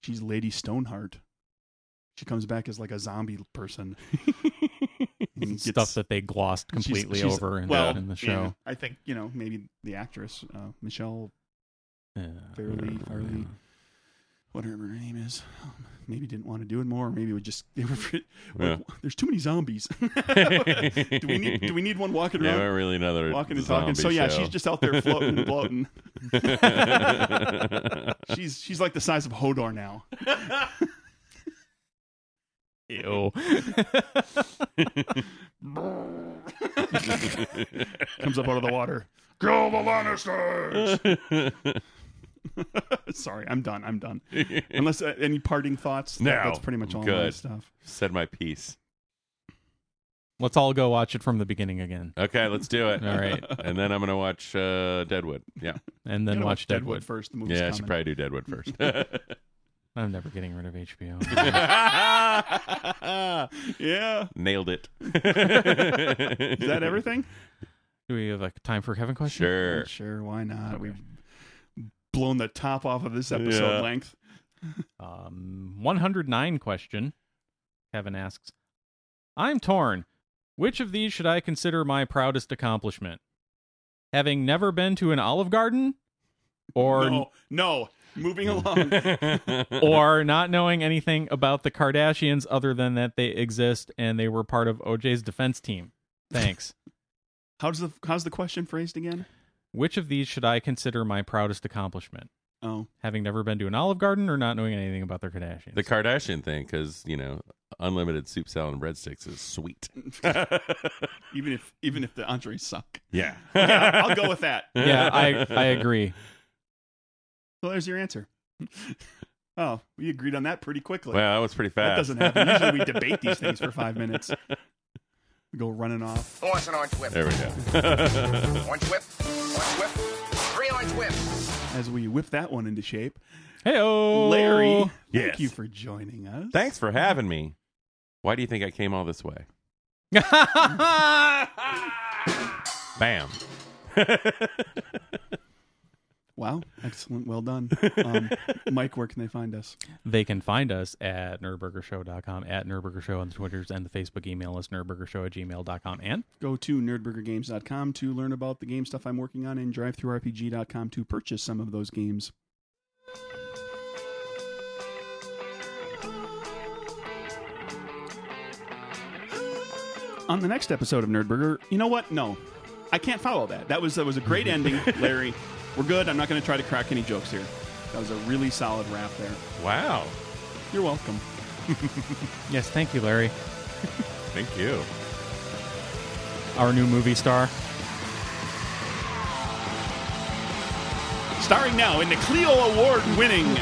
A: She's Lady Stoneheart. She comes back as like a zombie person. And
E: Stuff
A: gets-
E: that they glossed
A: she's-
E: completely
A: she's-
E: over in,
A: well,
E: in the show.
A: yeah, I think, you know, maybe the actress, uh, Michelle Fairley, Farley, whatever her name is, um, maybe didn't want to do it more. Or maybe we just, they were,
B: Yeah.
A: there's too many zombies. do, we need, do we need one walking around?
B: Never really another
A: Walking and talking. So
B: zombie
A: yeah,
B: show.
A: she's just out there floating and bloating. she's she's like the size of Hodor now.
E: Ew.
A: Comes up out of the water. Kill the Lannisters. Sorry, I'm done. I'm done. Unless uh, any parting thoughts. That-
B: No,
A: that's pretty much all my
B: Good.
A: stuff.
B: Said my piece.
E: Let's all go watch it from the beginning again,
B: Okay, let's do it.
E: All right.
B: and then I'm gonna watch uh, Deadwood. Yeah,
E: and then
A: Gotta
E: watch,
A: watch Deadwood
E: Deadwood.
A: first, the movie's
B: yeah, I should
A: coming.
B: probably do Deadwood first.
E: I'm never getting rid of HBO.
A: yeah.
B: Nailed it. Is
A: Is that everything?
E: Do we have like time for Kevin question?
B: Sure.
A: Sure. Why not? We've blown the top off of this episode
E: Yeah.
A: length.
E: Um, 109 question. Kevin asks, I'm torn. Which of these should I consider my proudest accomplishment? Having never been to an Olive Garden, or
A: No, no. Moving along.
E: or not knowing anything about the Kardashians other than that they exist and they were part of OJ's defense team. Thanks.
A: how's the how's the question phrased again?
E: Which of these should I consider my proudest accomplishment?
A: Oh.
E: Having never been to an Olive Garden or not knowing anything about their Kardashians.
B: the Kardashian thing, because you know, unlimited soup salad and breadsticks is sweet.
A: even if even if the entrees suck.
B: Yeah.
A: Okay, I'll, I'll go with that.
E: yeah, I I agree.
A: Well, there's your answer. Oh, we agreed on that pretty quickly.
B: Wow, that was pretty
A: That
B: fast.
A: doesn't happen. Usually we debate these things for five minutes. We go running off.
C: Force an orange whip.
B: There we go.
C: orange whip. Orange whip. Three orange whips.
A: As we whip that one into shape.
E: Hey,
A: Larry,
B: Oh. Yes.
A: thank you for joining us.
B: Thanks for having me. Why do you think I came all this way? Bam.
A: Wow, excellent. Well done. Um, Mike, where can they find us?
E: They can find us at nerdburgershow.com, at nerdburgershow on the Twitters and the Facebook email list, nerdburgershow at gmail.com. And
A: Go to nerdburgergames.com to learn about the game stuff I'm working on and drivethroughrpg.com to purchase some of those games. On the next episode of Nerdburger, you know what? No. I can't follow that. That was that was a great ending, Larry. We're good. I'm not going to try to crack any jokes here. That was a really solid wrap there.
B: Wow.
A: You're welcome.
E: yes, thank you, Larry,
B: Thank you.
E: our new movie star.
A: Starring now in the Clio Award winning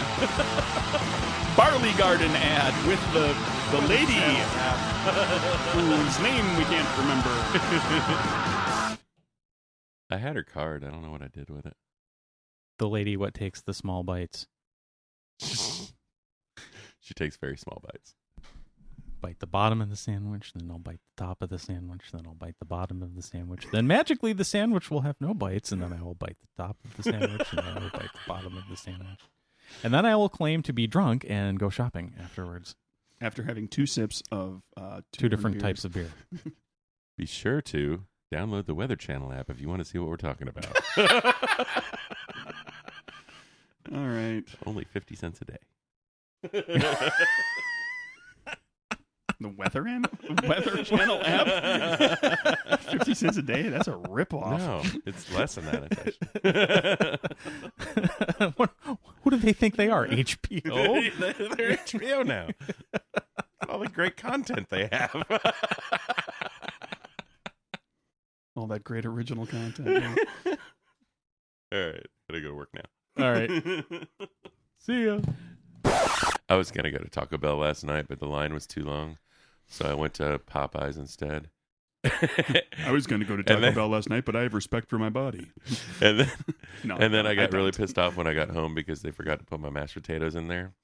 A: Barley Garden ad with the, the lady whose name we can't remember.
B: I had her card. I don't know what I did with it.
E: The lady what takes the small bites.
B: She takes very small bites.
E: Bite the bottom of the sandwich, then I'll bite the top of the sandwich, then I'll bite the bottom of the sandwich. Then magically the sandwich will have no bites, and then I will bite the top of the sandwich, and then I will bite the bottom of the sandwich. And then I will claim to be drunk and go shopping afterwards.
A: After having two sips of uh,
E: Two different types of beer.
B: Be sure to download the Weather Channel app if you want to see what we're talking about.
A: All right.
B: Only 50 cents a day.
A: The Weather, an- weather Channel app? 50 cents a day? That's a ripoff.
B: No, it's less than that. I think.
E: what, who do they think they are?
B: Oh.
E: HBO?
B: They're HBO now. All the great content they have.
A: All that great original content.
B: All right. Gotta go to work now.
E: All right. See ya.
B: I was gonna go to Taco Bell last night, but the line was too long, so I went to Popeyes instead.
A: I was going to go to
B: And
A: Taco
B: then-
A: Bell last night, but I have respect for my body.
B: and then
A: No,
B: and then I got
A: don't.
B: really pissed off when I got home because they forgot to put my mashed potatoes in there.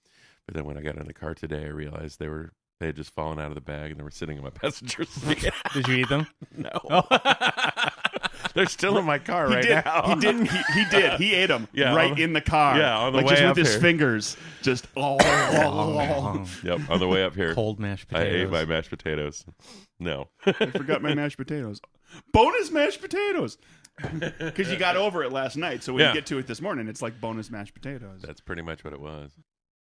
B: But then when I got in the car today, I realized they were they had just fallen out of the bag and they were sitting in my passenger seat.
E: Did you eat them?
B: no. They're still in my car
A: He
B: right
A: did-
B: now.
A: he didn't- he- he did. He ate 'em right
B: on-
A: in the car.
B: Yeah, on the
A: Like,
B: way
A: just with
B: up
A: his
B: here.
A: fingers, just oh, oh,
B: Yep, on the way up here.
E: Cold mashed
B: I ate
E: potatoes.
B: my mashed potatoes. No.
A: oh. I forgot my mashed potatoes. Bonus mashed potatoes, because you got over it last night. So when
B: Yeah.
A: you get to it this morning, it's like bonus mashed potatoes.
B: That's pretty much what it was.